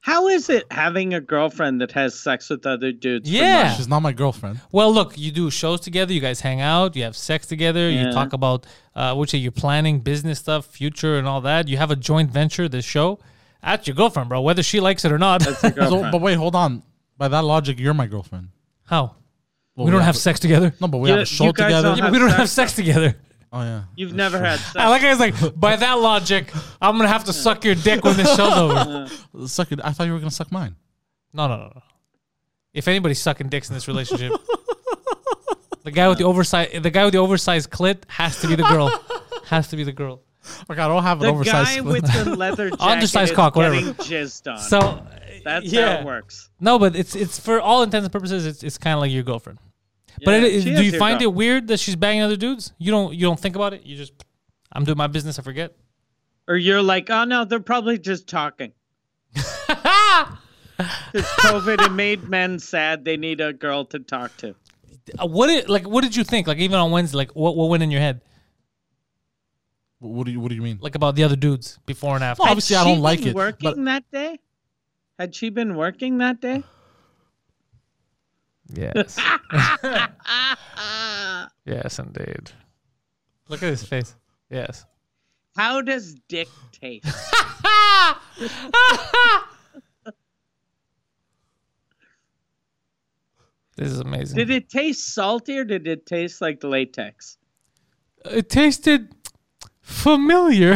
[SPEAKER 2] How is it having a girlfriend that has sex with other dudes? for
[SPEAKER 1] Yeah.
[SPEAKER 3] she's not my girlfriend.
[SPEAKER 1] Well, look, you do shows together. You guys hang out. You have sex together. You
[SPEAKER 2] Yeah.
[SPEAKER 1] talk about uh, which are you planning, business stuff, future, and all that. You have a joint venture. This show, that's your girlfriend, bro. Whether she likes it or not.
[SPEAKER 2] months? Your
[SPEAKER 3] So,
[SPEAKER 2] girlfriend.
[SPEAKER 3] but wait, hold on. By that logic, you're my girlfriend.
[SPEAKER 1] [laughs] How?
[SPEAKER 3] Well,
[SPEAKER 1] we don't have
[SPEAKER 3] a-
[SPEAKER 1] sex together.
[SPEAKER 3] No, Oh, but we
[SPEAKER 2] You-
[SPEAKER 3] have a show
[SPEAKER 2] you guys
[SPEAKER 3] together.
[SPEAKER 2] don't
[SPEAKER 1] Yeah, but [laughs] we don't
[SPEAKER 2] Have
[SPEAKER 1] have sex together. [laughs]
[SPEAKER 3] Oh yeah.
[SPEAKER 2] You've never had sex.
[SPEAKER 1] I like how he's like, by that logic, I'm gonna have to suck your dick when this [laughs] show's
[SPEAKER 3] [laughs]
[SPEAKER 1] over.
[SPEAKER 3] Suck it. I thought you were gonna suck mine.
[SPEAKER 1] No, no, no, no. If anybody's sucking dicks in this
[SPEAKER 3] [laughs]
[SPEAKER 1] relationship, the guy with the oversized the guy with the oversized clit has to be the
[SPEAKER 3] [laughs]
[SPEAKER 1] girl. has to be the girl.
[SPEAKER 3] Like Oh I don't have an
[SPEAKER 2] the
[SPEAKER 3] oversized.
[SPEAKER 2] guy
[SPEAKER 3] clit.
[SPEAKER 2] with
[SPEAKER 1] [laughs]
[SPEAKER 2] the leather jacket
[SPEAKER 1] Undersized
[SPEAKER 2] is
[SPEAKER 1] cock, whatever.
[SPEAKER 2] getting jizzed on.
[SPEAKER 1] So uh,
[SPEAKER 2] that's how
[SPEAKER 1] yeah.
[SPEAKER 2] it works.
[SPEAKER 1] No, but it's it's for all intents and purposes, it's, it's kind of like your girlfriend. But
[SPEAKER 2] Yeah,
[SPEAKER 1] it, it-
[SPEAKER 2] she
[SPEAKER 1] do
[SPEAKER 2] is
[SPEAKER 1] you
[SPEAKER 2] your
[SPEAKER 1] find
[SPEAKER 2] girl.
[SPEAKER 1] it weird that she's banging other dudes? You don't you don't think about it. You just I'm doing my business. I forget.
[SPEAKER 2] Or you're like, oh no, they're probably
[SPEAKER 1] [laughs]
[SPEAKER 2] just talking. Because COVID it made men sad. They need a girl to talk to.
[SPEAKER 1] Uh, What did like what did you think? Like even on Wednesday, like what what went in your head?
[SPEAKER 3] what do you What do you mean?
[SPEAKER 1] Like about the other dudes before and after?
[SPEAKER 3] Well, obviously, I
[SPEAKER 2] Had she
[SPEAKER 3] don't like
[SPEAKER 2] been
[SPEAKER 3] it.
[SPEAKER 2] Working
[SPEAKER 3] But
[SPEAKER 2] that day? Had she been working that day?
[SPEAKER 1] Yes.
[SPEAKER 2] Ah,
[SPEAKER 1] yes, indeed. Look at his face. Yes.
[SPEAKER 2] how does dick taste?
[SPEAKER 1] This is amazing.
[SPEAKER 2] Did it taste salty or did it taste like latex?
[SPEAKER 1] it tasted familiar.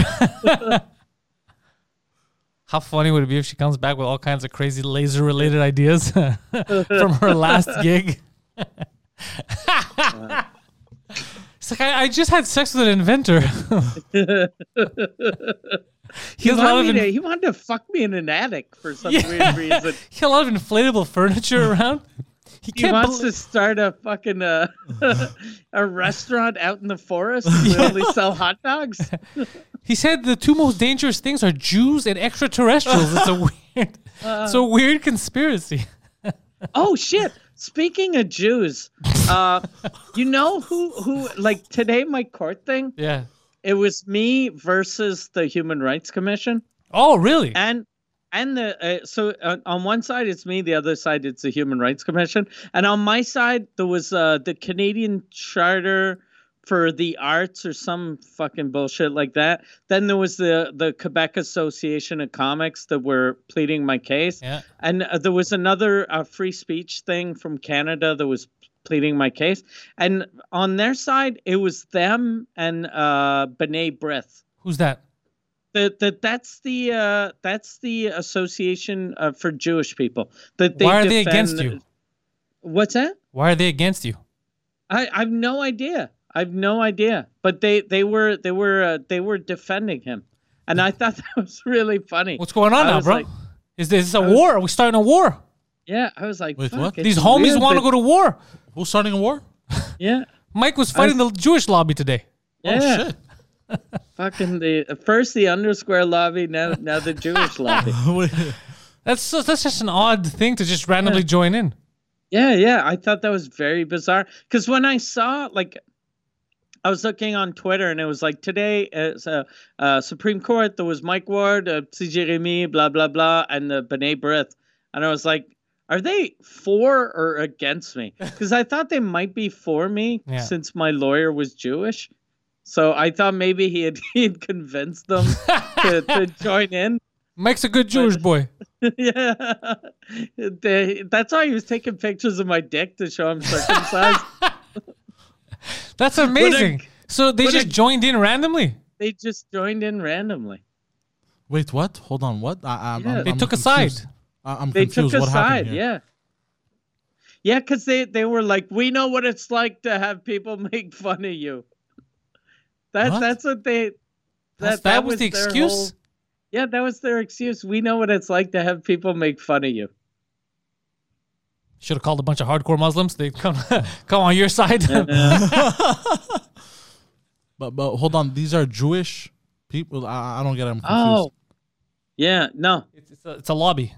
[SPEAKER 1] [laughs] How funny would it be if she comes back with all kinds of crazy laser related ideas [laughs] from her last gig? [laughs] it's like, I, I just had sex with an inventor. [laughs] he has a lot of
[SPEAKER 2] Wanted
[SPEAKER 1] in-
[SPEAKER 2] to- he wanted to fuck me in an attic for some
[SPEAKER 1] Yeah.
[SPEAKER 2] weird
[SPEAKER 3] [laughs]
[SPEAKER 2] reason.
[SPEAKER 1] he had a lot of inflatable furniture around. He
[SPEAKER 2] He
[SPEAKER 1] can't
[SPEAKER 2] wants
[SPEAKER 1] believe-
[SPEAKER 2] to start a fucking
[SPEAKER 3] [laughs]
[SPEAKER 2] uh, a restaurant out in the forest and only sell hot dogs.
[SPEAKER 1] He said the two most dangerous things are Jews and extraterrestrials.
[SPEAKER 2] [laughs]
[SPEAKER 1] It's a weird, it's a weird conspiracy.
[SPEAKER 2] Oh shit! Speaking of Jews, uh, you know who who like today my court thing?
[SPEAKER 1] Yeah.
[SPEAKER 2] It was me versus the Human Rights Commission,
[SPEAKER 1] Oh, really?
[SPEAKER 2] and and the uh, so uh, on one side it's me, the other side it's the Human Rights Commission, and on my side there was uh, the Canadian Charter for the Arts or some fucking bullshit like that. Then there was the the Quebec Association of Comics that were pleading my case,
[SPEAKER 1] yeah.
[SPEAKER 2] and uh, there was another uh, free speech thing from Canada that was pleading my case. And on their side, it was them and uh, B'nai B'rith.
[SPEAKER 1] Who's that?
[SPEAKER 2] That that that's the uh, that's the association uh, for Jewish people. That they
[SPEAKER 1] Why are they
[SPEAKER 2] defend-
[SPEAKER 1] against you?
[SPEAKER 2] What's that?
[SPEAKER 1] Why are they against you?
[SPEAKER 2] I I've no idea. I've no idea. But they they were they were uh, they were defending him, and I thought [laughs] that was really funny.
[SPEAKER 1] What's going on
[SPEAKER 2] I
[SPEAKER 1] now,
[SPEAKER 2] was
[SPEAKER 1] bro?
[SPEAKER 2] like-
[SPEAKER 1] is this is this a war? Are we starting a war?
[SPEAKER 2] yeah, I was like,
[SPEAKER 3] Wait,
[SPEAKER 2] fuck,
[SPEAKER 3] what?
[SPEAKER 2] it's
[SPEAKER 1] These homies
[SPEAKER 2] weird
[SPEAKER 1] want to
[SPEAKER 2] that-
[SPEAKER 1] go to war.
[SPEAKER 3] who's starting a war? [laughs]
[SPEAKER 2] [laughs] Yeah.
[SPEAKER 1] Mike was fighting the Jewish lobby today.
[SPEAKER 2] Yeah.
[SPEAKER 3] Oh shit!
[SPEAKER 2] Fucking the first the undersquare lobby, now now
[SPEAKER 1] [laughs]
[SPEAKER 2] the Jewish lobby.
[SPEAKER 3] Wait.
[SPEAKER 1] That's so, that's just an odd thing to just randomly join in.
[SPEAKER 2] Yeah, yeah. I thought that was very bizarre because when I saw like. I was looking on Twitter and it was like today, uh, uh, uh, Supreme Court, there was Mike Ward, uh, P. Jeremy, blah, blah, blah, and the B'nai B'rith. And I was like, are they for or against me? Because I thought they might be for me
[SPEAKER 1] Yeah.
[SPEAKER 2] since my lawyer was Jewish. [laughs] So I thought maybe he had, he had convinced them to, to join in.
[SPEAKER 1] Mike's a good Jewish boy.
[SPEAKER 2] [laughs] yeah, They- that's why he was taking pictures of my dick to show I'm circumcised.
[SPEAKER 1] That's amazing. so they
[SPEAKER 2] but
[SPEAKER 1] just
[SPEAKER 2] I-
[SPEAKER 1] joined in randomly.
[SPEAKER 2] they just joined in randomly.
[SPEAKER 3] Wait, what? Hold on, what? I, I'm,
[SPEAKER 2] Yeah.
[SPEAKER 3] I'm,
[SPEAKER 2] They
[SPEAKER 3] I'm
[SPEAKER 1] took a
[SPEAKER 3] confused.
[SPEAKER 1] side.
[SPEAKER 3] I, I'm
[SPEAKER 2] They
[SPEAKER 3] confused.
[SPEAKER 2] took a
[SPEAKER 3] what
[SPEAKER 2] side,
[SPEAKER 3] happened here?
[SPEAKER 2] yeah. Yeah, because they, they were like, we know what it's like to have people [laughs] make fun of you. That
[SPEAKER 3] What?
[SPEAKER 2] that's what they.
[SPEAKER 1] That's- that, was, the
[SPEAKER 2] their
[SPEAKER 1] excuse.
[SPEAKER 2] whole- yeah, that was their excuse. We know what it's like to have people make fun of you.
[SPEAKER 1] Should have called a bunch of hardcore Muslims. They come [laughs] come on your side.
[SPEAKER 3] But but hold on, these are Jewish people. I, I don't get. It. I'm confused.
[SPEAKER 2] Oh, yeah, no,
[SPEAKER 1] [laughs] it's, it's a, it's a lobby.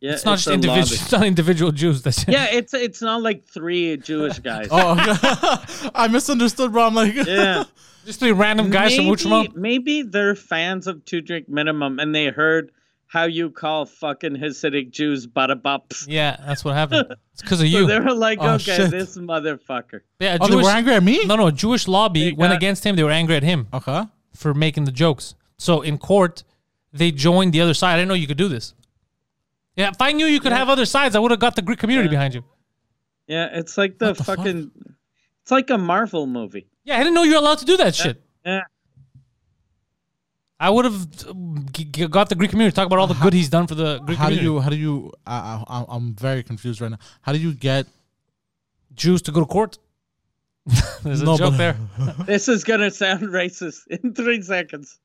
[SPEAKER 2] yeah,
[SPEAKER 1] It's not just
[SPEAKER 2] a lobby.
[SPEAKER 1] individual. [laughs] It's not individual Jews. That's
[SPEAKER 2] [laughs] Yeah, it's it's not like three
[SPEAKER 1] [laughs]
[SPEAKER 2] Jewish guys.
[SPEAKER 3] Oh, [laughs] okay. I misunderstood, bro. I'm like,
[SPEAKER 2] Yeah.
[SPEAKER 1] just three random guys
[SPEAKER 2] maybe,
[SPEAKER 1] from Uchimo.
[SPEAKER 2] Maybe they're fans of Two Drink Minimum and they heard how you call fucking Hasidic Jews bada
[SPEAKER 3] [laughs]
[SPEAKER 2] bops.
[SPEAKER 1] Yeah, that's what happened. It's because of
[SPEAKER 2] [laughs] So
[SPEAKER 1] you.
[SPEAKER 2] they were like,
[SPEAKER 3] Oh,
[SPEAKER 2] okay,
[SPEAKER 3] shit.
[SPEAKER 2] this motherfucker.
[SPEAKER 1] yeah, a
[SPEAKER 3] oh, they
[SPEAKER 1] Jewish-
[SPEAKER 3] were angry at me.
[SPEAKER 1] No, no, a Jewish lobby
[SPEAKER 2] They
[SPEAKER 1] went
[SPEAKER 2] got-
[SPEAKER 1] against him. They were angry at him
[SPEAKER 3] Okay.
[SPEAKER 1] for making the jokes. So in court, they joined the other side. I didn't know you could do this. Yeah, if I knew you could have other sides, I would have got the Greek community behind you.
[SPEAKER 2] Yeah, it's like the,
[SPEAKER 3] the fuck?
[SPEAKER 2] fucking. It's like a Marvel movie.
[SPEAKER 1] Yeah, I didn't know you were allowed to do that shit.
[SPEAKER 2] Yeah.
[SPEAKER 1] I would have got the Greek community. Talk about all the good he's done for the Greek
[SPEAKER 3] How do
[SPEAKER 1] community.
[SPEAKER 3] you? How do you? I, I, I'm- I'm very confused right now. How do you get?
[SPEAKER 1] Jews to go to court. [laughs] There's a
[SPEAKER 3] No,
[SPEAKER 1] joke
[SPEAKER 3] but-
[SPEAKER 1] there.
[SPEAKER 2] This is gonna sound [laughs] racist in three seconds.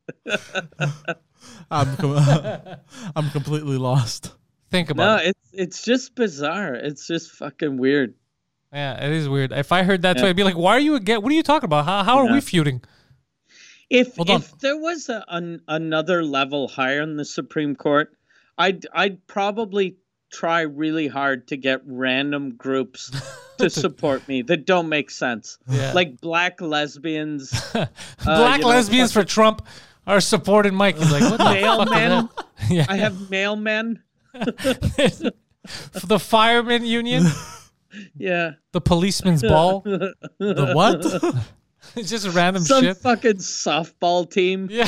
[SPEAKER 3] I'm, com- [laughs] I'm completely lost.
[SPEAKER 1] Think
[SPEAKER 2] No,
[SPEAKER 1] about it.
[SPEAKER 2] it's it's just bizarre. It's just fucking weird.
[SPEAKER 1] Yeah, it is weird. If I heard that,
[SPEAKER 2] Yeah.
[SPEAKER 1] too, I'd be like, "Why are you again? What are you talking about? How, how are we
[SPEAKER 2] Yeah.
[SPEAKER 1] feuding?"
[SPEAKER 2] If
[SPEAKER 3] Hold on.
[SPEAKER 2] if there was a, an, another level higher in the Supreme Court, I'd I'd probably try really hard to get random groups to support me that don't make sense.
[SPEAKER 1] Yeah.
[SPEAKER 2] Like black lesbians,
[SPEAKER 1] Black
[SPEAKER 2] Uh, you know,
[SPEAKER 1] lesbians for Trump are supporting Mike. He's like, "What
[SPEAKER 2] [laughs]
[SPEAKER 1] the fuck is
[SPEAKER 2] mailmen.
[SPEAKER 1] that?" Yeah,
[SPEAKER 2] I have mailmen.
[SPEAKER 1] [laughs] for the firemen union,
[SPEAKER 2] Yeah.
[SPEAKER 1] the policeman's ball.
[SPEAKER 3] The what?
[SPEAKER 1] [laughs] It's just random
[SPEAKER 2] Some
[SPEAKER 1] shit.
[SPEAKER 2] fucking softball team.
[SPEAKER 1] Yeah,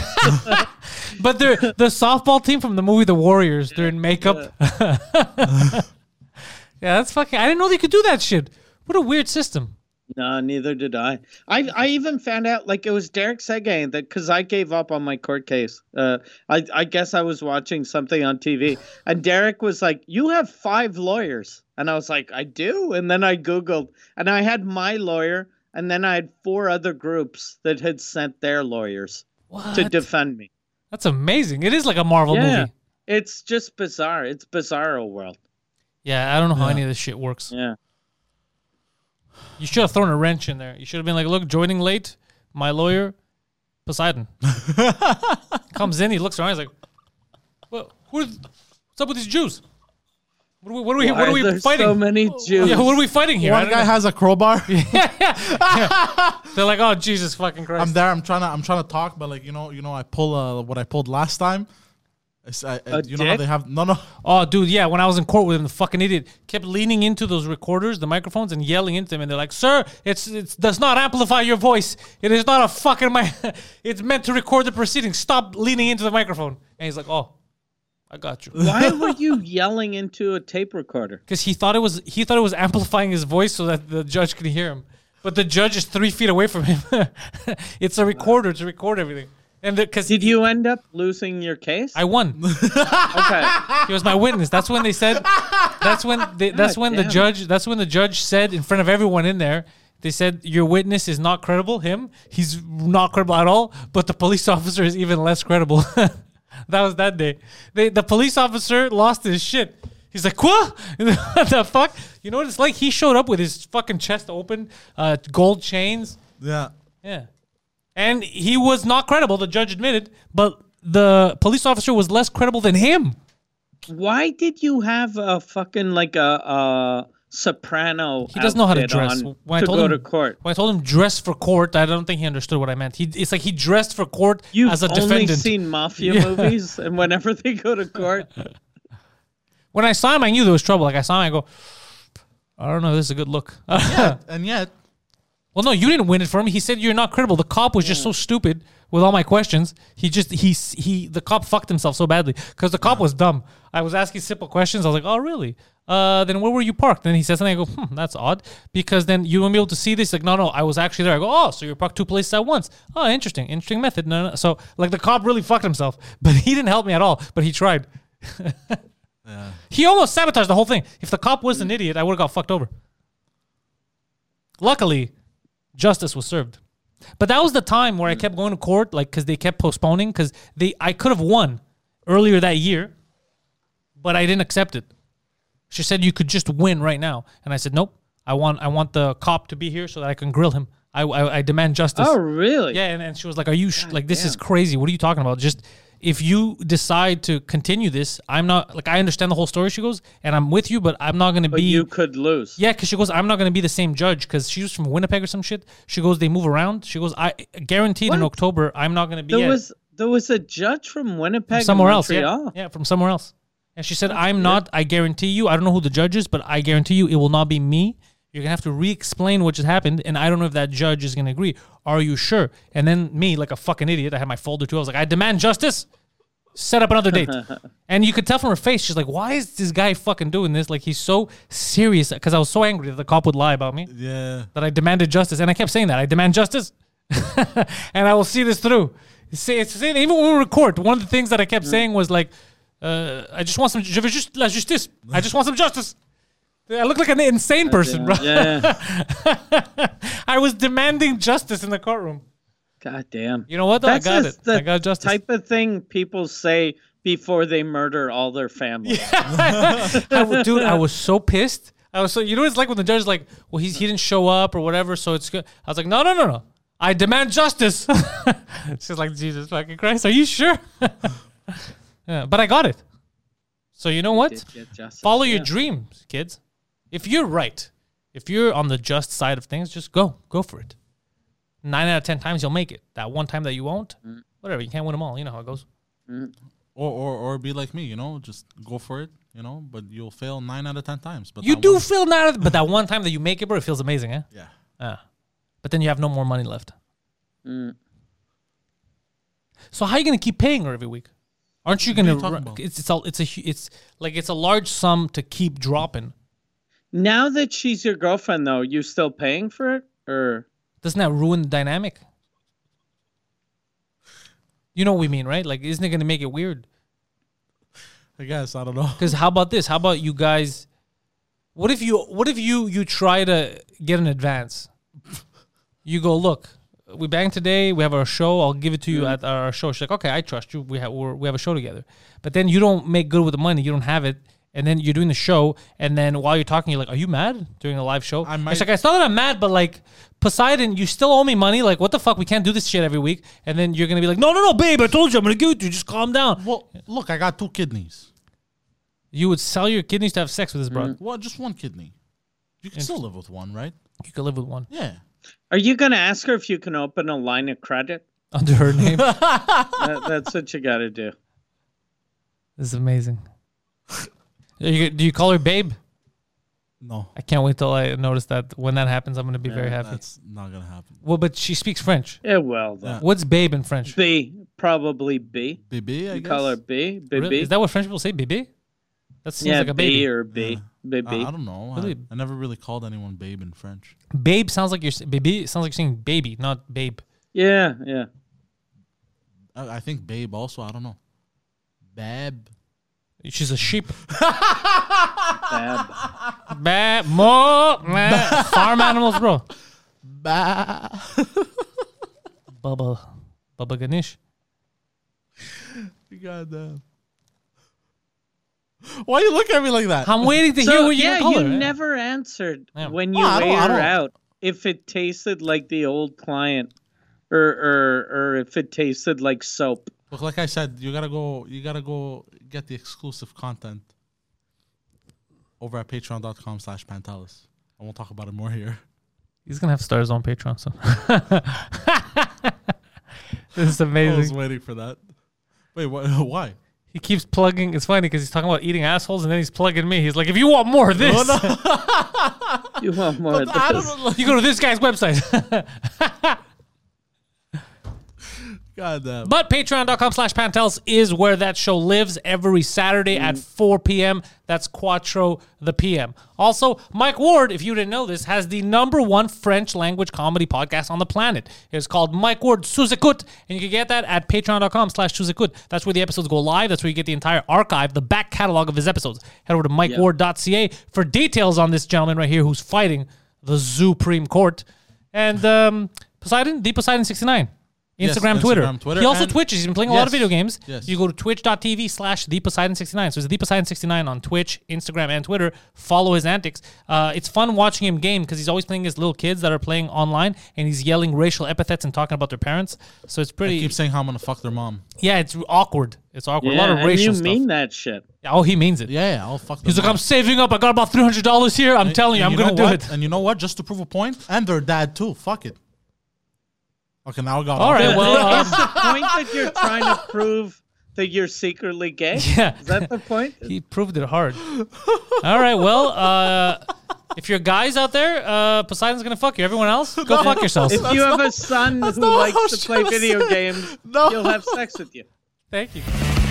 [SPEAKER 1] but they're the softball team from the movie The Warriors. They're in makeup. Yeah, [laughs] that's fucking. I didn't know they could do that shit. What a weird system.
[SPEAKER 2] No, neither did I. I I even found out like it was Derek Segay that because I gave up on my court case. Uh, I I guess I was watching something on TV, and Derek was like, "You have five lawyers," and I was like, "I do." And then I googled, and I had my lawyer, and then I had four other groups that had sent their lawyers
[SPEAKER 1] What?
[SPEAKER 2] to defend me.
[SPEAKER 1] That's amazing. It is like a Marvel
[SPEAKER 2] Yeah,
[SPEAKER 1] movie.
[SPEAKER 2] it's just bizarre. It's bizarro world.
[SPEAKER 1] Yeah, I don't know how any of this shit works.
[SPEAKER 2] Yeah.
[SPEAKER 1] You should have thrown a wrench in there. You should have been like, look, joining late, my lawyer,
[SPEAKER 2] [laughs]
[SPEAKER 1] Poseidon. Comes in, he looks around, he's like, well, who are th- what's up with these Jews? What are we, what are we,
[SPEAKER 2] Why
[SPEAKER 1] what are
[SPEAKER 2] are
[SPEAKER 1] we
[SPEAKER 2] there
[SPEAKER 1] fighting?
[SPEAKER 2] so many Jews?
[SPEAKER 1] Yeah, what are we fighting here? I
[SPEAKER 3] One
[SPEAKER 1] don't
[SPEAKER 3] guy
[SPEAKER 1] know.
[SPEAKER 3] has a crowbar.
[SPEAKER 1] They're like, oh, Jesus fucking Christ.
[SPEAKER 3] I'm there. I'm trying to. I'm trying to talk, but like you know, you know, I pull uh, what I pulled last time. It's, I, I-
[SPEAKER 2] A
[SPEAKER 3] you know how
[SPEAKER 2] dick?
[SPEAKER 3] they have no, no.
[SPEAKER 1] Oh, dude, yeah. When I was in court with him, the fucking idiot kept leaning into those recorders, the microphones, and yelling into them. And they're like, "Sir, it's it does not amplify your voice. It is not a fucking mic. [laughs] it's meant to record the proceedings. Stop leaning into the microphone." And he's like, "Oh, I got
[SPEAKER 2] [laughs]
[SPEAKER 1] you,"
[SPEAKER 2] Why were you yelling into a tape recorder?
[SPEAKER 1] because he thought it was he thought it was amplifying his voice so that the judge could hear him. But the judge is three feet away from him. [laughs] it's a recorder to record everything. And because
[SPEAKER 2] Did you end up losing your case?
[SPEAKER 1] I won.
[SPEAKER 2] okay.
[SPEAKER 1] [laughs] He was my witness. That's when they said. That's when. They, that's when the
[SPEAKER 2] damn.
[SPEAKER 1] judge. That's when the judge said in front of everyone in there. They said your witness is not credible. Him, he's not credible at all. But the police [laughs] officer is even less credible. [laughs] that was that day. They, the police officer lost his shit. He's like, what? [laughs] what the fuck? You know what it's like? He showed up with his fucking chest open, uh, gold chains.
[SPEAKER 3] Yeah.
[SPEAKER 1] Yeah. And he was not credible. The judge admitted, but the police officer was less credible than him.
[SPEAKER 2] Why did you have a fucking like a, a soprano?
[SPEAKER 1] He doesn't know how to
[SPEAKER 2] outfit
[SPEAKER 1] dress.
[SPEAKER 2] on
[SPEAKER 1] When I
[SPEAKER 2] to
[SPEAKER 1] told
[SPEAKER 2] go
[SPEAKER 1] him
[SPEAKER 2] to court.
[SPEAKER 1] when I told him dress for court, I don't think he understood what I meant. He it's like he dressed for court
[SPEAKER 2] You've
[SPEAKER 1] as a
[SPEAKER 2] only
[SPEAKER 1] defendant.
[SPEAKER 2] seen mafia
[SPEAKER 1] Yeah.
[SPEAKER 2] movies, and whenever they go to court,
[SPEAKER 1] [laughs] when I saw him, I [laughs]
[SPEAKER 3] [laughs]
[SPEAKER 1] knew there was trouble. Like I saw him, I go, I don't know, this is a good look.
[SPEAKER 3] And yet,
[SPEAKER 1] Well, no, you didn't win it for him. He said you're not credible. The cop was just so stupid with all my questions. He just he s- he the cop fucked himself so badly because the cop was dumb. I was asking simple questions. I was like, oh really? Uh, then where were you parked? Then he says something. I go, hmm, that's odd because then you won't be able to see this. Like, no, no, I was actually there. I go, oh, so you're parked two places at once. Oh, interesting, interesting method. No, no. So like the cop really fucked himself, [laughs] but he didn't help me at all. But he tried. He almost sabotaged the whole thing. If the cop was an idiot, I would have got fucked over. Luckily, justice was served. But that was the time where I kept going to court, like because they kept postponing. Because they, I could have won earlier that year, but I didn't accept it. She said you could just win right now, and I said nope. I want, I want the cop to be here so that I can grill him. I, I, I demand justice.
[SPEAKER 2] Oh, really?
[SPEAKER 1] Yeah, and, and she was like, "Are you sh- like this is crazy? What are you talking about? Just if you decide to continue this, I'm not like I understand the whole story." She goes, "And I'm with you, but I'm not going to
[SPEAKER 2] But
[SPEAKER 1] be
[SPEAKER 2] you could lose.
[SPEAKER 1] yeah." Because she goes, "I'm not going to be the same judge because she was from Winnipeg or some shit." She goes, "They move around." She goes, "I guaranteed in
[SPEAKER 2] What?
[SPEAKER 1] October, I'm not going to be
[SPEAKER 2] There
[SPEAKER 1] yeah,
[SPEAKER 2] was there was a judge from Winnipeg, and
[SPEAKER 1] somewhere else." Yeah,
[SPEAKER 2] Montreal.
[SPEAKER 1] yeah, from somewhere else. And she said, "I'm not. I guarantee you. I don't know who the judge is, but I guarantee you, it will not be me." You're gonna have to re-explain what just happened, and I don't know if that judge is gonna agree. Are you sure? And then me, like a fucking idiot, I had my folder too. I was like, I demand justice. Set up another date. and you could tell from her face, she's like, Why is this guy fucking doing this? Like he's so serious. Because I was so angry that the cop would lie about me
[SPEAKER 3] Yeah.
[SPEAKER 1] that I demanded justice, and I kept saying that I demand justice, [laughs] and I will see this through. See, it's the same- even when we record, one of the things that I kept saying was like, uh, "I just want some je veux juste la justice. I just want some justice." I look like an insane person, bro.
[SPEAKER 2] Yeah.
[SPEAKER 1] [laughs]
[SPEAKER 2] yeah.
[SPEAKER 1] I was demanding justice in the courtroom.
[SPEAKER 2] God damn.
[SPEAKER 1] You know what? Though? I
[SPEAKER 2] That's
[SPEAKER 1] got
[SPEAKER 2] just
[SPEAKER 1] it.
[SPEAKER 2] the
[SPEAKER 1] I got justice.
[SPEAKER 2] type of thing people say before they murder all their family.
[SPEAKER 1] I w- dude, [laughs] I was so pissed. I was so you know what it's like when the judge is like, well, he's he didn't show up or whatever, so it's good. I was like, no, no, no, no. I demand [laughs] justice. She's like, Jesus fucking Christ, are you sure? [laughs] yeah, but I got it. So you know what?
[SPEAKER 2] Did get justice,
[SPEAKER 1] Follow
[SPEAKER 2] yeah.
[SPEAKER 1] your dreams, kids. If you're right, if you're on the just side of things, just go, go for it. Nine out of ten times you'll make it. That one time that you won't,
[SPEAKER 2] Mm.
[SPEAKER 1] whatever. You can't win them all. You know how it goes.
[SPEAKER 3] Or, or or be like me, you know, just go for it, you know, but you'll fail nine out of ten times. But
[SPEAKER 1] You
[SPEAKER 3] that
[SPEAKER 1] do
[SPEAKER 3] one-
[SPEAKER 1] feel nine, out of- [laughs] but that one time that you make it, bro, it feels amazing, eh?
[SPEAKER 3] yeah.
[SPEAKER 1] Ah. But then you have no more money left. So how are you going to keep paying her every week? Aren't you going
[SPEAKER 3] you talking
[SPEAKER 1] to?
[SPEAKER 3] about?
[SPEAKER 1] It's it's all it's a hu- it's like it's a large sum to keep dropping.
[SPEAKER 2] Now that she's your girlfriend, though, you still paying for it, or
[SPEAKER 1] Doesn't that ruin the dynamic? You know what we mean, right? Like, isn't it going to make it weird?
[SPEAKER 3] I guess I don't know.
[SPEAKER 1] Because how about this? How about you guys? What if you what if you you try to get an advance? You go look. We bang today. We have our show. I'll give it to you
[SPEAKER 3] Mm.
[SPEAKER 1] at our show. She's like, okay, I trust you. We have we're, we have a show together. But then you don't make good with the money. You don't have it. And then you're doing the show. And then while you're talking, you're like, are you mad during a live show?
[SPEAKER 3] I
[SPEAKER 1] And
[SPEAKER 3] might-
[SPEAKER 1] she's like, it's not that I'm mad, but like Poseidon, you still owe me money. Like, what the fuck? We can't do this shit every week. And then you're gonna be like, no, no, no, babe. I told you I'm gonna give it to you. Just calm down.
[SPEAKER 3] Well, look, I got two kidneys.
[SPEAKER 1] You would sell your kidneys to have sex with this bro.
[SPEAKER 3] Well, just one kidney. You can still live with one, right?
[SPEAKER 1] You could live with one [laughs]
[SPEAKER 3] Yeah.
[SPEAKER 2] are you gonna ask her if you can open a line of credit?
[SPEAKER 1] under her [laughs] name.
[SPEAKER 2] That, that's what you gotta do.
[SPEAKER 1] this is amazing. Do [laughs] you, do you call her babe?
[SPEAKER 3] No,
[SPEAKER 1] I can't wait till I notice that. When that happens, I'm gonna be very happy.
[SPEAKER 3] that's not gonna happen.
[SPEAKER 1] Well, but she speaks French.
[SPEAKER 2] Yeah, well, though.
[SPEAKER 1] What's babe in French?
[SPEAKER 2] B probably B.
[SPEAKER 3] Baby, I
[SPEAKER 2] You
[SPEAKER 3] guess.
[SPEAKER 2] call her B, B,
[SPEAKER 1] Really?
[SPEAKER 2] B.
[SPEAKER 1] Is that what French people say? Bébé? That seems
[SPEAKER 2] yeah,
[SPEAKER 1] like a
[SPEAKER 2] B
[SPEAKER 1] baby.
[SPEAKER 2] or B, B,
[SPEAKER 3] Uh,
[SPEAKER 2] B.
[SPEAKER 3] I don't know. I,
[SPEAKER 1] Really?
[SPEAKER 3] I never really called anyone babe in French.
[SPEAKER 1] Babe sounds like you're s- bébé. Sounds like you're saying baby, not babe.
[SPEAKER 2] yeah, yeah.
[SPEAKER 3] I, I think babe also. I don't know. Babe.
[SPEAKER 1] She's a sheep. [laughs]
[SPEAKER 2] Bab.
[SPEAKER 1] Ba- mo-
[SPEAKER 2] [laughs]
[SPEAKER 1] ma- farm animals, bro.
[SPEAKER 3] Ba.
[SPEAKER 1] Bubba, Bubba Ganesh.
[SPEAKER 3] Goddamn. [laughs] Why you look at me like that?
[SPEAKER 1] I'm waiting to hear
[SPEAKER 2] So
[SPEAKER 1] what you're
[SPEAKER 2] yeah,
[SPEAKER 1] gonna call
[SPEAKER 2] you
[SPEAKER 1] her. eh?
[SPEAKER 2] never answered
[SPEAKER 1] Yeah.
[SPEAKER 2] when you
[SPEAKER 3] Well, I don't-
[SPEAKER 2] weigh
[SPEAKER 3] I
[SPEAKER 2] her
[SPEAKER 3] don't-
[SPEAKER 2] out if it tasted like the old client, or or or if it tasted like soap.
[SPEAKER 3] Look, like I said, you gotta go. You gotta go get the exclusive content over at Patreon.com/slash Pantalis. I won't talk about it more here. [laughs]
[SPEAKER 1] He's gonna have to start his own Patreon [laughs] soon. this is
[SPEAKER 3] I was
[SPEAKER 1] amazing.
[SPEAKER 3] Oh, waiting for that. Wait, wha- [laughs] why?
[SPEAKER 1] He keeps plugging. It's funny because he's talking about eating assholes, and then he's plugging me. He's like, "If you want more of this,
[SPEAKER 2] You want more of
[SPEAKER 1] [laughs]
[SPEAKER 3] I
[SPEAKER 2] this?
[SPEAKER 3] don't know. Like,
[SPEAKER 1] you go to this guy's website." [laughs]
[SPEAKER 3] goddamn.
[SPEAKER 1] Uh, But patreon.com slash Pantels is where that show lives every Saturday at 4 p.m. That's Quattro the PM. Also, Mike Ward, if you didn't know this, has the number one French language comedy podcast on the planet. It's called Mike Ward Suzekut, and you can get that at patreon.com slash Suzekut. That's where the episodes go live. That's where you get the entire archive, the back catalog of his episodes. Head over to mikeward.ca for details on this gentleman right here who's fighting the Supreme Court. And um, Poseidon, the Poseidon69.
[SPEAKER 3] Yes,
[SPEAKER 1] Instagram, Twitter.
[SPEAKER 3] Instagram, Twitter,
[SPEAKER 1] He also
[SPEAKER 3] and-
[SPEAKER 1] Twitches. He's been playing a lot of
[SPEAKER 3] Yes.
[SPEAKER 1] video games.
[SPEAKER 3] Yes.
[SPEAKER 1] You go to twitch.tv slash the Poseidon69. So it's the Poseidon69 on Twitch, Instagram, and Twitter. Follow his antics. Uh, it's fun watching him game because he's always playing his little kids that are playing online and he's yelling racial epithets and talking about their parents. So it's pretty,
[SPEAKER 3] They keep saying how I'm gonna fuck their mom.
[SPEAKER 1] yeah, it's awkward. It's awkward.
[SPEAKER 2] Yeah,
[SPEAKER 1] a lot of
[SPEAKER 2] and
[SPEAKER 1] racial
[SPEAKER 2] you
[SPEAKER 1] stuff.
[SPEAKER 2] mean that shit.
[SPEAKER 1] oh, he means it.
[SPEAKER 3] Yeah, yeah, I'll fuck. Their
[SPEAKER 1] He's like,
[SPEAKER 3] mom.
[SPEAKER 1] I'm saving up. I got about $300 here. I'm telling you,
[SPEAKER 3] And
[SPEAKER 1] I'm going
[SPEAKER 3] know
[SPEAKER 1] to do
[SPEAKER 3] what?
[SPEAKER 1] it.
[SPEAKER 3] And you know what? Just to prove a point, and their dad too. Fuck it. Okay, now I got
[SPEAKER 1] All right,
[SPEAKER 3] [laughs]
[SPEAKER 1] well, um,
[SPEAKER 2] Is the point that you're trying to prove that you're secretly gay?
[SPEAKER 1] Yeah.
[SPEAKER 2] Is that the point?
[SPEAKER 1] He proved it hard. [laughs] All right, well, uh, if you're guys out there, uh, Poseidon's gonna fuck you. Everyone else, go fuck yourselves.
[SPEAKER 2] If you have a son who
[SPEAKER 3] not what I
[SPEAKER 2] likes
[SPEAKER 3] was
[SPEAKER 2] to play
[SPEAKER 3] trying to
[SPEAKER 2] video
[SPEAKER 3] say.
[SPEAKER 2] games,
[SPEAKER 3] No.
[SPEAKER 2] he'll have sex with you.
[SPEAKER 1] Thank you.